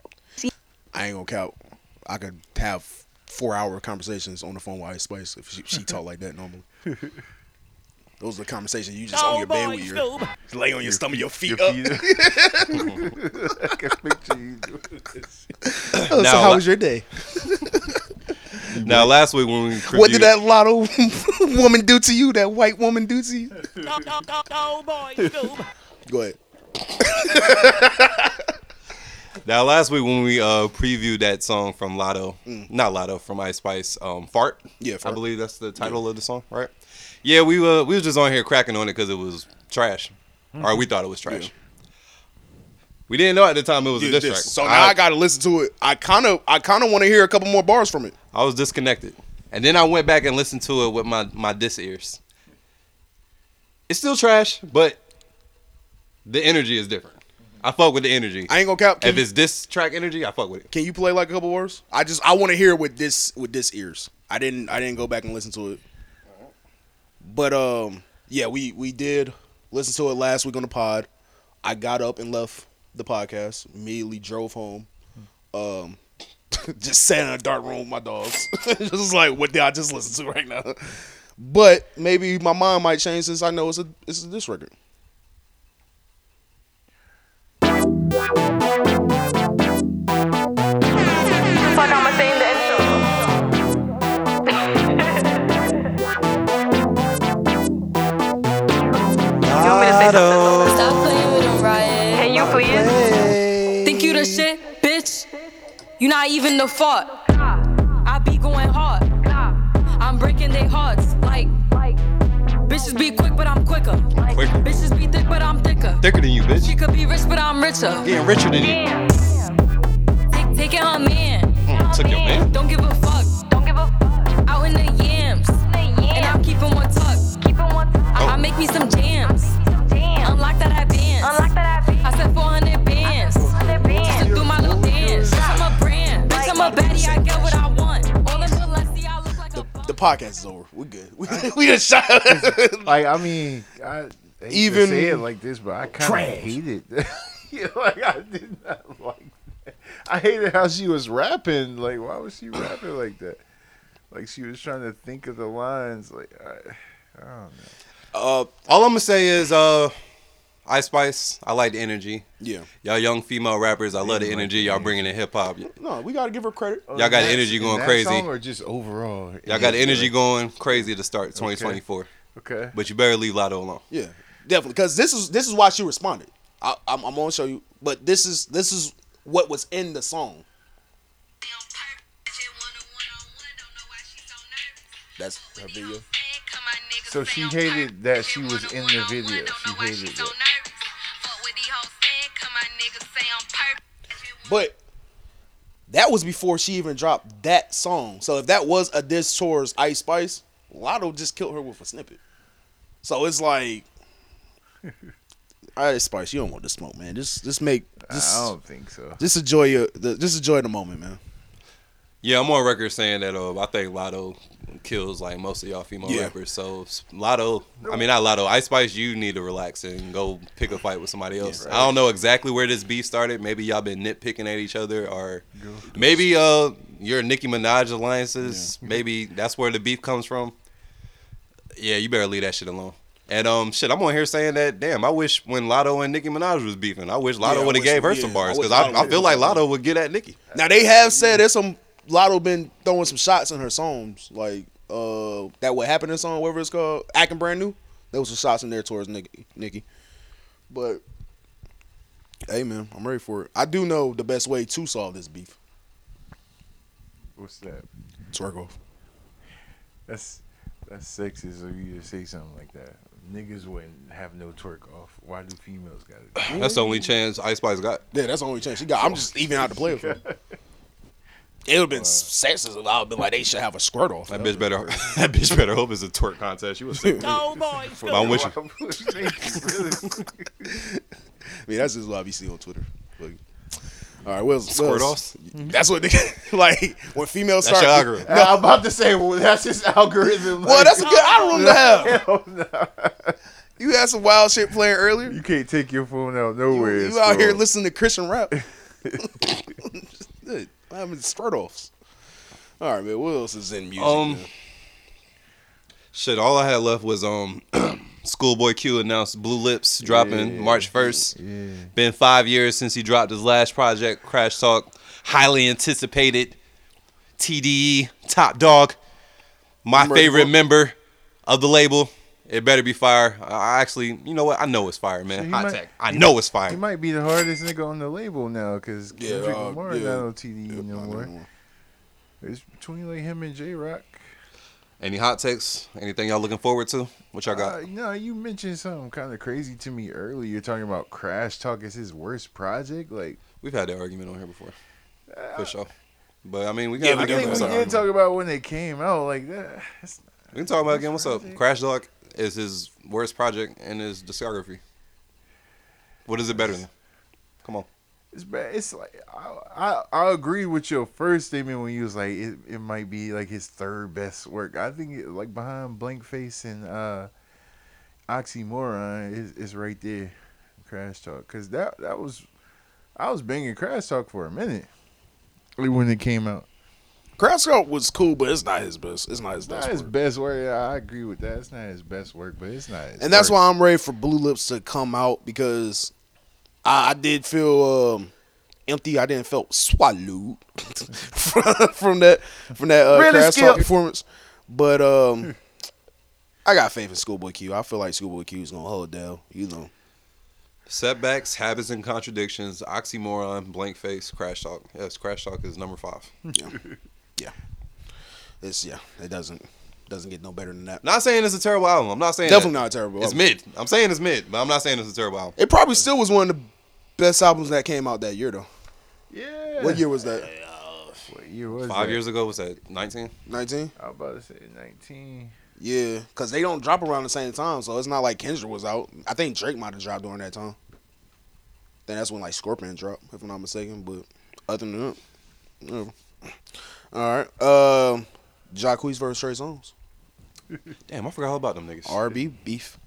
[SPEAKER 6] I ain't gonna count. I could have four hour conversations on the phone with Ice Spice if she, she talk like that normally. Those are the conversations you just on your bed with your lay on your stomach, your feet up.
[SPEAKER 5] I can picture you doing this.
[SPEAKER 6] Uh, so
[SPEAKER 1] Now,
[SPEAKER 6] how
[SPEAKER 1] la-
[SPEAKER 6] was your day?
[SPEAKER 1] Now last week when we
[SPEAKER 6] What did
[SPEAKER 1] previewed-
[SPEAKER 6] that lotto woman do to you? That white woman do to you? Go ahead.
[SPEAKER 1] Now, last week when we uh previewed that song from Lotto, not Lotto, from Ice Spice, um, Fart.
[SPEAKER 6] Mm. Yeah,
[SPEAKER 1] I believe that's the title of the song, right? Yeah, we were we was just on here cracking on it because it was trash, or we thought it was trash. We didn't know at the time it was
[SPEAKER 6] Yeah,
[SPEAKER 1] a diss
[SPEAKER 6] this.
[SPEAKER 1] track.
[SPEAKER 6] So now I, gotta listen to it. I kind of, I kind of want to hear a couple more bars from it.
[SPEAKER 1] I was disconnected, and then I went back and listened to it with my my diss ears. It's still trash, but the energy is different. I fuck with the energy.
[SPEAKER 6] I ain't gonna count.
[SPEAKER 1] If it's diss track energy, I fuck with it.
[SPEAKER 6] Can you play like a couple bars? I just, I want to hear it with this, with this ears. I didn't, I didn't go back and listen to it. But um, yeah, we we did listen to it last week on the pod. I got up and left the podcast. Immediately drove home. Um, just sat in a dark room with my dogs. just like what did I just listen to right now? But maybe my mind might change since I know it's a it's a diss record.
[SPEAKER 2] Fuck, I'ma sing the intro.
[SPEAKER 23] Stop playing with him, Ryan. Can you please? Think you the shit, bitch? You not even the fault. I be going hard. I'm breaking their hearts. Like, like. Bitches be quick, but I'm quicker.
[SPEAKER 1] Quicker.
[SPEAKER 23] Bitches be thick, but I'm thicker.
[SPEAKER 1] Thicker than you, bitch.
[SPEAKER 23] She could be rich, but I'm richer.
[SPEAKER 1] Getting richer than you.
[SPEAKER 23] Take, taking her man.
[SPEAKER 1] Mm, took your man.
[SPEAKER 23] Don't give a fuck. Don't give a fuck. Out in the yams. And I keep 'em on tuck. Keep on tuck. I, I make me some jams. Unlock that advance. Unlock that advance. I said 400 bands. Just to do my little dance. I'm a brand. Bitch, I'm a baddie. I get what I want. All in Valencia, I look like a
[SPEAKER 6] The podcast is over. We're good. We, we just shot.
[SPEAKER 5] like I mean, I hate
[SPEAKER 6] Even-
[SPEAKER 5] even to say it like this, but I kind of hated. yeah, like I did not like. That. I hated how she was rapping. Like, why was she rapping like that? Like she was trying to think of the lines. Like, I, I don't know.
[SPEAKER 1] Uh, all I'm gonna say is, uh, Ice Spice. I like the energy.
[SPEAKER 6] Yeah.
[SPEAKER 1] Y'all young female rappers. I love the energy y'all bringing in hip hop. Y'all
[SPEAKER 6] No, we gotta give her credit.
[SPEAKER 1] got the energy
[SPEAKER 5] In
[SPEAKER 1] going
[SPEAKER 5] that
[SPEAKER 1] crazy.
[SPEAKER 5] song or just overall?
[SPEAKER 1] Y'all got the energy going crazy to start 2024.
[SPEAKER 5] Okay.
[SPEAKER 1] But you better leave Lotto alone.
[SPEAKER 6] Yeah, definitely. Because this is this is why she responded. I, I'm, I'm gonna show you, but this is this is what was in the song. That's her video.
[SPEAKER 5] So she hated that she was in the video. She hated it.
[SPEAKER 6] But That was before she even dropped that song. So if that was a diss towards Ice Spice, Lotto just killed her with a snippet. So it's like, Ice Spice, you don't want the smoke, man. Just just make. Just,
[SPEAKER 5] I don't think so.
[SPEAKER 6] Just enjoy your. The, just enjoy the moment, man.
[SPEAKER 1] Yeah, I'm on record saying that uh, I think Lotto kills like most of y'all female
[SPEAKER 6] Yeah.
[SPEAKER 1] rappers. So s- Lotto, I mean not Lotto, Ice Spice, you need to relax and go pick a fight with somebody else. I don't know exactly where this beef started. Maybe y'all been nitpicking at each other, or maybe uh your Nicki Minaj alliances. Maybe that's where the beef comes from. Yeah, you better leave that shit alone. And um, shit, I'm on here saying that. Damn, I wish when Lotto and Nicki Minaj was beefing, I wish Lotto
[SPEAKER 6] Yeah, I
[SPEAKER 1] would have
[SPEAKER 6] wish-
[SPEAKER 1] gave her
[SPEAKER 6] yeah,
[SPEAKER 1] some
[SPEAKER 6] I
[SPEAKER 1] bars
[SPEAKER 6] wish
[SPEAKER 1] because I,
[SPEAKER 6] Lotto
[SPEAKER 1] I feel
[SPEAKER 6] would've-
[SPEAKER 1] like Lotto would get at Nicki.
[SPEAKER 6] Now they have said there's some Lotto been throwing some shots in her songs, like uh that what happened in song, whatever it's called, acting brand new. There was some shots in there towards Nikki. Nikki. But hey, man, I'm ready for it. I do know the best way to solve this beef.
[SPEAKER 5] What's that?
[SPEAKER 6] Twerk off.
[SPEAKER 5] That's that's sexist of you to say something like that. Niggas wouldn't have no twerk off. Why do females got it?
[SPEAKER 1] That's the only chance Ice Spice got.
[SPEAKER 6] Yeah, that's the only chance she got. I'm just even out the player for it. It would have been sexist if I would have been like, they should have a squirt off.
[SPEAKER 1] That bitch better. That bitch better hope it's a twerk contest. You was sick.
[SPEAKER 16] Go, boys,
[SPEAKER 1] But I'm wishing.
[SPEAKER 6] I mean, that's just what I be seeing on Twitter. Like, all right, what's
[SPEAKER 1] Squirt
[SPEAKER 6] what's- That's what nigga like when females
[SPEAKER 1] That's
[SPEAKER 6] start.
[SPEAKER 1] your algorithm.
[SPEAKER 6] No,
[SPEAKER 5] I'm about to say, well, that's his algorithm.
[SPEAKER 6] Well, that's a good algorithm to have.
[SPEAKER 5] Hell no.
[SPEAKER 6] You had some wild shit playing earlier.
[SPEAKER 5] You can't take your phone out nowhere.
[SPEAKER 6] You out here listening to Christian rap. Good. I'm in start offs. All right, man. What else is in music?
[SPEAKER 1] Um,
[SPEAKER 6] man?
[SPEAKER 1] Shit, all I had left was um, Schoolboy Q announced Blue Lips dropping March first. Been five years since he dropped his last project, Crash Talk. Highly anticipated. TDE Top Dog, my
[SPEAKER 6] Member of the
[SPEAKER 1] favorite
[SPEAKER 6] group.
[SPEAKER 1] member of the label. It better be fire. I I actually, you know what? I know it's fire, man. Hot tech. I know it's fire.
[SPEAKER 5] He might be the hardest nigga on the label now because
[SPEAKER 6] Yeah,
[SPEAKER 5] Kendrick
[SPEAKER 6] uh,
[SPEAKER 5] Lamar
[SPEAKER 6] yeah.
[SPEAKER 5] not on TDE no more. It's between like him and J Rock.
[SPEAKER 1] Any hot takes? Anything y'all looking forward to? What y'all got?
[SPEAKER 5] Uh, no, you mentioned something kind of crazy to me earlier. You're talking about Crash Talk is his worst project. Like
[SPEAKER 1] We've had that argument on here before,
[SPEAKER 6] uh,
[SPEAKER 1] for sure. But I mean, we got.
[SPEAKER 5] I think we did talk about when they came out. Like that. It's
[SPEAKER 1] We can talk about it again. What's up? Crash Dog is his worst project in his discography. What is it better than? Come on.
[SPEAKER 5] It's bad. It's like I, I I agree with your first statement when you was like it, it might be like his third best work. I think it, like behind Blank Face and uh, Oxymoron is is right there, Crash Talk. Cause that that was I was banging Crash Talk for a minute. Like when it came out,
[SPEAKER 6] Crash Talk was cool, but it's not his best. It's not his
[SPEAKER 5] not
[SPEAKER 6] best.
[SPEAKER 5] his
[SPEAKER 6] work.
[SPEAKER 5] best work. Yeah, I agree with that. It's not his best work, but it's not. His
[SPEAKER 6] and that's
[SPEAKER 5] work.
[SPEAKER 6] why I'm ready for Blue Lips to come out because I, I did feel um, empty. I didn't feel swallowed from, from that from that uh,
[SPEAKER 5] Really,
[SPEAKER 6] Crash
[SPEAKER 5] Skip?
[SPEAKER 6] Talk performance. But um, I got faith in Schoolboy Q. I feel like Schoolboy Q is gonna hold down. You know,
[SPEAKER 1] Setbacks, habits, and contradictions. Oxymoron, blank face, crash talk. Yes, crash talk is number five.
[SPEAKER 6] yeah, yeah. It's yeah. It doesn't doesn't get no better than that.
[SPEAKER 1] Not saying it's a terrible album. I'm not saying
[SPEAKER 6] Definitely
[SPEAKER 1] that.
[SPEAKER 6] not a terrible.
[SPEAKER 1] It's
[SPEAKER 6] album.
[SPEAKER 1] mid. I'm saying it's mid, but I'm not saying it's a terrible album.
[SPEAKER 6] It probably still was one of the best albums that came out that year though.
[SPEAKER 5] Yeah.
[SPEAKER 6] What year was that?
[SPEAKER 5] What year was
[SPEAKER 1] Five
[SPEAKER 5] that?
[SPEAKER 1] years ago was that 19?
[SPEAKER 6] 19?
[SPEAKER 5] I was about to say nineteen.
[SPEAKER 6] Yeah, because they don't drop around the same time, so it's not like Kendrick was out. I think Drake might have dropped during that time. Then that's when like Scorpion dropped, if I'm not mistaken. But other than that, yeah. all right. Um, Jacquees versus Trey Songz.
[SPEAKER 1] Damn, I forgot all about them niggas.
[SPEAKER 6] RB beef.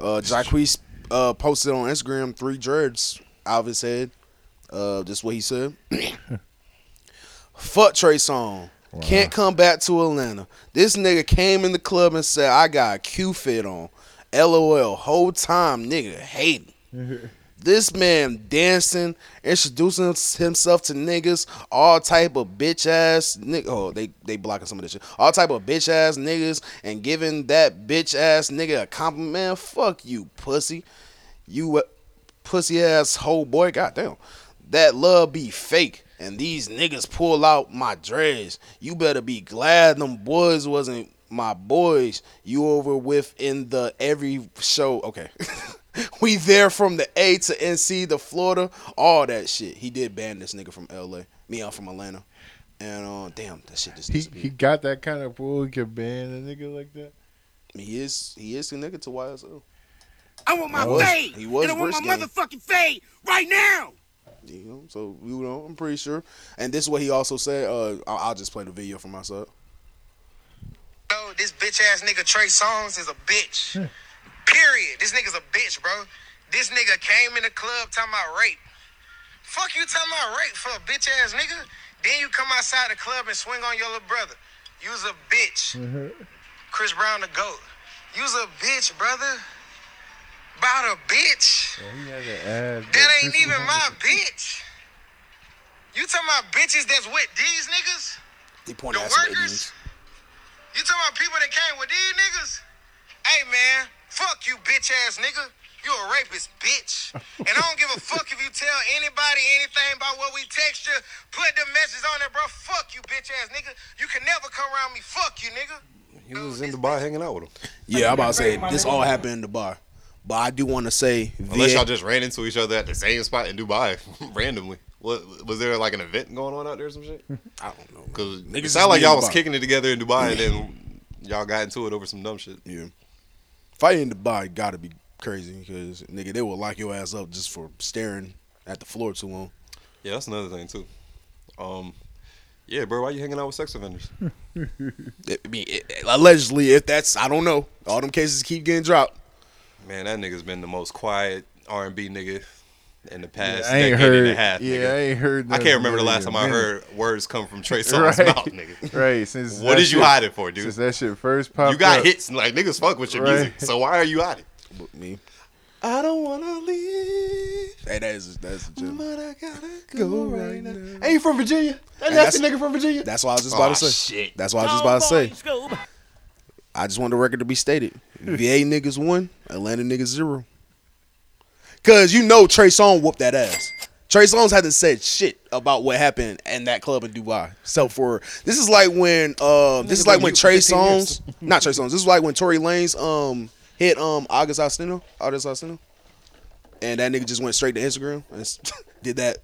[SPEAKER 6] Uh, Jacquees uh, posted on Instagram three dreads out of his head. Uh, just what he said. Fuck Trey Song. Can't come back to Atlanta. This nigga came in the club and said, I got a Q fit on. LOL. Whole time, nigga, hating. This man dancing, introducing himself to niggas, all type of bitch ass nigga. Oh, they they blocking some of this shit. All type of bitch ass niggas, and giving that bitch ass nigga a compliment. Fuck you, pussy. You uh, pussy ass whole boy. Goddamn, that love be fake, and these niggas pull out my dreads. You better be glad them boys wasn't my boys. You over with in the every show. Okay. We there from the A to NC to Florida, all that shit. He did ban this nigga from LA. Me, I'm from Atlanta, and uh, damn, that shit just
[SPEAKER 5] He
[SPEAKER 6] disappeared.
[SPEAKER 5] he got that kind of pull. He can ban a nigga like that.
[SPEAKER 6] He is he is connected to YSL.
[SPEAKER 16] I want my
[SPEAKER 6] He was-
[SPEAKER 16] fade.
[SPEAKER 6] he was
[SPEAKER 16] and I want my
[SPEAKER 6] brisk game.
[SPEAKER 16] motherfucking fade right now.
[SPEAKER 6] You know, so you know, I'm pretty sure. And this is what he also said. Uh, I'll, I'll just play the video for myself.
[SPEAKER 7] Yo, this bitch ass nigga Trey Songz is a bitch. Period. This nigga's a bitch, bro. This nigga came in the club talking about rape. Fuck you talking about rape for a bitch ass nigga. Then you come outside the club and swing on your little brother. You's a bitch. Chris Brown the goat. You's a bitch, brother. About a bitch. That ain't even my bitch. You talking about bitches that's with these niggas?
[SPEAKER 6] He pointed
[SPEAKER 7] The
[SPEAKER 6] at some
[SPEAKER 7] workers?
[SPEAKER 6] Indians.
[SPEAKER 7] You talking about people that came with these niggas? Hey man, fuck you bitch ass nigga. You a rapist, bitch. And I don't give a fuck if you tell anybody anything about what we text you. Put the message on there, bro. Fuck you, bitch ass nigga. You can never come around me. Fuck you, nigga.
[SPEAKER 1] He was in the bar hanging out with him.
[SPEAKER 6] Yeah, I'm about to say this all happened in the bar, but I do want to say
[SPEAKER 1] Unless
[SPEAKER 6] VA
[SPEAKER 1] y'all just ran into each other at the same spot in Dubai randomly. What was there like an event going on out there or some shit?
[SPEAKER 6] I don't know.
[SPEAKER 1] Because
[SPEAKER 6] Niggas
[SPEAKER 1] it
[SPEAKER 6] is
[SPEAKER 1] sounded like
[SPEAKER 6] in
[SPEAKER 1] y'all was
[SPEAKER 6] Dubai.
[SPEAKER 1] kicking it together in Dubai and then y'all got into it over some dumb shit.
[SPEAKER 6] Yeah. fighting in the bar gotta be crazy because nigga they will lock your ass up just for staring at the floor too long.
[SPEAKER 1] Yeah, that's another thing too. Um, yeah, bro, why you hanging out with sex offenders?
[SPEAKER 6] I mean, it- it- allegedly, if that's I don't know, all them cases keep getting dropped.
[SPEAKER 1] Man, that nigga's been the most quiet R and B nigga in the past
[SPEAKER 5] I
[SPEAKER 1] decade
[SPEAKER 5] ain't
[SPEAKER 1] and a
[SPEAKER 5] heard-
[SPEAKER 1] half.
[SPEAKER 5] yeah,
[SPEAKER 1] nigga.
[SPEAKER 5] I ain't heard
[SPEAKER 1] I
[SPEAKER 5] nothing
[SPEAKER 1] can't remember the
[SPEAKER 5] really
[SPEAKER 1] last
[SPEAKER 5] in a
[SPEAKER 1] time I
[SPEAKER 5] minute.
[SPEAKER 1] heard words come from Trey Songz's mouth, nigga.
[SPEAKER 5] Right. Since
[SPEAKER 1] what
[SPEAKER 5] that
[SPEAKER 1] did you
[SPEAKER 5] shit-
[SPEAKER 1] hide it for, dude?
[SPEAKER 5] Since that shit first popped.
[SPEAKER 1] you got
[SPEAKER 5] up.
[SPEAKER 1] hits and like niggas fuck with your
[SPEAKER 5] Right.
[SPEAKER 1] music. So why are you out it?
[SPEAKER 6] Me.
[SPEAKER 1] I don't wanna leave,
[SPEAKER 6] Hey, that is that's the gym.
[SPEAKER 1] but I gotta
[SPEAKER 6] go right now.
[SPEAKER 1] Ain't you from Virginia? That nasty nigga from Virginia.
[SPEAKER 6] That's what I was just about to
[SPEAKER 1] Aw,
[SPEAKER 6] say.
[SPEAKER 1] shit.
[SPEAKER 6] That's what I was just about to say.
[SPEAKER 16] Scoob.
[SPEAKER 6] I just want the record to be stated.
[SPEAKER 1] Hmm.
[SPEAKER 6] VA niggas one, Atlanta niggas zero. Cause you know Trey Songz whooped that ass. Trey Songz hasn't said shit about what happened in that club in Dubai. So for this is like when uh this is like when Trey Songz not Trey Songz, this is like when Tory Lanez um hit um August Austino, August Austino. And that nigga just went straight to Instagram and s- did that.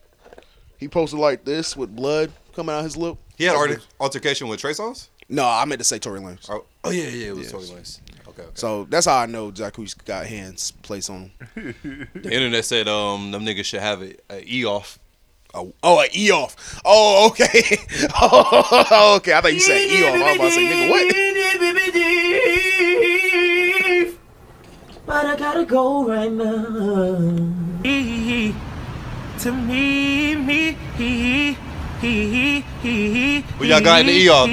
[SPEAKER 6] He posted like this with blood coming out his lip.
[SPEAKER 1] He had alter- altercation with Trey Songz.
[SPEAKER 6] No, I meant to say Tory Lanez.
[SPEAKER 1] Oh, oh yeah, yeah, it was Tory Lanez. Okay, okay.
[SPEAKER 6] So that's how I know Jacquees got hands placed on him.
[SPEAKER 1] The internet said um them niggas should have a, a e off.
[SPEAKER 6] Oh, oh, an e off. Oh, okay. oh, okay. I thought you said e off. I was about to say, nigga, what?
[SPEAKER 16] But I gotta go right now. To me, me, he, he, he,
[SPEAKER 1] Well, y'all got in the ER,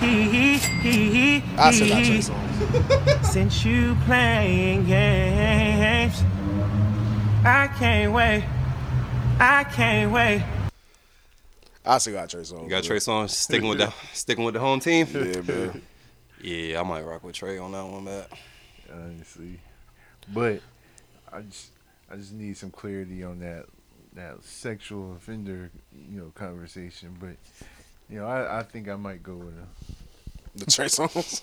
[SPEAKER 5] Mm-hmm.
[SPEAKER 1] dog.
[SPEAKER 16] I
[SPEAKER 1] said I chose
[SPEAKER 16] Since you playing games, I can't wait. I can't wait.
[SPEAKER 6] I still got Trey Songz.
[SPEAKER 1] You got Trey Songz sticking with the sticking with the home team. Yeah, bro. Yeah, I might rock with Trey on that one, man.
[SPEAKER 5] Honestly, but I just I just need some clarity on that that sexual offender you know conversation. But you know I, I think I might go with him.
[SPEAKER 6] The Trey Songz.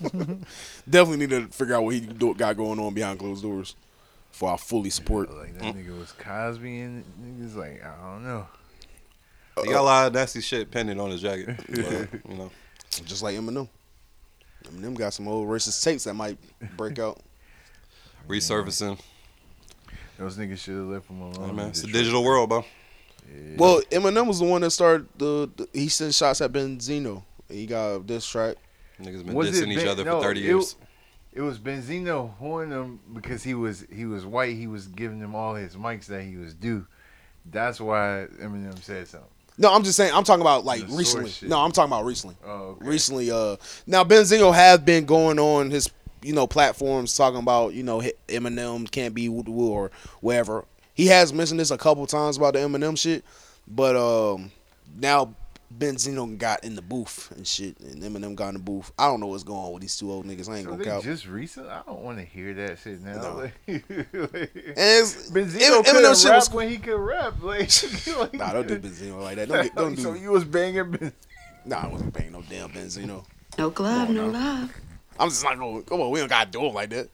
[SPEAKER 6] Definitely need to figure out what he do- got going on behind closed doors. For I fully support.
[SPEAKER 5] Like that
[SPEAKER 1] Mm.
[SPEAKER 5] nigga was Cosby and niggas like I don't know.
[SPEAKER 1] He got a lot of nasty shit pending on his jacket. but, you know,
[SPEAKER 6] Just like Eminem. Eminem got some old racist tapes that might break out.
[SPEAKER 1] resurfacing.
[SPEAKER 5] Those niggas should have left him alone.
[SPEAKER 1] Hey, man, it's the
[SPEAKER 5] Just-
[SPEAKER 1] digital world, bro.
[SPEAKER 6] Well, Eminem was the one that started the, the he sent shots at Benzino. He got a diss track.
[SPEAKER 1] Niggas
[SPEAKER 5] been Was it dissing each Ben- other for no, 30 it- years. It was Benzino honing him because he was he was white. He was giving them all his mics that he was due. That's why Eminem said something.
[SPEAKER 6] No, I'm just saying. I'm talking about like
[SPEAKER 5] The source
[SPEAKER 6] recently.
[SPEAKER 5] shit.
[SPEAKER 6] No, I'm talking about recently.
[SPEAKER 5] Oh,
[SPEAKER 6] Recently, uh, now Benzino have been going on his you know platforms talking about you know hi- Eminem can't be woo woo or whatever. He has mentioned this a couple times about the Eminem shit, but um, now Benzino got in the booth and shit, and Eminem got in the booth. I don't know what's going on with these two old niggas. I ain't
[SPEAKER 5] So
[SPEAKER 6] gonna
[SPEAKER 5] they
[SPEAKER 6] count.
[SPEAKER 5] just recent. I don't want to hear that shit now.
[SPEAKER 6] No.
[SPEAKER 5] Like,
[SPEAKER 6] it's- Eminem
[SPEAKER 5] Benzino could rap
[SPEAKER 6] shit was-
[SPEAKER 5] when he could rap. Like, like-
[SPEAKER 6] Nah, don't do Benzino like that. Don't, get- don't do.
[SPEAKER 5] So you was banging. Ben-
[SPEAKER 6] Nah, I wasn't paying no damn Benzino.
[SPEAKER 4] No glove,
[SPEAKER 6] no
[SPEAKER 4] love.
[SPEAKER 6] I'm just not gonna. Come on, we don't gotta do him like that.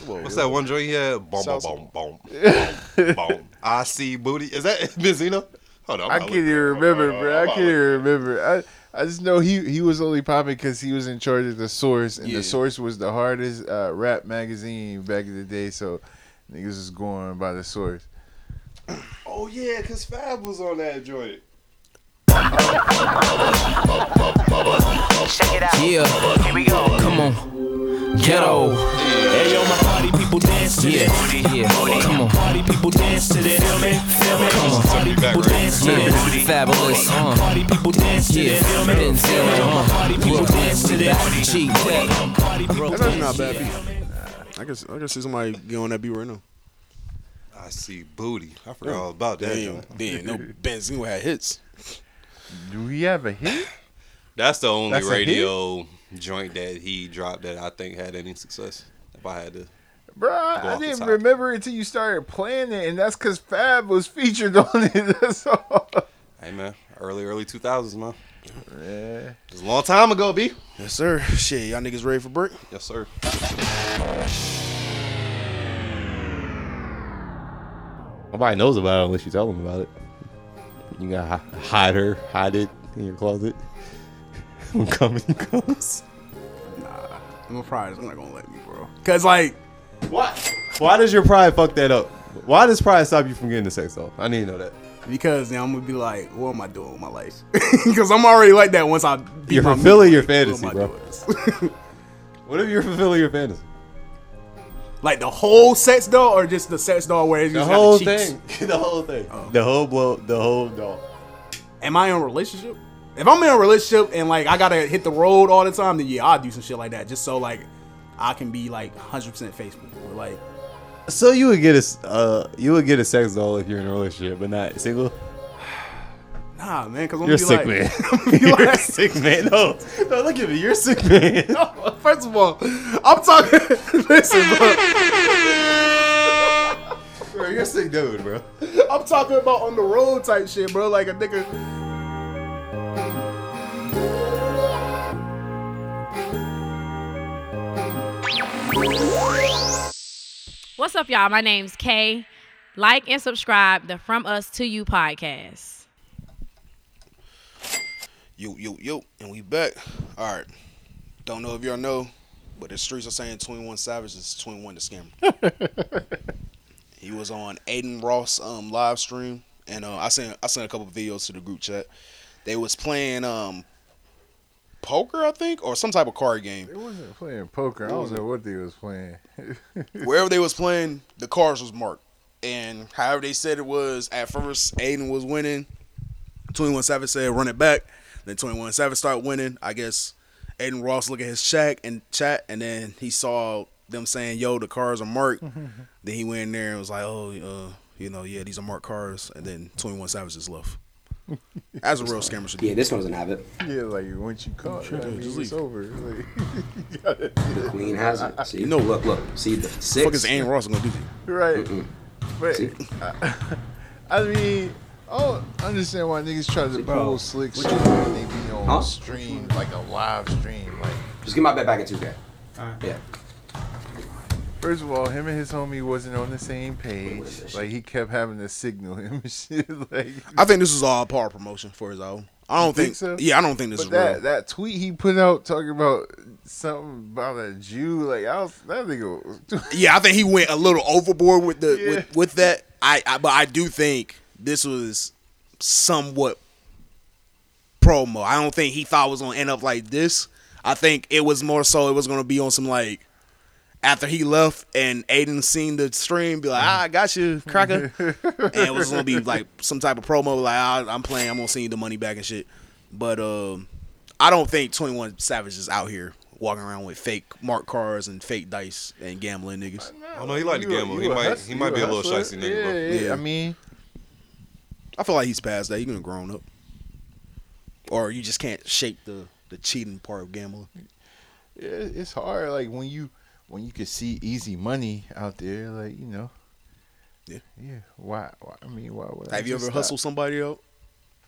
[SPEAKER 6] Come on,
[SPEAKER 1] What's
[SPEAKER 6] yo.
[SPEAKER 1] that one joint he had? Boom, boom,
[SPEAKER 6] Sounds-
[SPEAKER 1] boom, boom, boom, boom. I see booty. Is that Benzino? Hold on,
[SPEAKER 5] I
[SPEAKER 1] I'm
[SPEAKER 5] can't
[SPEAKER 1] about to
[SPEAKER 5] even remember,
[SPEAKER 1] Hold on,
[SPEAKER 5] bro. I
[SPEAKER 1] I'm
[SPEAKER 5] can't even remember. I, I just know he, he was only popping because he was in charge of the source, and
[SPEAKER 1] Yeah.
[SPEAKER 5] the source was the hardest uh, rap magazine back in the day. So niggas was going by the source.
[SPEAKER 1] Oh yeah, cause Fab was on that joint.
[SPEAKER 24] Check it out. Yeah. Here we go. Come on. Ghetto. Hey yo, my party people dance to yeah. that. Yeah. Come on. Party people dance to that. Feel me? Feel me? Come on. Party people dance to that. Fabulous. Uh. Party people dance to yeah. that. Feel me? Benzilla. Uh. Party people dance to that. Cheap.
[SPEAKER 25] That's not a bad beat. I can I can see somebody get on that beat right now.
[SPEAKER 1] I see booty. I forgot
[SPEAKER 15] Oh,
[SPEAKER 1] all about that.
[SPEAKER 25] Damn,
[SPEAKER 1] joint.
[SPEAKER 25] damn, no Benzino had hits.
[SPEAKER 5] Do we have a hit?
[SPEAKER 1] That's the only
[SPEAKER 5] That's a hit?
[SPEAKER 1] radio joint that he dropped that I think had any success. If I had to,
[SPEAKER 5] Bro,
[SPEAKER 1] Go
[SPEAKER 5] I
[SPEAKER 1] off the
[SPEAKER 5] didn't
[SPEAKER 1] top.
[SPEAKER 5] remember until you started playing it, and that's because Fab was featured on it. That's all.
[SPEAKER 1] hey man, early early two thousands man.
[SPEAKER 5] Yeah,
[SPEAKER 1] it's a long time ago, B.
[SPEAKER 25] Yes sir. Shit, y'all niggas ready for break?
[SPEAKER 1] Yes sir.
[SPEAKER 15] Nobody knows about it unless you tell them about it. You gotta hi- hide her, hide it in your closet. I'm coming, comes.
[SPEAKER 25] I'm a prize. I'm not gonna let me, bro. Cause like,
[SPEAKER 15] what? Why does your pride fuck that up? Why does pride stop you from getting the sex off? I need to know that.
[SPEAKER 25] Because now I'm gonna be like, what am I doing with my life? Because I'm already like that once I beat
[SPEAKER 15] You're
[SPEAKER 25] my
[SPEAKER 15] fulfilling
[SPEAKER 25] meat.
[SPEAKER 15] your
[SPEAKER 25] What am
[SPEAKER 15] fantasy,
[SPEAKER 25] I
[SPEAKER 15] bro.
[SPEAKER 25] doing?
[SPEAKER 15] What if you're fulfilling your fantasy?
[SPEAKER 25] Like the whole sex doll or just the sex doll where it's
[SPEAKER 15] The
[SPEAKER 25] just
[SPEAKER 15] whole
[SPEAKER 25] got the cheeks? Oh.
[SPEAKER 15] thing. the whole thing. The whole blow. The whole doll.
[SPEAKER 25] Am I in a relationship? If I'm in a relationship and like I gotta hit the road all the time, then yeah, I'll do some shit like that just so like I can be like 100 percent faithful. But, Like
[SPEAKER 15] So you would get a s- uh, you would get a sex doll if you're in a relationship, but not single.
[SPEAKER 25] nah, Ah, man, because I'm
[SPEAKER 15] You're a
[SPEAKER 25] be
[SPEAKER 15] sick
[SPEAKER 25] like,
[SPEAKER 15] man.
[SPEAKER 25] I'm gonna be
[SPEAKER 15] You're a
[SPEAKER 25] like-
[SPEAKER 15] sick man. No, no, look at me. You're a sick man.
[SPEAKER 25] No, first of all, I'm talking. listen, bro.
[SPEAKER 15] Bro, you're a sick dude, bro.
[SPEAKER 25] I'm talking about on the road type shit, bro. Like a nigga.
[SPEAKER 26] What's up, y'all? My name's Kay. Like and subscribe the From Us to You podcast.
[SPEAKER 6] Yo, yo, yo, and we back. All right. Don't know if y'all know, but the streets are saying 21 Savage is 21 the scammer. he was on Aiden Ross um live stream, and uh, I sent I sent a couple videos to the group chat. They was playing um poker, I think, or some type of card game.
[SPEAKER 5] They wasn't playing poker. I don't know what they was playing.
[SPEAKER 6] wherever they was playing, the cars was marked. And however they said it was, at first Aiden was winning. 21 Savage said run it back. Then 21 Savage started winning. I guess Aiden Ross looked at his check and chat and then he saw them saying, Yo, the cars are marked. then he went in there and was like, Oh, uh, you know, yeah, these are marked cars. And then 21 Savage just left. As a real scammer should do.
[SPEAKER 5] Yeah, this one
[SPEAKER 6] doesn't have it.
[SPEAKER 5] yeah, like once you caught,
[SPEAKER 6] Sure,
[SPEAKER 5] I
[SPEAKER 6] dude,
[SPEAKER 5] mean,
[SPEAKER 6] just
[SPEAKER 5] it's
[SPEAKER 6] leave.
[SPEAKER 5] over. Like,
[SPEAKER 27] The queen has it. See, no, look, look. See, the six.
[SPEAKER 6] Fuck is Aiden Ross gonna do?
[SPEAKER 5] right.
[SPEAKER 27] Mm-mm.
[SPEAKER 5] But
[SPEAKER 27] See?
[SPEAKER 5] I, I mean, I don't understand why niggas try to pull slick shit when they be on
[SPEAKER 27] Huh?
[SPEAKER 5] stream like a live stream. Like,
[SPEAKER 27] Just get my bet back at 2K. Yeah.
[SPEAKER 5] first of all, him and his homie wasn't on the same page. Like, he kept having to signal him and shit. Like,
[SPEAKER 6] I think this is all par promotion for his album. I don't
[SPEAKER 5] You
[SPEAKER 6] think, Yeah, I don't think this
[SPEAKER 5] But
[SPEAKER 6] is
[SPEAKER 5] that
[SPEAKER 6] real.
[SPEAKER 5] that tweet he put out talking about something about a Jew. Like, I was that nigga. was-
[SPEAKER 6] Yeah, I think he went a little overboard with the with, with that. I, I but I do think this was somewhat promo. I don't think he thought it was gonna end up like this. I think it was more so it was gonna be on some like after he left and Aiden seen the stream, be like, ah, I got you, cracker. and it was gonna be like some type of promo, like ah, I'm playing, I'm gonna send you the money back and shit. But um, I don't think 21 Savage is out here walking around with fake marked cars and fake dice and gambling niggas.
[SPEAKER 1] Oh no, he like to gamble. He might he might be a little shicey nigga, bro.
[SPEAKER 5] mean,
[SPEAKER 6] I feel like he's past that. He's been grown up, or you just can't shake the the cheating part of gambling.
[SPEAKER 5] Yeah, it's hard. Like when you when you can see easy money out there, like you know.
[SPEAKER 6] Yeah.
[SPEAKER 5] Yeah. Why? why I mean, why would I
[SPEAKER 6] Have you
[SPEAKER 5] just
[SPEAKER 6] ever
[SPEAKER 5] stop?
[SPEAKER 6] hustled somebody out?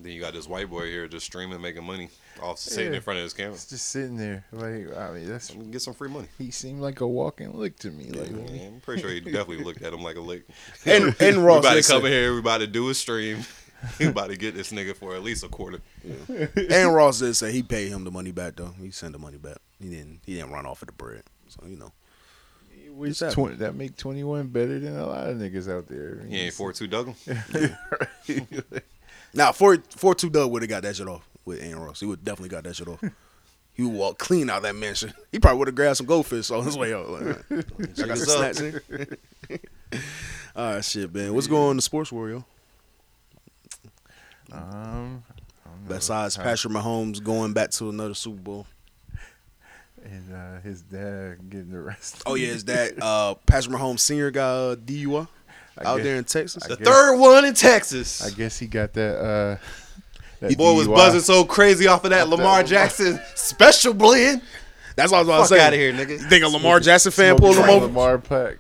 [SPEAKER 1] Then you got this white boy here just streaming, making money off sitting
[SPEAKER 5] Yeah.
[SPEAKER 1] in front of his camera.
[SPEAKER 5] It's just sitting there. Like I mean, that's
[SPEAKER 1] get some free money.
[SPEAKER 5] He seemed like a walking lick to me. Like
[SPEAKER 1] Yeah, I'm pretty sure he definitely looked at him like a lick.
[SPEAKER 5] And- and
[SPEAKER 1] We
[SPEAKER 5] Ross,
[SPEAKER 1] about to
[SPEAKER 5] listen.
[SPEAKER 1] come in here. We about to do a stream. You about to get this nigga for at least a quarter.
[SPEAKER 25] Aaron Ross did say he paid him the money back though. He sent the money back. He didn't. He didn't run off with the bread. So you know.
[SPEAKER 5] Which
[SPEAKER 25] It's
[SPEAKER 5] 20, that make twenty one better than a lot of niggas out there.
[SPEAKER 1] He ain't four two Dougal.
[SPEAKER 25] Now four four two Doug would have got that shit off with Aaron Ross. He would definitely got that shit off. He would walk clean out of that mansion. He probably would have grabbed some goldfish on his way out. Like, all right, I got some snacks here. All right, shit, man. What's going on in the sports world? yo?
[SPEAKER 5] Um, I don't know.
[SPEAKER 25] Besides
[SPEAKER 5] Huh.
[SPEAKER 25] Patrick Mahomes going back to another Super Bowl.
[SPEAKER 5] and uh, his dad getting arrested.
[SPEAKER 25] Oh yeah, is that uh, Patrick Mahomes senior got uh, DUI out
[SPEAKER 5] guess-
[SPEAKER 25] there in Texas?
[SPEAKER 5] I The guess- third
[SPEAKER 1] one in Texas.
[SPEAKER 5] I guess he got that. Uh, that
[SPEAKER 1] Boy was
[SPEAKER 5] DUI.
[SPEAKER 1] buzzing so crazy off of that
[SPEAKER 5] Off that
[SPEAKER 1] Lamar
[SPEAKER 5] Lamar.
[SPEAKER 1] Jackson special blend.
[SPEAKER 25] That's all I was about to
[SPEAKER 1] Fuck
[SPEAKER 25] say.
[SPEAKER 1] outta here, nigga.
[SPEAKER 25] You think a Lamar Jackson fan
[SPEAKER 5] Smoking
[SPEAKER 25] pulled him
[SPEAKER 5] Frank
[SPEAKER 25] over?
[SPEAKER 5] Lamar Puck.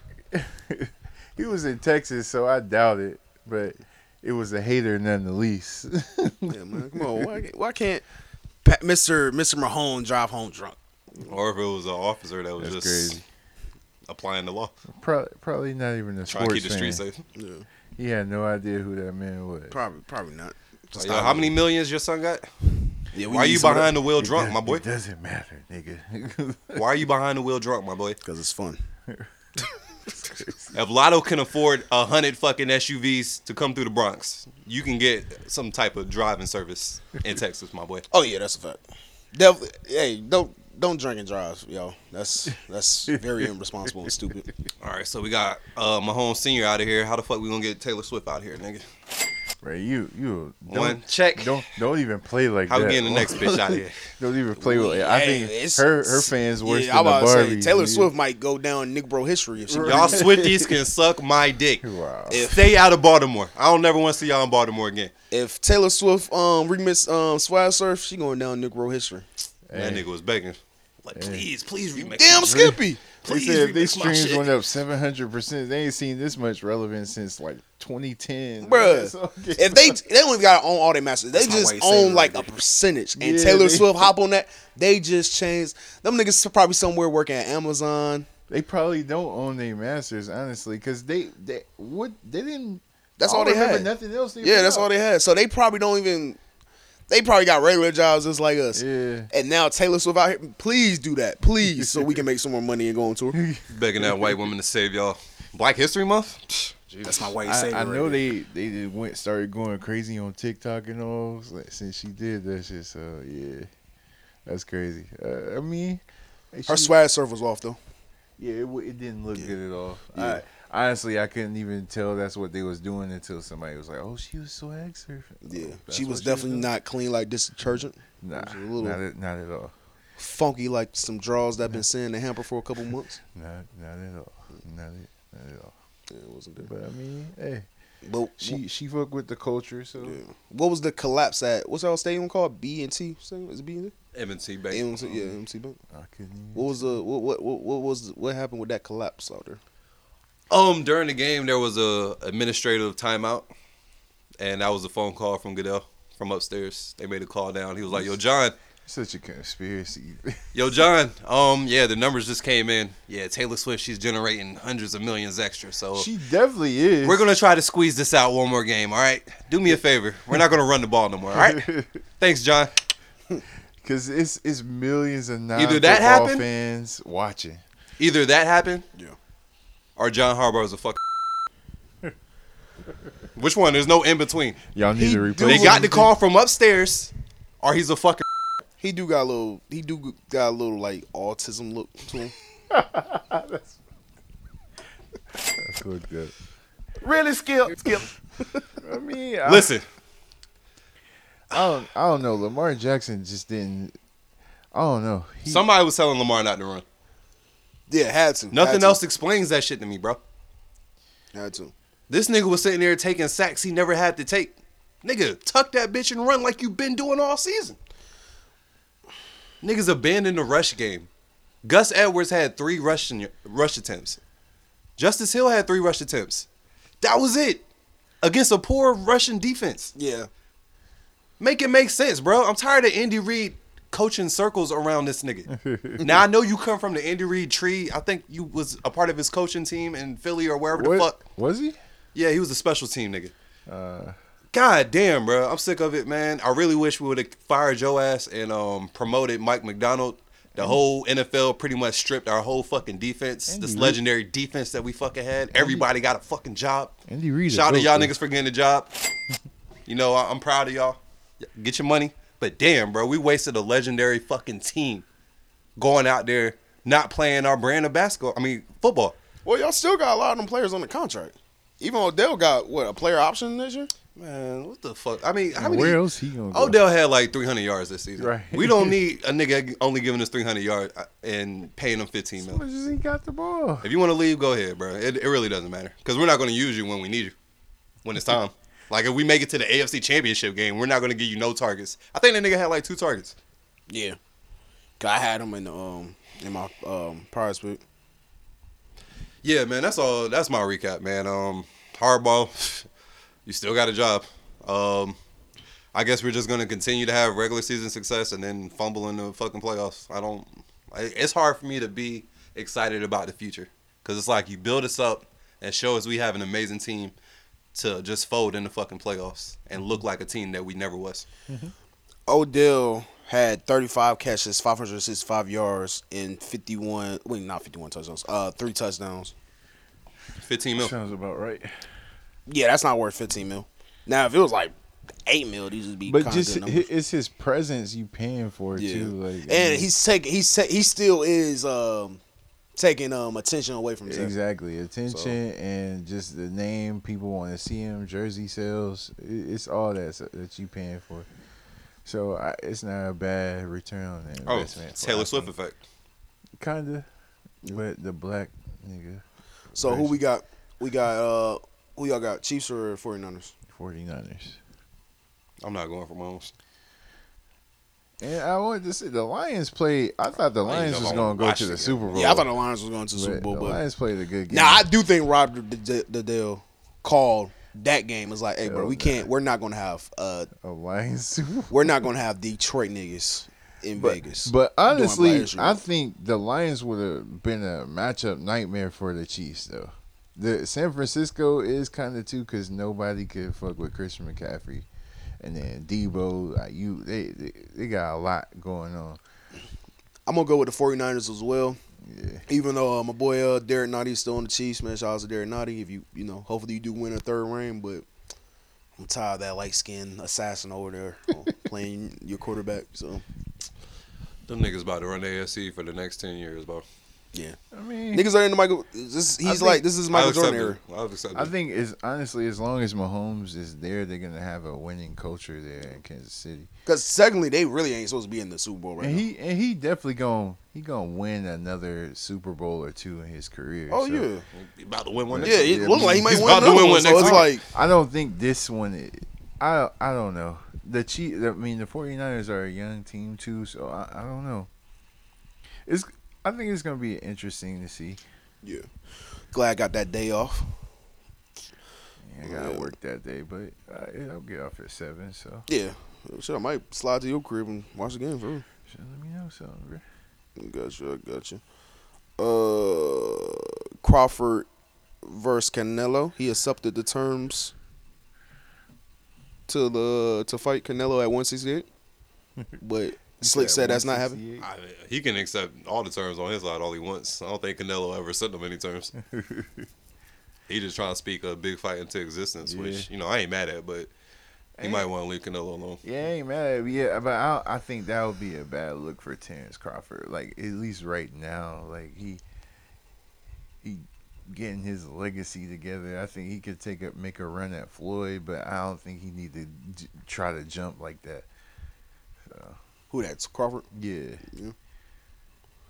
[SPEAKER 5] he was in Texas, so I doubt it, but it was a hater none the least.
[SPEAKER 25] Yeah, man. Come on, why, why can't Pat, Mr. Mr. Mahomes drive home drunk?
[SPEAKER 1] Or if it was an officer that was
[SPEAKER 5] That's
[SPEAKER 1] just
[SPEAKER 5] crazy.
[SPEAKER 1] applying the law.
[SPEAKER 5] probably, probably not even a
[SPEAKER 1] Trying
[SPEAKER 5] sports
[SPEAKER 1] to keep the
[SPEAKER 5] fan.
[SPEAKER 1] streets safe.
[SPEAKER 5] He had no idea who that man was.
[SPEAKER 25] Probably, probably not.
[SPEAKER 1] Like, yo, how many millions your son got?
[SPEAKER 25] Yeah, we
[SPEAKER 1] Why are
[SPEAKER 25] need
[SPEAKER 1] you
[SPEAKER 25] some of
[SPEAKER 1] behind
[SPEAKER 25] that.
[SPEAKER 1] the wheel
[SPEAKER 25] It
[SPEAKER 1] drunk,
[SPEAKER 25] does-
[SPEAKER 1] my boy?
[SPEAKER 25] it
[SPEAKER 5] doesn't matter, nigga.
[SPEAKER 1] Why are you behind the wheel drunk, my boy?
[SPEAKER 25] Because it's fun.
[SPEAKER 1] If Lotto can afford a hundred fucking SUVs to come through the Bronx, you can get some type of driving service in Texas, my boy.
[SPEAKER 6] Oh yeah, that's a fact. Definitely. Hey, don't don't drink and drive, yo. That's that's very irresponsible and stupid.
[SPEAKER 1] All right, so we got uh, Mahomes Senior out of here. How the fuck we gonna get Taylor Swift out of here, nigga?
[SPEAKER 5] Right, you you don't,
[SPEAKER 1] One check.
[SPEAKER 5] Don't don't even play like
[SPEAKER 1] How we
[SPEAKER 5] that.
[SPEAKER 1] getting the next bitch outta here?
[SPEAKER 5] Don't even play with. it. I
[SPEAKER 6] Hey,
[SPEAKER 5] think
[SPEAKER 6] it's-
[SPEAKER 5] her her fans worse
[SPEAKER 6] yeah, I
[SPEAKER 5] than the
[SPEAKER 6] was about to
[SPEAKER 5] Barbie.
[SPEAKER 6] say Taylor Swift might go down Nick Bro history if she
[SPEAKER 1] Y'all Swifties can suck my dick. Stay out of Baltimore. I don't never want to see y'all in Baltimore again.
[SPEAKER 6] If Taylor Swift um remix um Swag Surf, she going down Nick Bro history.
[SPEAKER 1] That nigga was begging. Like, please, please remix.
[SPEAKER 6] Damn
[SPEAKER 1] my shit.
[SPEAKER 6] Skippy.
[SPEAKER 5] They
[SPEAKER 1] Please
[SPEAKER 5] said if these
[SPEAKER 1] remix my
[SPEAKER 5] streams
[SPEAKER 1] shit.
[SPEAKER 5] went up seven hundred percent. They ain't seen this much relevance since like twenty ten,
[SPEAKER 6] Bruh, if they they don't even gotta own all their masters, they
[SPEAKER 5] That's my
[SPEAKER 6] just
[SPEAKER 5] way of saying
[SPEAKER 6] own
[SPEAKER 5] it
[SPEAKER 6] like a percentage. And
[SPEAKER 5] Yeah,
[SPEAKER 6] Taylor
[SPEAKER 5] they-
[SPEAKER 6] Swift hop on that, they just changed. Them niggas probably somewhere working at Amazon.
[SPEAKER 5] They probably don't own their masters, honestly, because they they what they didn't.
[SPEAKER 6] That's
[SPEAKER 5] I
[SPEAKER 6] all
[SPEAKER 5] don't
[SPEAKER 6] they
[SPEAKER 5] remember
[SPEAKER 6] had.
[SPEAKER 5] Nothing else. They
[SPEAKER 6] Yeah,
[SPEAKER 5] put
[SPEAKER 6] that's
[SPEAKER 5] out.
[SPEAKER 6] all they had. So they probably don't even. They probably got regular jobs just like us.
[SPEAKER 5] Yeah.
[SPEAKER 6] And now Taylor Swift out here, please do that, please, so we can make some more money and go on tour.
[SPEAKER 1] Begging that white woman to save y'all. Black History Month? Psh,
[SPEAKER 6] That's my white
[SPEAKER 5] I, I know they they did went started going crazy on TikTok and all like, since she did that shit. So yeah, that's crazy. Uh, I mean,
[SPEAKER 6] Her swag surf was off though.
[SPEAKER 5] Yeah, it, wa- it didn't look good at all. I, honestly, I couldn't even tell that's what they was doing until somebody was like, "Oh, she was swag surfing."
[SPEAKER 6] Yeah,
[SPEAKER 5] That's
[SPEAKER 6] she
[SPEAKER 5] what
[SPEAKER 6] was definitely
[SPEAKER 5] doing.
[SPEAKER 6] not clean like this detergent.
[SPEAKER 5] Nah,
[SPEAKER 6] It was a little
[SPEAKER 5] not at, not at all.
[SPEAKER 6] funky like some draws that been sitting in the hamper for a couple months.
[SPEAKER 5] Not not at all. Not at, not at all.
[SPEAKER 6] Yeah, it wasn't good.
[SPEAKER 5] But I mean, hey,
[SPEAKER 6] But
[SPEAKER 5] she she fuck with the culture, so
[SPEAKER 6] what was the collapse at? What's our stadium called? B and T. Is it B and T?
[SPEAKER 1] M&T Bank.
[SPEAKER 6] MT, yeah, MT Bank.
[SPEAKER 5] I couldn't. Even
[SPEAKER 6] What was the what what what, what was what happened with that collapse out there?
[SPEAKER 1] Um, during the game, there was a administrative timeout, and that was a phone call from Goodell from upstairs. They made a call down. He was like, "Yo, John,
[SPEAKER 5] such a conspiracy.
[SPEAKER 1] yo, John. Um, yeah, the numbers just came in. Yeah, Taylor Swift, she's generating hundreds of millions extra. So
[SPEAKER 5] she definitely is.
[SPEAKER 1] we're gonna try to squeeze this out one more game. All right, do me a favor. We're not gonna run the ball no more. All right, thanks, John.
[SPEAKER 5] Cause it's it's millions of non
[SPEAKER 1] Either that
[SPEAKER 5] football
[SPEAKER 1] happened-
[SPEAKER 5] fans watching.
[SPEAKER 1] Either that happened, yeah, or John Harbaugh is a fuck. Which one? There's no in between.
[SPEAKER 5] Y'all need to replace.
[SPEAKER 1] They got the
[SPEAKER 5] him.
[SPEAKER 1] call from upstairs, or he's a fucking.
[SPEAKER 6] He do got a little. He do got a little like autism look to him.
[SPEAKER 5] That's looked up.
[SPEAKER 8] Really, Skip? Skip.
[SPEAKER 5] I mean, I-
[SPEAKER 1] Listen,
[SPEAKER 5] I don't I don't know. Lamar Jackson just didn't. I don't know. He,
[SPEAKER 1] somebody was telling Lamar not to run.
[SPEAKER 6] Yeah, had to.
[SPEAKER 1] Nothing
[SPEAKER 6] had
[SPEAKER 1] else explains that shit to me, bro.
[SPEAKER 6] To, had to.
[SPEAKER 1] This nigga was sitting there taking sacks he never had to take. Nigga, tuck that bitch and run like you been doing all season. Niggas abandoned the rush game. Gus Edwards had three rush, rush attempts. Justice Hill had three rush attempts. That was it. Against a poor Russian defense.
[SPEAKER 6] Yeah.
[SPEAKER 1] Make it make sense, bro. I'm tired of Andy Reid coaching circles around this nigga. now I know you come from the Andy Reid tree. I think you was a part of his coaching team in Philly or wherever the
[SPEAKER 5] What-
[SPEAKER 1] fuck.
[SPEAKER 5] was he?
[SPEAKER 1] Yeah, he was a special team nigga.
[SPEAKER 5] Uh,
[SPEAKER 1] God damn, bro. I'm sick of it, man. I really wish we would have fired your ass and um, promoted Mike McDonald. The whole NFL pretty much stripped our whole fucking defense,
[SPEAKER 15] Mm. Andy
[SPEAKER 1] this
[SPEAKER 15] Reid-
[SPEAKER 1] legendary defense that we fucking had. Everybody got a fucking job.
[SPEAKER 15] Andy Reid. a
[SPEAKER 1] Shout out to
[SPEAKER 15] goat,
[SPEAKER 1] y'all
[SPEAKER 15] bro.
[SPEAKER 1] niggas for getting a job. You know, I- I'm proud of y'all. Get your money. But damn, bro, we wasted a legendary fucking team going out there not playing our brand of basketball. I mean, football.
[SPEAKER 28] Well, y'all still got a lot of them players on the contract. Even Odell got what a player option this year.
[SPEAKER 1] Man, what the fuck? I mean, how many?
[SPEAKER 5] Where else he gonna go?
[SPEAKER 1] Odell had like 300 yards this season.
[SPEAKER 5] Right.
[SPEAKER 1] We don't need a nigga only giving us 300 yards uh, and paying him 15 mil.
[SPEAKER 5] much as he got the ball.
[SPEAKER 1] If you want to leave, go ahead, bro. It, it really doesn't matter because we're not going to use you when we need you, when it's time. like if we make it to the AFC Championship game, we're not going to give you no targets. I think that nigga had like two targets.
[SPEAKER 6] Yeah, Cause I had him in the um in my um prize pick.
[SPEAKER 1] Yeah, man. That's all. That's my recap, man. Um, Hardball, you still got a job. Um, I guess we're just gonna continue to have regular season success and then fumble in the fucking playoffs. I don't. I, it's hard for me to be excited about the future because it's like you build us up and show us we have an amazing team to just fold in the fucking playoffs and look like a team that we never was.
[SPEAKER 6] Odell had 35 catches, 565 yards, and 51. Wait, not 51 touchdowns. Uh, three touchdowns.
[SPEAKER 1] 15 mil.
[SPEAKER 6] Sounds
[SPEAKER 5] about right.
[SPEAKER 6] Yeah, that's not worth 15 mil. Now, if it was like eight mil, these would be.
[SPEAKER 5] But
[SPEAKER 6] kinda
[SPEAKER 5] just
[SPEAKER 6] good
[SPEAKER 5] hi-
[SPEAKER 6] numbers.
[SPEAKER 5] it's his presence you paying for
[SPEAKER 6] Yeah.
[SPEAKER 5] too. Like I mean,
[SPEAKER 6] and he's taking. He's ta- he still is um taking um attention away from Zach.
[SPEAKER 5] exactly attention and just the name people want to see him, jersey sales. i- It's all that s- that you paying for. So I, it's not a bad return on the
[SPEAKER 1] Oh,
[SPEAKER 5] investment. for
[SPEAKER 1] Taylor
[SPEAKER 5] us.
[SPEAKER 1] Swift effect.
[SPEAKER 5] kinda, but the black nigga.
[SPEAKER 6] So who we got? We got uh who y'all got? Chiefs or 49ers?
[SPEAKER 5] 49ers.
[SPEAKER 1] I'm not going for Mahomes.
[SPEAKER 5] And I wanted to see the Lions play. I thought the
[SPEAKER 6] I ain't
[SPEAKER 5] Lions
[SPEAKER 6] know
[SPEAKER 5] was
[SPEAKER 6] if I
[SPEAKER 5] going
[SPEAKER 6] wanna
[SPEAKER 5] to go
[SPEAKER 6] watch
[SPEAKER 5] to
[SPEAKER 6] the
[SPEAKER 5] the
[SPEAKER 6] game.
[SPEAKER 5] Super Bowl.
[SPEAKER 6] Yeah, I thought the Lions was going to the Super Bowl,
[SPEAKER 5] The
[SPEAKER 6] but-
[SPEAKER 5] Lions played a good game.
[SPEAKER 6] Now I do think Rob D- D- Goodell called that game. It's like, hey, bro,
[SPEAKER 5] Oh,
[SPEAKER 6] we can't. We're not gonna have uh,
[SPEAKER 5] a Lions.
[SPEAKER 6] we're not gonna have Detroit niggas in Vegas.
[SPEAKER 5] But
[SPEAKER 6] doing
[SPEAKER 5] honestly,
[SPEAKER 6] players'
[SPEAKER 5] I
[SPEAKER 6] rule.
[SPEAKER 5] think the Lions would have been a matchup nightmare for the Chiefs, though. The San Francisco is kind of too because nobody could fuck with Christian McCaffrey, and then Debo. Like you, they, they they got a lot going on.
[SPEAKER 6] I'm gonna go with the 49ers as well. Even though uh, my boy uh, Derek Naughty is still on the Chiefs, man. Shout out to Derek Naughty. If you you know, hopefully you do win a third ring, but I'm tired of that light skinned assassin over there uh, playing your quarterback. So
[SPEAKER 1] Them niggas about to run the AFC for the next 10 years, bro.
[SPEAKER 6] Yeah.
[SPEAKER 5] I mean,
[SPEAKER 6] niggas are in the Michael. This, he's
[SPEAKER 5] I think-
[SPEAKER 6] like this is Michael Jordan era.
[SPEAKER 5] I think is honestly, as long as Mahomes is there, they're gonna have a winning culture there in Kansas City.
[SPEAKER 6] Because secondly, they really ain't supposed to be in the Super Bowl right
[SPEAKER 5] and
[SPEAKER 6] now.
[SPEAKER 5] he and he definitely going he gonna win another Super Bowl or two in his career.
[SPEAKER 6] Oh,
[SPEAKER 5] so-
[SPEAKER 6] yeah.
[SPEAKER 1] He about to win one
[SPEAKER 5] But-
[SPEAKER 1] next week. He's
[SPEAKER 5] but-
[SPEAKER 1] about to win one next week.
[SPEAKER 5] I don't think this one. i- I I don't know. The Chief, I mean, the 49ers are a young team too, so I, I don't know. It's I think it's gonna be interesting to see.
[SPEAKER 6] Yeah, glad I got that day off.
[SPEAKER 5] I gotta work that day, but I, I'll get off at seven. So
[SPEAKER 6] Yeah. Shit, I might slide to your crib and watch the game for real.
[SPEAKER 5] Shit, let me know something, bro.
[SPEAKER 6] Gotcha, I gotcha. Uh, Crawford versus Canelo. He accepted the terms to the to fight Canelo at 168, but Slick said that's not happening.
[SPEAKER 1] I,
[SPEAKER 5] uh,
[SPEAKER 1] he can accept all the terms on his side all he wants. I don't think Canelo ever sent him any terms. he just trying to speak a big fight into existence, which
[SPEAKER 5] Yeah.
[SPEAKER 1] you know I ain't mad at, but he
[SPEAKER 5] Ain't-
[SPEAKER 1] might want to leave Canelo alone.
[SPEAKER 5] Yeah, I ain't mad. Yeah, but I, I think that would be a bad look for Terrence Crawford. Like at least right now, like he he getting his legacy together. I think he could take a make a run at Floyd, but I don't think he need to j- try to jump like that. So.
[SPEAKER 6] Who that's Crawford?
[SPEAKER 5] Yeah.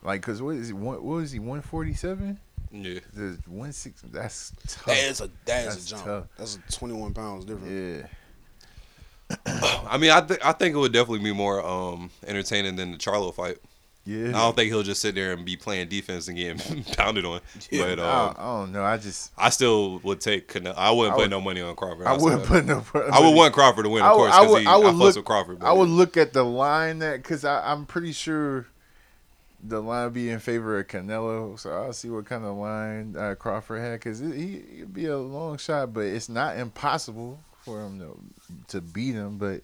[SPEAKER 5] Like, cause what is he? One, what was he? One forty seven.
[SPEAKER 1] Yeah.
[SPEAKER 5] The one six. That's tough.
[SPEAKER 6] That is a that is
[SPEAKER 5] That's
[SPEAKER 6] a jump.
[SPEAKER 5] tough.
[SPEAKER 6] That's a 21 pounds different.
[SPEAKER 5] Yeah.
[SPEAKER 1] I mean, I think I think it would definitely be more um, entertaining than the Charlo fight.
[SPEAKER 5] Yeah.
[SPEAKER 1] I don't think he'll just sit there and be playing defense and getting pounded on. But
[SPEAKER 5] I,
[SPEAKER 1] um,
[SPEAKER 5] I don't know. I just
[SPEAKER 1] I still would take Canelo. I wouldn't
[SPEAKER 5] I
[SPEAKER 1] put
[SPEAKER 5] would-
[SPEAKER 1] no money on Crawford.
[SPEAKER 5] I
[SPEAKER 1] I'll say
[SPEAKER 5] wouldn't
[SPEAKER 1] that.
[SPEAKER 5] put no. put-
[SPEAKER 1] I would want Crawford to win,
[SPEAKER 5] I
[SPEAKER 1] of
[SPEAKER 5] would-
[SPEAKER 1] course, because I, I, fucks
[SPEAKER 5] look,
[SPEAKER 1] with Crawford.
[SPEAKER 5] I would look at the line that because I'm pretty sure the line would be in favor of Canelo. So I'll see what kind of line uh, Crawford had because it, he, it'd be a long shot, but it's not impossible for him to to beat him, but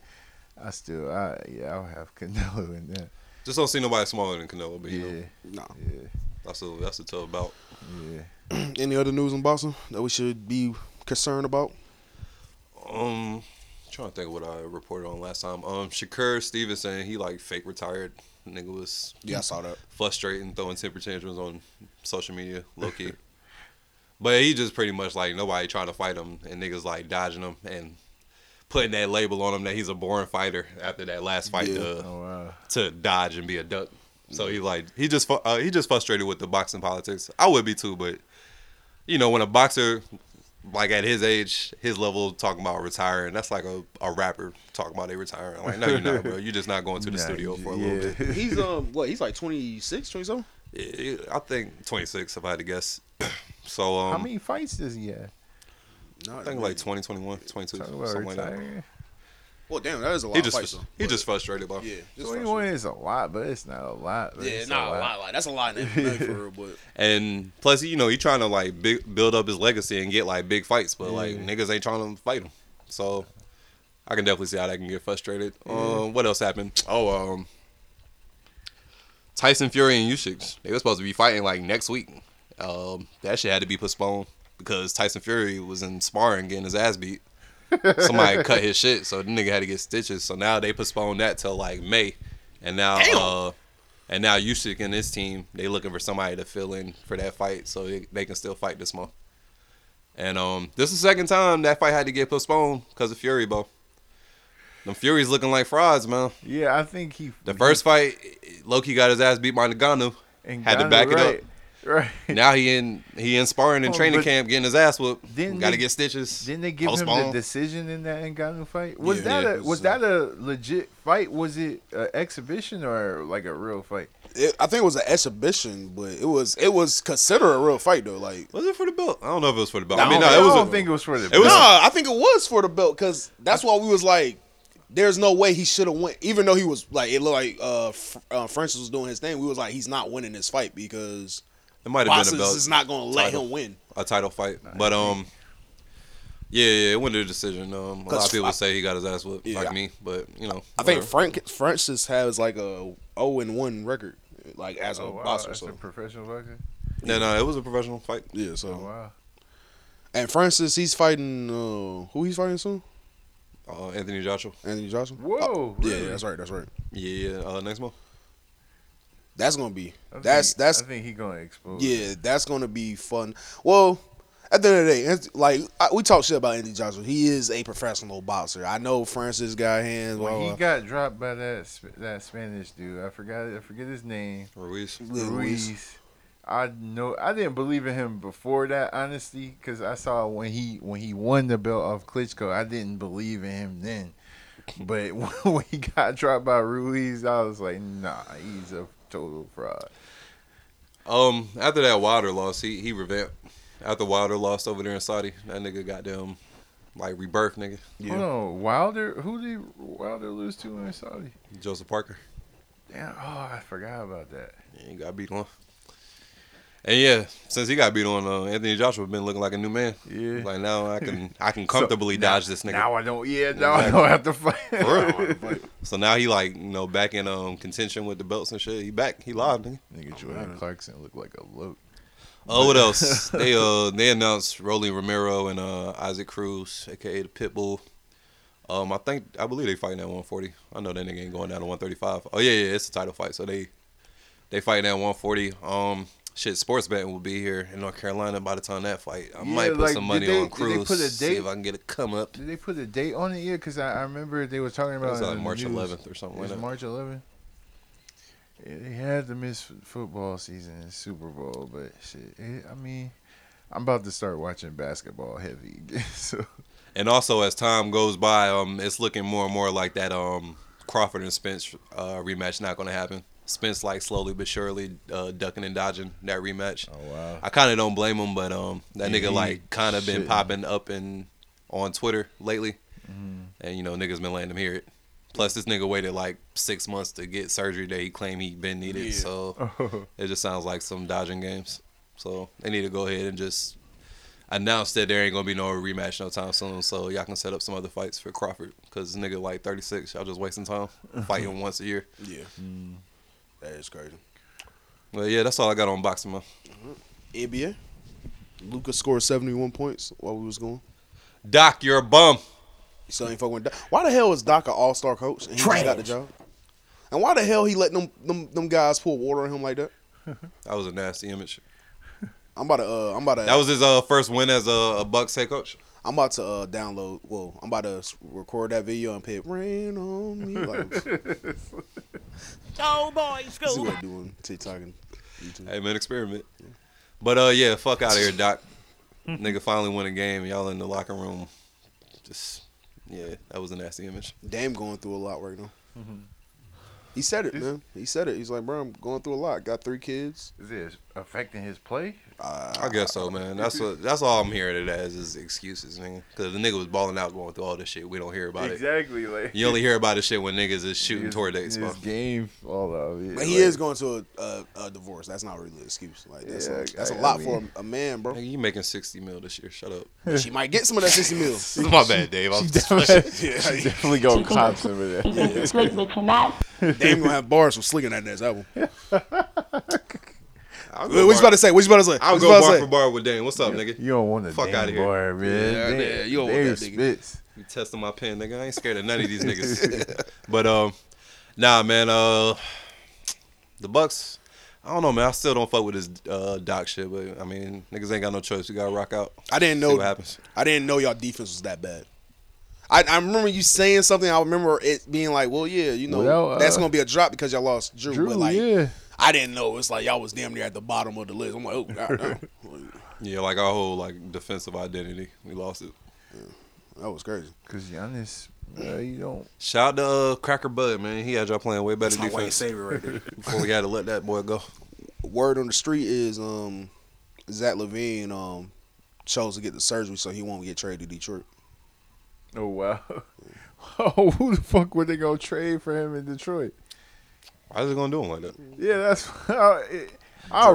[SPEAKER 5] I still, I yeah, I'll have Canelo in that.
[SPEAKER 1] Just don't see nobody smaller than Canelo. But you
[SPEAKER 5] know, no,
[SPEAKER 1] that's a that's a tough bout.
[SPEAKER 5] Yeah.
[SPEAKER 29] Any other news in Boston that we should be concerned about?
[SPEAKER 1] Um, trying to think what I reported on last time. Um, Shakur Stevenson, he like fake retired. Nigga was
[SPEAKER 29] Yeah, I saw that.
[SPEAKER 1] Frustrating, throwing temper tantrums on social media, low key. but he just pretty much like nobody trying to fight him, and niggas like dodging him and putting that label on him that he's a boring fighter after that last fight uh,
[SPEAKER 5] Yeah.
[SPEAKER 1] to to dodge and be a duck. So he like he just fu- uh, he just frustrated with the boxing politics. I would be too, but you know when a boxer like at his age, his level talking about retiring, that's like a, a rapper talking about they retiring. Like no, you're not, bro. You're just not going to the
[SPEAKER 29] Nah,
[SPEAKER 1] studio for a
[SPEAKER 29] yeah.
[SPEAKER 1] little bit.
[SPEAKER 29] He's um what? He's like 26, 27?
[SPEAKER 1] Yeah, I think 26 if I had to guess. So um,
[SPEAKER 5] How many fights does he have?
[SPEAKER 1] I think like 20, 21, 22,
[SPEAKER 5] Talk
[SPEAKER 1] something
[SPEAKER 5] about
[SPEAKER 1] like that.
[SPEAKER 5] retiring.
[SPEAKER 29] Well, damn, that is a lot
[SPEAKER 1] He
[SPEAKER 29] of
[SPEAKER 1] just
[SPEAKER 29] fights. though.
[SPEAKER 1] he just frustrated, bro.
[SPEAKER 29] Yeah, just
[SPEAKER 5] Twenty one is a lot, but it's not a lot. but
[SPEAKER 6] Yeah,
[SPEAKER 5] it's
[SPEAKER 6] nah, a lot, like, that's a lot in MMA for real, but-
[SPEAKER 1] And plus, you know, he trying to like big, build up his legacy and get like big fights, but like
[SPEAKER 5] Yeah.
[SPEAKER 1] niggas ain't trying to fight him. So I can definitely see how that can get frustrated.
[SPEAKER 5] Yeah.
[SPEAKER 1] Um, what else happened? Oh, um, Tyson Fury and Usyk. They were supposed to be fighting like next week. Um, that shit had to be postponed because Tyson Fury was in sparring getting his ass beat. Somebody cut his shit, so the nigga had to get stitches. So now they postponed that till like May, and now uh, and now Usyk and his team they looking for somebody to fill in for that fight, so they, they can still fight this month. And um, this is the second time that fight had to get postponed because of Fury, bro. Them Fury's looking like frauds, man.
[SPEAKER 5] Yeah, I think he
[SPEAKER 1] The first fight, Loki got his ass beat by Nagano.
[SPEAKER 5] And
[SPEAKER 1] Had to
[SPEAKER 5] Ngannou,
[SPEAKER 1] back
[SPEAKER 5] right,
[SPEAKER 1] it up.
[SPEAKER 5] right.
[SPEAKER 1] Now he in he in sparring and
[SPEAKER 5] Oh,
[SPEAKER 1] training
[SPEAKER 5] but
[SPEAKER 1] camp getting his ass whooped.
[SPEAKER 5] didn't
[SPEAKER 1] Got to
[SPEAKER 5] they-
[SPEAKER 1] get stitches.
[SPEAKER 5] Didn't they give him the
[SPEAKER 1] Postpone.
[SPEAKER 5] decision in that Ngannou fight?
[SPEAKER 1] Yeah.
[SPEAKER 5] Was that
[SPEAKER 1] Yeah,
[SPEAKER 5] a
[SPEAKER 1] it
[SPEAKER 5] was,
[SPEAKER 1] was, uh,
[SPEAKER 5] that a legit fight? Was it an exhibition or like a real fight?
[SPEAKER 6] It, I think it was an exhibition, but it was it was considered a real fight though. Like
[SPEAKER 1] was it for the belt? I don't know if it was for the belt.
[SPEAKER 6] Nah,
[SPEAKER 1] I mean, no,
[SPEAKER 6] I don't-
[SPEAKER 1] it was.
[SPEAKER 6] I
[SPEAKER 1] a-
[SPEAKER 6] don't
[SPEAKER 5] think it was for the
[SPEAKER 1] It was.
[SPEAKER 6] nah, I think it was for the belt because that's why we was like, there's no way he should have went. Even though he was like, it looked like uh, Fr- uh Francis was doing his thing. We was like, he's not winning this fight because
[SPEAKER 1] It might have been a
[SPEAKER 6] Watson's
[SPEAKER 1] belt.
[SPEAKER 6] is not gonna let
[SPEAKER 1] title-
[SPEAKER 6] him win.
[SPEAKER 1] a title fight, but um, yeah, yeah, it went to the decision. Um, a lot
[SPEAKER 6] Cause
[SPEAKER 1] of people
[SPEAKER 6] I-
[SPEAKER 1] say he got his ass whooped,
[SPEAKER 6] Yeah,
[SPEAKER 1] like
[SPEAKER 6] I-
[SPEAKER 1] me, but you know,
[SPEAKER 6] I think
[SPEAKER 1] whatever.
[SPEAKER 6] Frank Francis has like a zero and one record, like as a
[SPEAKER 5] Oh, wow,
[SPEAKER 6] boxer.
[SPEAKER 5] that's
[SPEAKER 6] So.
[SPEAKER 5] a professional boxer.
[SPEAKER 1] No, no, it was a professional fight.
[SPEAKER 6] Yeah, so.
[SPEAKER 5] oh,
[SPEAKER 1] Mm-hmm.
[SPEAKER 5] wow.
[SPEAKER 6] And Francis, he's fighting uh, who he's fighting soon?
[SPEAKER 1] Uh, Anthony Joshua.
[SPEAKER 6] Anthony Joshua. Uh,
[SPEAKER 5] Whoa,
[SPEAKER 6] yeah,
[SPEAKER 5] really?
[SPEAKER 6] yeah, that's right. That's right.
[SPEAKER 1] Yeah, uh, next month.
[SPEAKER 6] That's gonna be.
[SPEAKER 5] I
[SPEAKER 6] that's
[SPEAKER 5] think-
[SPEAKER 6] that's
[SPEAKER 5] I think he gonna expose.
[SPEAKER 6] Yeah, that's gonna be fun. Well, at the end of the day, it's- like I, we talk shit about Andy Joshua. He is a professional boxer. I know Francis got hands. Blah,
[SPEAKER 5] When
[SPEAKER 6] blah.
[SPEAKER 5] he got dropped by that Sp- that Spanish dude, I forgot I forget his name.
[SPEAKER 1] Ruiz.
[SPEAKER 6] Ruiz.
[SPEAKER 5] Ruiz. I know I didn't believe in him before that, honestly, because I saw when he when he won the belt off Klitschko, I didn't believe in him then. But when he got dropped by Ruiz, I was like, nah, he's a total fraud.
[SPEAKER 1] Um, after that Wilder loss, he he revamped. After Wilder lost over there in Saudi, that nigga got them like rebirth, nigga.
[SPEAKER 5] Hold on, Wilder. Who did Wilder lose to in Saudi?
[SPEAKER 1] Joseph Parker.
[SPEAKER 5] Damn. Oh, I forgot about that.
[SPEAKER 1] Yeah, he got beat on. And yeah, since he got beat on, uh, Anthony Joshua been looking like a new man. Yeah. Like now I can I can
[SPEAKER 5] So,
[SPEAKER 1] comfortably dodge this nigga.
[SPEAKER 5] Now I don't. Yeah, now I don't have to fight.
[SPEAKER 1] For real. so now he like you know back in um contention with the belts and shit. He back. He live nigga.
[SPEAKER 5] Nigga Jordan Clarkson looked like a loke.
[SPEAKER 1] Oh, what else? they uh they announced Rolly Romero and uh Isaac Cruz, aka the Pitbull. Um, I think I believe they fighting at 140. I know that nigga ain't going down to 135. Oh yeah, yeah, it's a title fight. So they they fighting at 140. Um, shit, sports betting will be here in North Carolina by the time that fight. I might put
[SPEAKER 5] like,
[SPEAKER 1] some
[SPEAKER 5] did
[SPEAKER 1] money
[SPEAKER 5] they-
[SPEAKER 1] on
[SPEAKER 5] did they
[SPEAKER 1] Cruz.
[SPEAKER 5] put a
[SPEAKER 1] See
[SPEAKER 5] date?
[SPEAKER 1] if I can get a come up.
[SPEAKER 5] Did they put a date on it yet? Because I, I remember they were talking about
[SPEAKER 1] was
[SPEAKER 5] it
[SPEAKER 1] like
[SPEAKER 5] in the
[SPEAKER 1] March
[SPEAKER 5] news.
[SPEAKER 1] 11th or something
[SPEAKER 5] It
[SPEAKER 1] like
[SPEAKER 5] was
[SPEAKER 1] that.
[SPEAKER 5] March 11th. Yeah, they had to miss f- football season and Super Bowl, but shit. it- I mean, I'm about to start watching basketball heavy again. So
[SPEAKER 1] And also, as time goes by, um, it's looking more and more like that um Crawford and Spence uh, rematch not going to happen. Spence like slowly but surely uh, ducking and dodging that rematch. Oh
[SPEAKER 5] wow!
[SPEAKER 1] I kind of don't blame him, but um, that
[SPEAKER 5] Yeah,
[SPEAKER 1] nigga
[SPEAKER 5] he
[SPEAKER 1] like kind of been
[SPEAKER 5] shouldn't.
[SPEAKER 1] popping up and on Twitter lately, and you know niggas been letting him hear it. Plus, this nigga waited like six months to get surgery that he claimed he been needed.
[SPEAKER 5] Yeah.
[SPEAKER 1] So it just sounds like some dodging games. So they need to go ahead and just announced that there ain't gonna be no rematch no time soon, so y'all can set up some other fights for Crawford because nigga like 36, y'all just wasting time fighting once a year.
[SPEAKER 6] Yeah,
[SPEAKER 5] Mm.
[SPEAKER 6] that is crazy.
[SPEAKER 1] Well, yeah, that's all I got on boxing, man.
[SPEAKER 6] NBA. Luca scored seventy one points while we was going.
[SPEAKER 1] Doc, you're a bum.
[SPEAKER 6] So ain't fucking with Doc. Why the hell is Doc an all star coach and he just got the job? And why the hell he let them them, them guys pour water on him like that?
[SPEAKER 1] That was a nasty image.
[SPEAKER 6] I'm about to. Uh, I'm about to.
[SPEAKER 1] That was his uh, first win as a, a Bucks head coach.
[SPEAKER 6] I'm about to uh, download. Well, I'm about to s- record that video and put "Rain on Me." Like,
[SPEAKER 4] Oh boy,
[SPEAKER 6] see what I'm doing TikTok and YouTube.
[SPEAKER 1] Hey man, experiment. But uh, yeah, fuck out of here, Doc. Nigga finally won a game. and Y'all in the locker room. Just yeah, that was a nasty image.
[SPEAKER 6] Dame going through a lot right now.
[SPEAKER 1] Mm-hmm.
[SPEAKER 6] He said it, man. He said it. He's like, bro, I'm going through a lot. Got three kids.
[SPEAKER 5] Is it affecting his play?
[SPEAKER 1] I guess so, man. That's what. That's all I'm hearing it as is excuses, nigga. Because the nigga was balling out, going through all this shit. We don't hear about it.
[SPEAKER 5] Exactly, like-
[SPEAKER 1] you only hear about this shit when niggas is shooting toward that spot.
[SPEAKER 5] game, all of it.
[SPEAKER 6] But he is going to a, a, a divorce. That's not really an excuse. Like that's
[SPEAKER 1] Yeah,
[SPEAKER 6] a, that's a
[SPEAKER 1] I- I
[SPEAKER 6] lot
[SPEAKER 1] mean-
[SPEAKER 6] for a, a man, bro.
[SPEAKER 1] You making sixty mil this year? Shut up.
[SPEAKER 6] She might get some of that sixty mil.
[SPEAKER 1] My bad, Dave. I was definitely-
[SPEAKER 6] Yeah.
[SPEAKER 1] she definitely gonna cop some of that.
[SPEAKER 6] Yeah, it's crazy. Dame gonna have bars from slinging that next album.
[SPEAKER 1] I'll
[SPEAKER 6] What- what you about to say? What you about to say?
[SPEAKER 1] I'll
[SPEAKER 6] What
[SPEAKER 1] go
[SPEAKER 6] you about to
[SPEAKER 1] bar
[SPEAKER 6] say?
[SPEAKER 1] for bar with Dame. What's up, nigga?
[SPEAKER 5] You don't want to
[SPEAKER 1] fuck
[SPEAKER 5] damn
[SPEAKER 1] out of here,
[SPEAKER 5] bar, man.
[SPEAKER 1] Yeah,
[SPEAKER 5] Damn-
[SPEAKER 1] yeah, you don't want
[SPEAKER 5] damn
[SPEAKER 1] that nigga. You testing my pen, nigga. I ain't scared of none of these niggas. but um, nah, man. Uh, the Bucks. I don't know, man. I still don't fuck with this uh, Doc shit, but I mean, niggas ain't got no choice. We gotta rock out.
[SPEAKER 6] I didn't
[SPEAKER 1] See
[SPEAKER 6] know.
[SPEAKER 1] what happens.
[SPEAKER 6] I didn't know y'all defense was that bad. I, I remember you saying something. I remember it being like, "Well, yeah, you know,
[SPEAKER 5] Well, uh,
[SPEAKER 6] that's gonna be a drop because y'all lost Drew."
[SPEAKER 5] Drew,
[SPEAKER 6] but like,
[SPEAKER 5] yeah.
[SPEAKER 6] I didn't know. It's like y'all was damn near at the bottom of the list. I'm like, "Oh, goddamn."
[SPEAKER 1] Yeah, like our whole like defensive identity, we lost it.
[SPEAKER 6] that was crazy.
[SPEAKER 5] Cause Giannis, uh, you don't.
[SPEAKER 1] Shout out to uh, Cracker Bud, man. He had y'all playing way better
[SPEAKER 6] That's my white
[SPEAKER 1] defense.
[SPEAKER 6] savior right there.
[SPEAKER 1] Before we had to let that boy go.
[SPEAKER 6] Word on the street is um, Zach Levine um chose to get the surgery so he won't get traded to Detroit.
[SPEAKER 5] Oh wow. Oh, who the fuck were they gonna trade for him in Detroit?
[SPEAKER 1] Why is it gonna do him like that?
[SPEAKER 5] Yeah, that's. I, I'll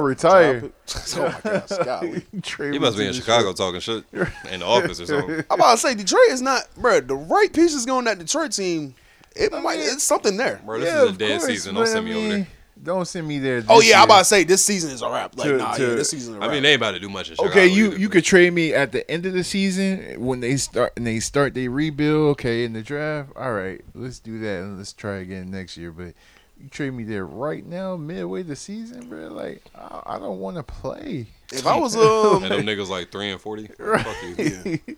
[SPEAKER 5] retire.
[SPEAKER 6] Oh my God, Scotty.
[SPEAKER 5] Trade
[SPEAKER 1] He
[SPEAKER 5] me
[SPEAKER 1] must be
[SPEAKER 5] to
[SPEAKER 1] in
[SPEAKER 5] Detroit.
[SPEAKER 1] Chicago talking shit in the office or something.
[SPEAKER 6] I'm about to say Detroit is not, bro. The right pieces going that Detroit team. It might, it's something there.
[SPEAKER 1] Bro, this is
[SPEAKER 5] Yeah,
[SPEAKER 1] a
[SPEAKER 5] of
[SPEAKER 1] dead
[SPEAKER 5] course,
[SPEAKER 1] season. Don't
[SPEAKER 5] but
[SPEAKER 1] send
[SPEAKER 5] I
[SPEAKER 1] me over there.
[SPEAKER 5] mean, Don't send me there.
[SPEAKER 6] Oh
[SPEAKER 5] this
[SPEAKER 6] yeah, I'm
[SPEAKER 5] year.
[SPEAKER 6] about to say this season is a wrap. Like,
[SPEAKER 5] To-
[SPEAKER 6] nah, yeah,
[SPEAKER 5] to-
[SPEAKER 6] this season is
[SPEAKER 1] I
[SPEAKER 6] a wrap.
[SPEAKER 1] mean, they ain't about to do much in Chicago.
[SPEAKER 5] Okay, you you could trade me at the end of the season when they start and they start they rebuild. Okay, in the draft. All right, let's do that and let's try again next year. But you trade me there right now, midway the season, bro. Like I, I don't want to play.
[SPEAKER 6] If I was, um,
[SPEAKER 1] and them niggas like three and forty. Fuck you.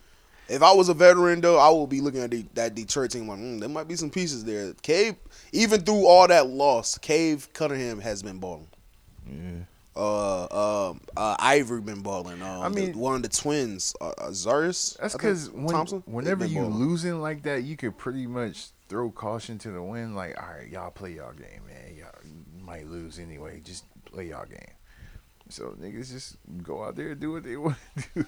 [SPEAKER 6] Yeah. if I was a veteran though, I would be looking at the, that Detroit team like, mm, there might be some pieces there. Cave, even through all that loss, Cave Cunningham has been balling.
[SPEAKER 5] yeah.
[SPEAKER 6] Uh, um, uh, Ivory been balling. Um,
[SPEAKER 5] I mean-
[SPEAKER 6] the, one of the twins, uh, uh, Zarius.
[SPEAKER 5] That's
[SPEAKER 6] I think,
[SPEAKER 5] because when,
[SPEAKER 6] Thompson, they've
[SPEAKER 5] whenever
[SPEAKER 6] been
[SPEAKER 5] you
[SPEAKER 6] balling.
[SPEAKER 5] losing like that, you could pretty much throw caution to the wind. Like, all right, y'all play y'all game, man. Y'all might lose anyway. Just play y'all game. So niggas just go out there and do what they want to do.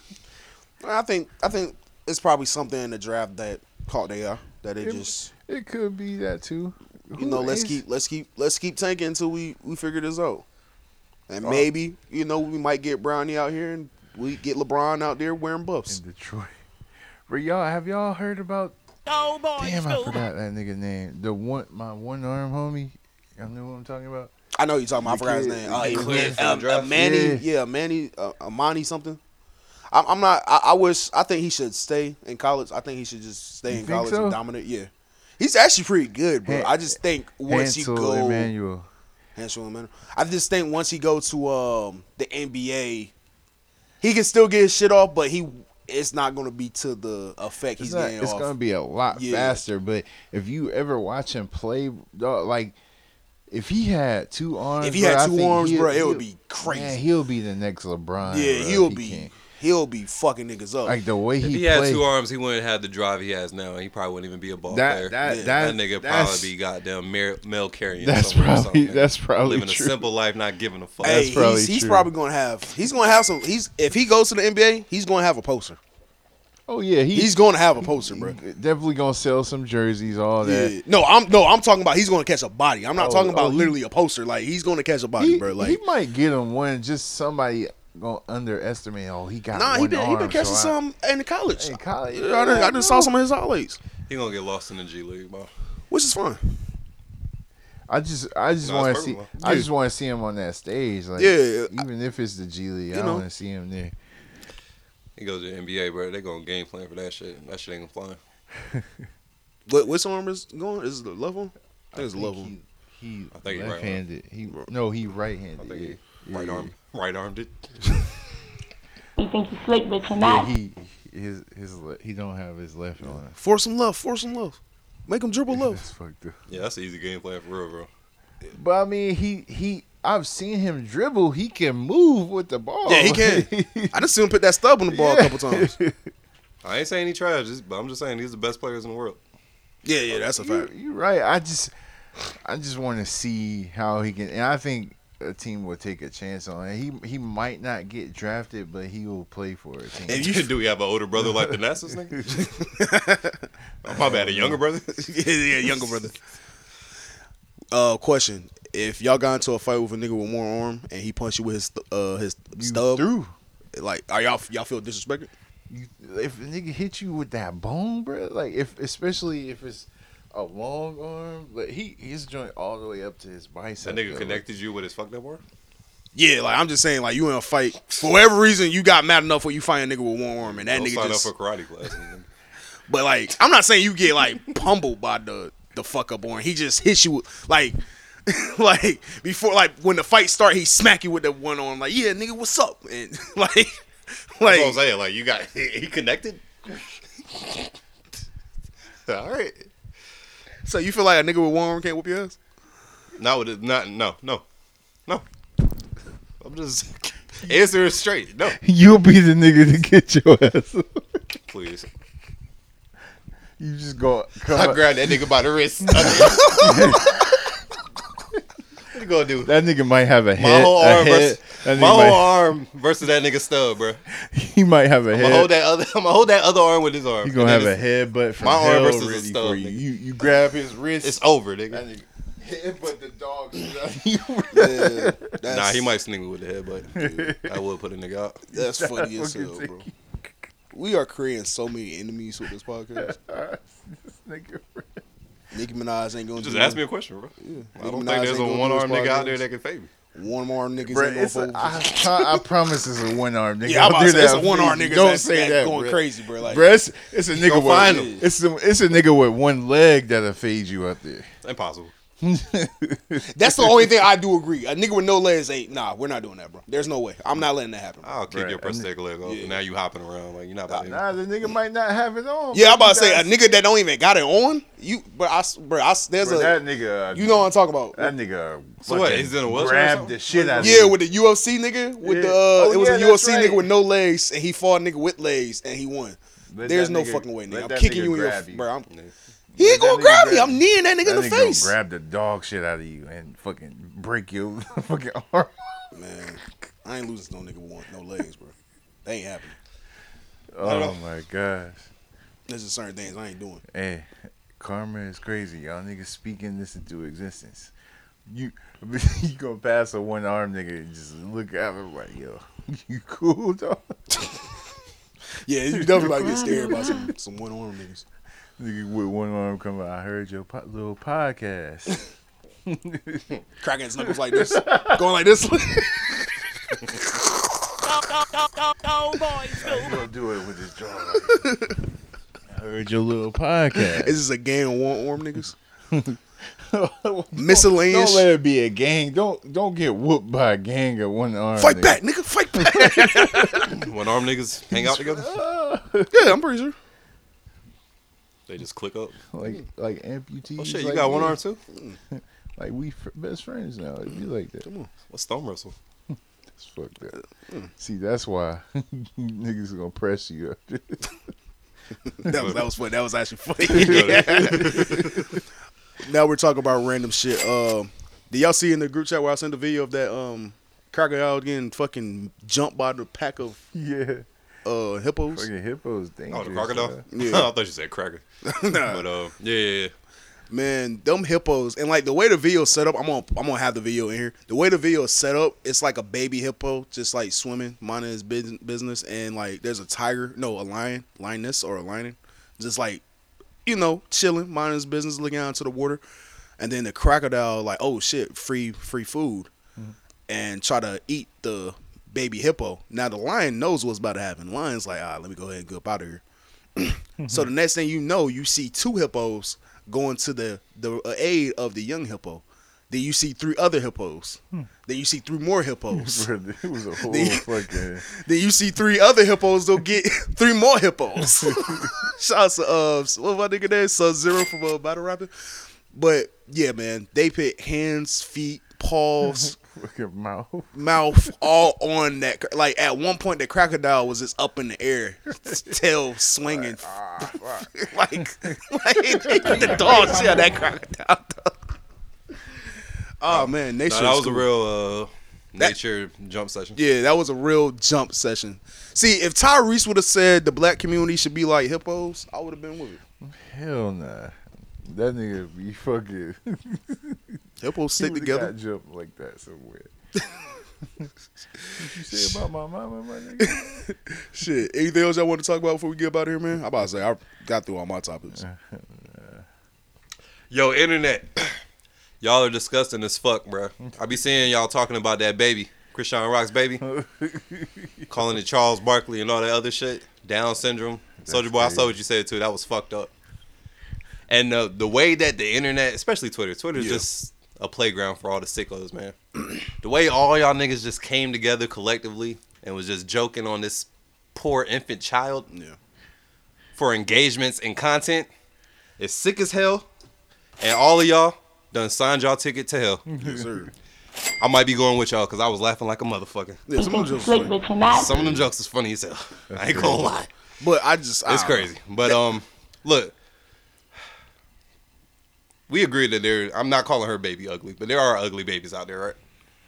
[SPEAKER 6] I think I think it's probably something in the draft that caught they are that it
[SPEAKER 5] It-
[SPEAKER 6] just
[SPEAKER 5] It could be that too.
[SPEAKER 6] you know
[SPEAKER 5] Who
[SPEAKER 6] let's
[SPEAKER 5] is-
[SPEAKER 6] keep let's keep let's keep tanking until we we figure this out and
[SPEAKER 5] Oh.
[SPEAKER 6] maybe you know we might get brownie out here and we get lebron out there wearing buffs
[SPEAKER 5] in detroit But y'all, have y'all heard about?
[SPEAKER 4] Oh boy,
[SPEAKER 5] Damn, I forgot that nigga name. The one, my one arm homie. Y'all know what I'm talking about?
[SPEAKER 6] i know you talking about i
[SPEAKER 5] The
[SPEAKER 6] forgot his
[SPEAKER 5] kid-
[SPEAKER 6] name
[SPEAKER 5] the
[SPEAKER 6] uh,
[SPEAKER 5] kid
[SPEAKER 6] yeah,
[SPEAKER 5] who-
[SPEAKER 6] um, uh, manny yeah, manny uh, amani something I'm, I'm not I, I wish i think he should stay in college i think he should just stay
[SPEAKER 5] You
[SPEAKER 6] in
[SPEAKER 5] think
[SPEAKER 6] college
[SPEAKER 5] so?
[SPEAKER 6] and dominate yeah he's actually pretty good bro
[SPEAKER 5] Han-
[SPEAKER 6] i just think once
[SPEAKER 5] Hansel
[SPEAKER 6] you go
[SPEAKER 5] Emmanuel.
[SPEAKER 6] Hansel Emmanuel. I just think once he go to um, the NBA, he can still get his shit off, but he it's not going to be to the effect
[SPEAKER 5] It's,
[SPEAKER 6] he's
[SPEAKER 5] not,
[SPEAKER 6] getting
[SPEAKER 5] it's
[SPEAKER 6] off.
[SPEAKER 5] gonna be a lot
[SPEAKER 6] Yeah.
[SPEAKER 5] faster. But if you ever watch him play, dog, like if he had two arms,
[SPEAKER 6] If he
[SPEAKER 5] bro,
[SPEAKER 6] had
[SPEAKER 5] I
[SPEAKER 6] two
[SPEAKER 5] think
[SPEAKER 6] arms,
[SPEAKER 5] he'll-
[SPEAKER 6] bro, it would
[SPEAKER 5] he'll-
[SPEAKER 6] be crazy.
[SPEAKER 5] Man, he'll be the next LeBron.
[SPEAKER 6] yeah,
[SPEAKER 5] bro,
[SPEAKER 6] he'll
[SPEAKER 5] if
[SPEAKER 6] be
[SPEAKER 5] he can.
[SPEAKER 6] he'll be fucking niggas up.
[SPEAKER 5] like the way
[SPEAKER 1] If
[SPEAKER 5] he,
[SPEAKER 1] he,
[SPEAKER 5] played.
[SPEAKER 1] had two arms, he wouldn't have the drive he has now, and he probably wouldn't even be a ball
[SPEAKER 5] That-
[SPEAKER 1] player.
[SPEAKER 5] that- Yeah.
[SPEAKER 1] that
[SPEAKER 5] that-
[SPEAKER 1] nigga
[SPEAKER 5] that's-
[SPEAKER 1] probably be goddamn mer- mail carrying.
[SPEAKER 5] That's
[SPEAKER 1] somewhere or
[SPEAKER 5] probably-
[SPEAKER 1] something.
[SPEAKER 5] that's probably
[SPEAKER 1] living
[SPEAKER 5] true.
[SPEAKER 1] a simple life, not giving a fuck.
[SPEAKER 6] hey, he's, he's probably going to have he's going to have some he's if he goes to the NBA, he's going to have a poster.
[SPEAKER 5] Oh yeah, he,
[SPEAKER 6] He's going to have a poster, bro.
[SPEAKER 5] definitely gonna sell some jerseys, all that.
[SPEAKER 6] Yeah. No, I'm no, I'm talking about he's going to catch a body. I'm not
[SPEAKER 5] Oh,
[SPEAKER 6] talking
[SPEAKER 5] oh,
[SPEAKER 6] about
[SPEAKER 5] he-
[SPEAKER 6] literally a poster. Like he's going to catch a body,
[SPEAKER 5] He,
[SPEAKER 6] bro. Like
[SPEAKER 5] he might get him one, just somebody gonna underestimate. Oh, he got
[SPEAKER 6] Nah, he
[SPEAKER 5] one
[SPEAKER 6] been he
[SPEAKER 5] arm,
[SPEAKER 6] been catching
[SPEAKER 5] so I-
[SPEAKER 6] some in college.
[SPEAKER 5] In college,
[SPEAKER 6] I, done- I just saw some of his highlights,
[SPEAKER 1] He gonna get lost in the G League, bro.
[SPEAKER 6] which is fine.
[SPEAKER 5] I just, I just
[SPEAKER 1] No, it's
[SPEAKER 5] want to see.
[SPEAKER 1] purple,
[SPEAKER 5] I
[SPEAKER 6] Yeah.
[SPEAKER 5] just want to see him on that stage. Like,
[SPEAKER 6] Yeah,
[SPEAKER 5] even if it's the G League,
[SPEAKER 6] you
[SPEAKER 5] I
[SPEAKER 6] know.
[SPEAKER 5] want to see him there.
[SPEAKER 1] He goes to the NBA, bro. They gonna game plan for that shit. That shit ain't gonna fly.
[SPEAKER 6] What which arm is going? Is it the left one? I think it's the left one.
[SPEAKER 5] He
[SPEAKER 1] I think he right
[SPEAKER 5] left-handed. He no, he
[SPEAKER 1] I
[SPEAKER 5] right-handed.
[SPEAKER 1] think
[SPEAKER 5] yeah.
[SPEAKER 1] he right arm, right armed it.
[SPEAKER 30] You think you slick, but you're
[SPEAKER 5] Yeah,
[SPEAKER 30] not.
[SPEAKER 5] he his his le- he don't have his left on.
[SPEAKER 6] Force him love. Force him love. Make him dribble
[SPEAKER 5] It's
[SPEAKER 6] love.
[SPEAKER 5] fucked up.
[SPEAKER 1] Yeah, that's an easy game plan for real, bro.
[SPEAKER 5] But I mean, he he. I've seen him dribble. He can move with the ball.
[SPEAKER 6] Yeah, he can. I just seen him put that stub on the ball a couple times.
[SPEAKER 1] I ain't saying he trash, just- but I'm just saying he's the best players in the world.
[SPEAKER 6] Yeah, yeah, that's a
[SPEAKER 5] you,
[SPEAKER 6] fact.
[SPEAKER 5] you're right. I just, I just want to see how he can. And I think a team will take a chance on it. He he might not get drafted, but he will play for a team.
[SPEAKER 1] And you do we have an older brother like the NASA's nigga? oh, my bad, a younger brother.
[SPEAKER 6] yeah, yeah, younger brother. Uh, question: If y'all got into a fight with a nigga with more arm and he punched you with his th- uh his stub,
[SPEAKER 5] through.
[SPEAKER 6] like are y'all y'all feel disrespected?
[SPEAKER 5] You, if a nigga hit you with that bone, bro, like if especially if it's a long arm, but he his joint all the way up to his bicep.
[SPEAKER 1] That nigga
[SPEAKER 5] though.
[SPEAKER 1] connected you with his fucked up arm.
[SPEAKER 6] Yeah, like I'm just saying, like you in a fight for whatever reason you got mad enough where you fight a nigga with one arm and that
[SPEAKER 1] Go
[SPEAKER 6] nigga
[SPEAKER 1] sign
[SPEAKER 6] just.
[SPEAKER 1] up for karate class. nigga.
[SPEAKER 6] But like I'm not saying you get like pummeled by the the fuck up arm. He just hits you with, like. like before, like when the fight start, he smack you with that one arm. Like, yeah, nigga, what's up? And like,
[SPEAKER 1] That's what I'm
[SPEAKER 6] like,
[SPEAKER 1] saying. Like you got he connected. All right.
[SPEAKER 6] so you feel like a nigga with one arm can't whoop your ass?
[SPEAKER 1] Not with it. Not no no no. I'm just answer it straight. No,
[SPEAKER 5] You'll be the nigga to get your ass.
[SPEAKER 1] please.
[SPEAKER 5] you just go. Come
[SPEAKER 1] I
[SPEAKER 5] up-
[SPEAKER 1] grabbed that nigga by the wrist. what you gonna do?
[SPEAKER 5] that nigga might have a
[SPEAKER 1] My
[SPEAKER 5] head.
[SPEAKER 1] whole
[SPEAKER 5] a
[SPEAKER 1] arm
[SPEAKER 5] head-
[SPEAKER 1] versus
[SPEAKER 5] that nigga
[SPEAKER 1] my whole
[SPEAKER 5] might-
[SPEAKER 1] arm versus that nigga stub, bro.
[SPEAKER 5] He might have a
[SPEAKER 1] I'm gonna hold
[SPEAKER 5] head.
[SPEAKER 1] that other. I'm gonna hold that other arm with his arm.
[SPEAKER 5] You gonna
[SPEAKER 1] And
[SPEAKER 5] have
[SPEAKER 1] then
[SPEAKER 5] a headbutt from
[SPEAKER 1] my arm
[SPEAKER 5] hell
[SPEAKER 1] versus a
[SPEAKER 5] ready
[SPEAKER 1] stub,
[SPEAKER 5] for you.
[SPEAKER 1] nigga.
[SPEAKER 5] You you grab his
[SPEAKER 1] It's,
[SPEAKER 5] wrist.
[SPEAKER 1] it's over, nigga.
[SPEAKER 5] nigga headbutt the dog.
[SPEAKER 1] Nah, he might sting me with the headbutt. Dude, I would put a nigga out.
[SPEAKER 6] That's funny as
[SPEAKER 5] fucking
[SPEAKER 6] hell, bro. We are creating so many enemies with this podcast.
[SPEAKER 5] This nigga.
[SPEAKER 6] Nicki Minaj ain't gonna
[SPEAKER 1] Just
[SPEAKER 6] do
[SPEAKER 1] ask me
[SPEAKER 6] nothing.
[SPEAKER 1] a question, bro. I
[SPEAKER 6] Nicki
[SPEAKER 1] don't
[SPEAKER 6] Minaj
[SPEAKER 1] think there's
[SPEAKER 6] ain't
[SPEAKER 1] a
[SPEAKER 6] gonna do
[SPEAKER 1] one arm
[SPEAKER 6] this
[SPEAKER 1] nigga out there
[SPEAKER 6] podcast.
[SPEAKER 1] that can fake me.
[SPEAKER 6] One more niggas
[SPEAKER 5] Bruh,
[SPEAKER 6] ain't
[SPEAKER 5] it's
[SPEAKER 6] gonna
[SPEAKER 5] a,
[SPEAKER 6] fuck
[SPEAKER 5] I,
[SPEAKER 6] with
[SPEAKER 5] I promise it's a one arm nigga.
[SPEAKER 6] Yeah, I'm about
[SPEAKER 5] Don't do
[SPEAKER 6] to say it's
[SPEAKER 5] that,
[SPEAKER 6] a one-arm
[SPEAKER 5] please.
[SPEAKER 6] nigga
[SPEAKER 5] Don't
[SPEAKER 6] that's-
[SPEAKER 5] say
[SPEAKER 6] that's
[SPEAKER 5] that.
[SPEAKER 6] going
[SPEAKER 5] bruh.
[SPEAKER 6] crazy, bruh, like-
[SPEAKER 5] Bruh, it's, it's a nigga
[SPEAKER 1] gonna find
[SPEAKER 5] with
[SPEAKER 1] him.
[SPEAKER 5] it's a, it's a nigga with one leg that'll fade you out there.
[SPEAKER 1] Impossible.
[SPEAKER 6] you. That's the only thing I do agree. A nigga with no legs ain't. Nah, we're not doing that, bro. There's no way. I'm not letting that happen.
[SPEAKER 1] I'll kick
[SPEAKER 5] Bruh,
[SPEAKER 1] your
[SPEAKER 5] a
[SPEAKER 1] prosthetic leg off.
[SPEAKER 6] Yeah.
[SPEAKER 1] Now you hopping around like you're not about to.
[SPEAKER 5] Nah, the nigga might not have it on.
[SPEAKER 6] Yeah, I'm about to
[SPEAKER 5] He
[SPEAKER 6] say a
[SPEAKER 5] does.
[SPEAKER 6] nigga that don't even got it on. You, but I, s- bruh, I s- there's
[SPEAKER 5] Bruh, that
[SPEAKER 6] a.
[SPEAKER 5] nigga. uh,
[SPEAKER 6] You know what I'm talking about?
[SPEAKER 5] that nigga. uh,
[SPEAKER 1] So what,
[SPEAKER 5] fucking
[SPEAKER 1] he's in a wheelchair or
[SPEAKER 5] Grabbed
[SPEAKER 1] something?
[SPEAKER 5] the shit out. of
[SPEAKER 6] yeah,
[SPEAKER 5] him.
[SPEAKER 6] with the UFC nigga, with the uh,
[SPEAKER 5] Yeah. Oh,
[SPEAKER 6] it was
[SPEAKER 5] yeah,
[SPEAKER 6] a
[SPEAKER 5] that's
[SPEAKER 6] UFC
[SPEAKER 5] right.
[SPEAKER 6] nigga with no legs, and he fought a nigga with legs, and he won.
[SPEAKER 5] Let
[SPEAKER 6] There's
[SPEAKER 5] that
[SPEAKER 6] no
[SPEAKER 5] nigga-
[SPEAKER 6] fucking way,
[SPEAKER 5] let
[SPEAKER 6] nigga. I'm
[SPEAKER 5] that
[SPEAKER 6] kicking
[SPEAKER 5] nigga
[SPEAKER 6] you in your,
[SPEAKER 5] grab you.
[SPEAKER 6] bro. I'm,
[SPEAKER 1] Nigga.
[SPEAKER 6] he ain't
[SPEAKER 5] Let
[SPEAKER 6] gonna
[SPEAKER 5] that nigga
[SPEAKER 6] grab me.
[SPEAKER 5] grab
[SPEAKER 6] I'm kneeing that nigga
[SPEAKER 5] That
[SPEAKER 6] in the
[SPEAKER 5] nigga gonna
[SPEAKER 6] face.
[SPEAKER 5] grab the dog shit out of you and fucking break your fucking arm.
[SPEAKER 6] Man, I ain't losing to no nigga with one- no legs, bro. That ain't happening.
[SPEAKER 5] Oh my gosh.
[SPEAKER 6] There's just certain things I ain't doing.
[SPEAKER 5] Hey, karma is crazy. Y'all niggas speaking this into existence. You you gonna pass a one arm nigga and just look at him like, yo, you cool dog?
[SPEAKER 6] Yeah, you definitely like get scared by some, some one arm niggas.
[SPEAKER 5] Nigga with one arm coming, I heard your po- little podcast.
[SPEAKER 6] Cracking his knuckles like this, going like this.
[SPEAKER 5] You gonna do it with his jaw. like, I heard your little podcast.
[SPEAKER 6] Is this a gang of one arm niggas?
[SPEAKER 5] Don't
[SPEAKER 6] Miscellaneous.
[SPEAKER 5] let it be a gang. Don't don't get whooped by a gang of one arm.
[SPEAKER 6] Fight
[SPEAKER 5] nigga.
[SPEAKER 6] back, nigga. Fight back.
[SPEAKER 1] One arm niggas hang out together.
[SPEAKER 6] yeah, I'm pretty sure.
[SPEAKER 1] They just click up.
[SPEAKER 5] Like like amputees.
[SPEAKER 1] Oh shit, you
[SPEAKER 5] like
[SPEAKER 1] got one
[SPEAKER 5] this.
[SPEAKER 1] arm too?
[SPEAKER 5] Like we fr- best friends now. It'd be like that.
[SPEAKER 1] What's thumb wrestle?
[SPEAKER 5] It's fucked up. See, that's why niggas gonna press you up.
[SPEAKER 6] That was, that was funny. That was actually funny. now we're talking about random shit. Um, did y'all see in the group chat where I sent a video of that um crocodile getting fucking jumped by the pack of
[SPEAKER 5] yeah,
[SPEAKER 6] uh hippos?
[SPEAKER 5] fucking hippos uh, dangerous.
[SPEAKER 1] Oh, the Oh, crocodile.
[SPEAKER 5] bruh.
[SPEAKER 1] I
[SPEAKER 6] Yeah.
[SPEAKER 1] thought you said cracker. But uh, yeah, yeah, yeah.
[SPEAKER 6] Man, them hippos and like the way the video is set up, I'm gonna I'm gonna have the video in here. The way the video is set up, it's like a baby hippo just like swimming, minding his bus- business, and like there's a tiger, no, a lion, lioness or a lion, just like you know chilling, minding his business, looking out into the water, and then the crocodile like oh shit, free free food, and try to eat the baby hippo. Now the lion knows what's about to happen. Lion's like ah, let me go ahead and get up out of here. so the next thing you know, you see two hippos going to the the uh, aid of the young hippo. Then you see three other hippos.
[SPEAKER 5] Hmm.
[SPEAKER 6] Then you see three more hippos.
[SPEAKER 5] Bro, it was a whole
[SPEAKER 6] Then-
[SPEAKER 5] fucking.
[SPEAKER 6] then you see three other hippos. They'll get three more hippos. Shouts to uh, what my nigga name? Sub Zero from uh, Battle Rapper. But yeah, man, they put hands, feet, paws,
[SPEAKER 5] Fucking mouth.
[SPEAKER 6] mouth all on that. cr- Like at one point, the crocodile was just up in the air, tail swinging.
[SPEAKER 1] ah,
[SPEAKER 6] like, like they put the dog shit on that crocodile. dog. oh man, they
[SPEAKER 1] Nah,
[SPEAKER 6] shit
[SPEAKER 1] that was
[SPEAKER 6] cool.
[SPEAKER 1] a real uh, nature jump session.
[SPEAKER 6] Yeah, that was a real jump session. See, if Tyrese would have said the black community should be like hippos, I would have been with it.
[SPEAKER 5] Hell nah. That nigga be fucking.
[SPEAKER 6] Hippos stick
[SPEAKER 5] He would've
[SPEAKER 6] together?
[SPEAKER 5] Got jumped like that somewhere. you say about my mama, my nigga?
[SPEAKER 6] Shit. Anything else y'all want to talk about before we get out of here, man? I'm about to say I got through all my topics.
[SPEAKER 1] Yo, internet, y'all are disgusting as fuck, bruh. I be seeing y'all talking about that baby, Krishan Rock's baby, calling it Charles Barkley and all that other shit, Down syndrome, Soldier Boy. I saw what you said too. That was fucked up. And uh, the way that the internet, especially Twitter, Twitter's just a playground for all the sickos, man. the way all y'all niggas just came together collectively and was just joking on this poor infant child for engagements and content is sick as hell. And all of y'all done signed y'all ticket to hell.
[SPEAKER 6] Yes, sir.
[SPEAKER 1] I might be going with y'all because I was laughing like a motherfucker.
[SPEAKER 6] Yeah, some of them jokes are
[SPEAKER 1] Some
[SPEAKER 6] funny.
[SPEAKER 1] of them jokes is funny. as hell. I ain't
[SPEAKER 6] crazy. Ah.
[SPEAKER 1] gonna lie.
[SPEAKER 6] But I just I
[SPEAKER 1] It's
[SPEAKER 6] don't
[SPEAKER 1] crazy. But um look. We agree that there I'm not calling her baby ugly, but there are ugly babies out there, right?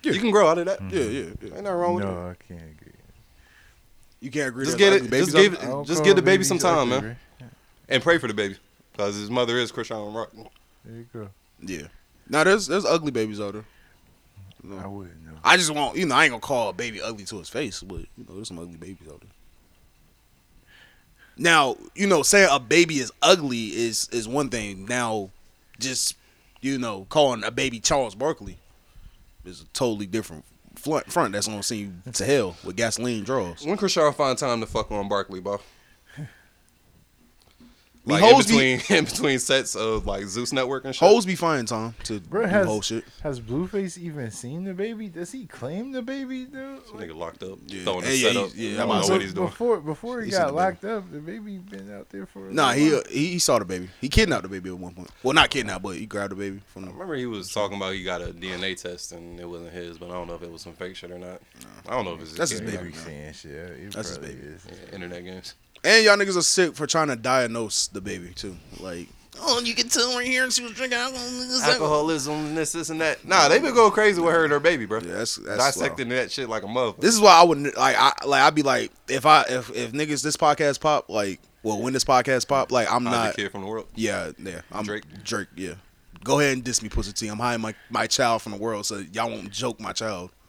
[SPEAKER 1] You can grow out of that.
[SPEAKER 6] Mm-hmm.
[SPEAKER 1] Yeah, yeah, Ain't nothing wrong with
[SPEAKER 5] no,
[SPEAKER 1] it.
[SPEAKER 5] I can't get
[SPEAKER 6] You can't agree.
[SPEAKER 1] Just
[SPEAKER 6] that
[SPEAKER 1] get
[SPEAKER 6] ugly
[SPEAKER 1] it.
[SPEAKER 6] babies
[SPEAKER 1] Just give
[SPEAKER 6] ugly. I
[SPEAKER 1] it.
[SPEAKER 6] don't
[SPEAKER 1] Just
[SPEAKER 6] call
[SPEAKER 1] give the
[SPEAKER 6] them
[SPEAKER 1] baby
[SPEAKER 6] babies
[SPEAKER 1] some time,
[SPEAKER 6] ugly,
[SPEAKER 1] man, and pray for the baby because his mother is Krishan Rock.
[SPEAKER 5] There you go.
[SPEAKER 6] Yeah. Now there's there's ugly babies out there.
[SPEAKER 5] I wouldn't know.
[SPEAKER 6] I just want you know I ain't gonna call a baby ugly to his face, but you know there's some ugly babies out there. Now you know saying a baby is ugly is is one thing. Now just you know calling a baby Charles Barkley is a totally different front. front that's gonna send you to hell with gasoline draws.
[SPEAKER 1] When Krishan find time to fuck on Barkley, bro?
[SPEAKER 6] Me
[SPEAKER 1] Like in
[SPEAKER 6] hoes be-
[SPEAKER 1] between in between sets of like Zeus Network and shit.
[SPEAKER 6] Hoes be fine, Tom. To
[SPEAKER 5] Bro,
[SPEAKER 6] do
[SPEAKER 5] has,
[SPEAKER 6] whole shit.
[SPEAKER 5] has Blueface even seen the baby? Does he claim the baby, dude?
[SPEAKER 1] This nigga locked up, throwing the
[SPEAKER 6] Hey, yeah,
[SPEAKER 1] set up.
[SPEAKER 6] he's- yeah,
[SPEAKER 1] I
[SPEAKER 6] I'm
[SPEAKER 1] don't know
[SPEAKER 6] about
[SPEAKER 1] what
[SPEAKER 6] to-
[SPEAKER 1] he's doing.
[SPEAKER 5] Before before he
[SPEAKER 6] He's
[SPEAKER 5] got
[SPEAKER 6] in the
[SPEAKER 5] locked up, the baby been out there for a
[SPEAKER 6] Nah,
[SPEAKER 5] little
[SPEAKER 6] he,
[SPEAKER 5] while.
[SPEAKER 6] he he saw the baby. He kidnapped the baby at one point. Well, not kidnapped, but he grabbed the baby from the.
[SPEAKER 1] Remember he was talking about he got a DNA test and it wasn't his, but I don't know if it was some fake shit or not. I don't know if it's
[SPEAKER 6] That's his
[SPEAKER 1] kid or
[SPEAKER 6] baby.
[SPEAKER 1] not.
[SPEAKER 5] saying shit. He
[SPEAKER 6] That's his
[SPEAKER 5] probably
[SPEAKER 6] baby.
[SPEAKER 5] is.
[SPEAKER 1] Yeah, internet games.
[SPEAKER 6] And y'all niggas are sick for trying to diagnose the baby too. Like
[SPEAKER 8] Oh, you can tell right here, and she was drinking alcohol.
[SPEAKER 1] Alcoholism, this, this, and that. Nah, they been going crazy with her and her baby, bro. Yeah,
[SPEAKER 6] that's, that's
[SPEAKER 1] dissecting that shit like a motherfucker.
[SPEAKER 6] this is why I would not like I like I'd be like if I if if niggas this podcast pop like well when this podcast pop like I'm
[SPEAKER 1] I'm
[SPEAKER 6] not
[SPEAKER 1] the kid from the world.
[SPEAKER 6] yeah yeah I'm Drake Drake yeah go ahead and diss me Pussy T I'm hiding my my child from the world so y'all won't joke my child.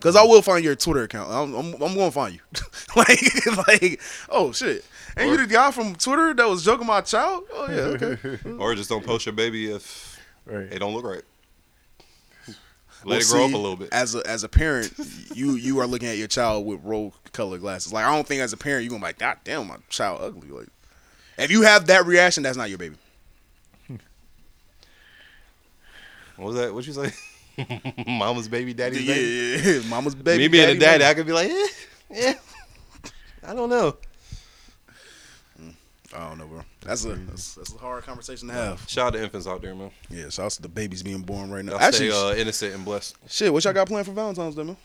[SPEAKER 6] Cause I will find your Twitter account. I'm, I'm, I'm gonna find you. like, like, oh shit! And you the guy from Twitter that was joking my child? Oh yeah, okay.
[SPEAKER 1] or just don't post your baby if it don't look right. Let
[SPEAKER 6] Well,
[SPEAKER 1] it grow up
[SPEAKER 6] see,
[SPEAKER 1] a little bit.
[SPEAKER 6] As a as a parent, you you are looking at your child with rose colored glasses. Like I don't think as a parent you're gonna be like, God damn, my child ugly. Like if you have that reaction, that's not your baby.
[SPEAKER 1] What was that? What you say? Mama's baby, daddy's
[SPEAKER 6] Yeah,
[SPEAKER 1] baby.
[SPEAKER 6] yeah, yeah. Mama's baby,
[SPEAKER 1] Me being
[SPEAKER 6] daddy,
[SPEAKER 1] a daddy,
[SPEAKER 6] mama.
[SPEAKER 1] I could be like, eh, yeah. I don't know.
[SPEAKER 6] I don't know, bro. That's a that's, that's a hard conversation to have.
[SPEAKER 1] Shout out to infants out there, man.
[SPEAKER 6] Yeah, shout out to the babies being born right now.
[SPEAKER 1] Y'all
[SPEAKER 6] Actually,
[SPEAKER 1] stay uh, innocent and blessed.
[SPEAKER 6] shit, what y'all got planned for Valentine's Day, man?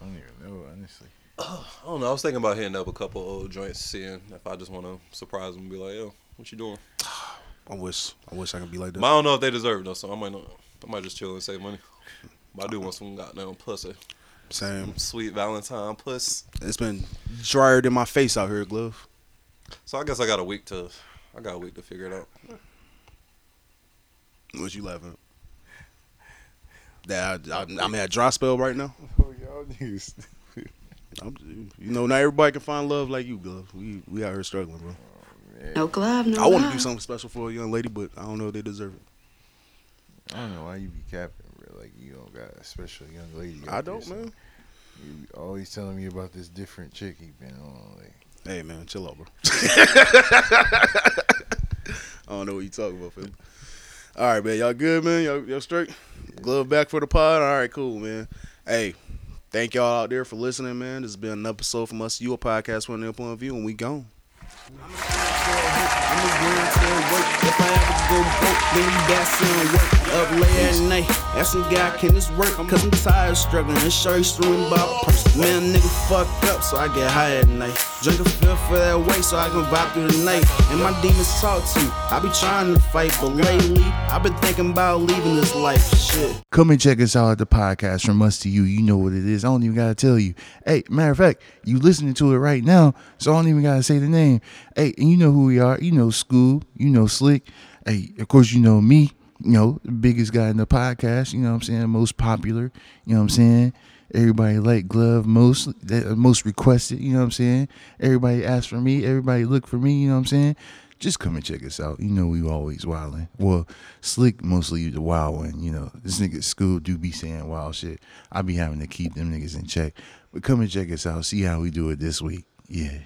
[SPEAKER 5] I don't even know, honestly.
[SPEAKER 1] I don't know. I was thinking about hitting up a couple old joints, seeing if I just want to surprise them and be like, yo, what you doing?
[SPEAKER 6] I wish I wish I could be like
[SPEAKER 1] But I don't know if they deserve it, though, so I might not. I might just chill and save money. But I do want some goddamn pussy.
[SPEAKER 6] Same.
[SPEAKER 1] Sweet Valentine puss.
[SPEAKER 6] It's been drier than my face out here, glove.
[SPEAKER 1] So I guess I got a week to I got a week to figure it out.
[SPEAKER 6] What you laughing? at? Oh, That I, I, I'm at a dry spell right now.
[SPEAKER 31] Y'all niggas stupid.
[SPEAKER 6] I'm, you know, not everybody can find love like you, Glove. We we out here struggling, bro.
[SPEAKER 4] No glove, no
[SPEAKER 6] I want to do
[SPEAKER 4] love.
[SPEAKER 6] something special for a young lady, but I don't know if they deserve it.
[SPEAKER 5] I don't know why you be capping, bro. Like you don't got a special young lady.
[SPEAKER 6] I
[SPEAKER 5] out there,
[SPEAKER 6] don't,
[SPEAKER 5] son.
[SPEAKER 6] man.
[SPEAKER 5] You be always telling me about this different chick you been on. Like,
[SPEAKER 6] Hey, man, chill out, bro. I don't know what you talking about, Phil. All right, man. Y'all good, man? Y'all, y'all straight? Glove back for the pod? All right, cool, man. Hey, thank y'all out there for listening, man. This has been an episode from us, you a podcast from their point of view, and we gone.
[SPEAKER 7] I'm a grown till work. If I ever go broke, then you got some work. Up late at night, asking God, can this work? Cause I'm tired of struggling. This shirt's ruined by a purse. Man, nigga, fuck up, so I get high at night. Drink a fifth for that weight, so I can vibe through the night. And my demons talk to me. I be trying to fight, but lately, I've been thinking about leaving this life. Shit.
[SPEAKER 5] Come and check us out at the podcast from us to you. You know what it is. I don't even gotta tell you. Hey, matter of fact, you listening to it right now, so I don't even gotta say the name. Hey, and you know who we are. You know School. You know Slick. Hey, of course you know me. You know the biggest guy in the podcast. You know what I'm saying most popular. You know what I'm saying. Everybody like glove most that- uh, most requested. You know what I'm saying. Everybody asked for me. Everybody look for me. You know what I'm saying. Just come and check us out. You know we always wildin'. Well, Slick mostly the wild one. You know this nigga school do be saying wild shit. I be having to keep them niggas in check. But come and check us out. See how we do it this week. Yeah.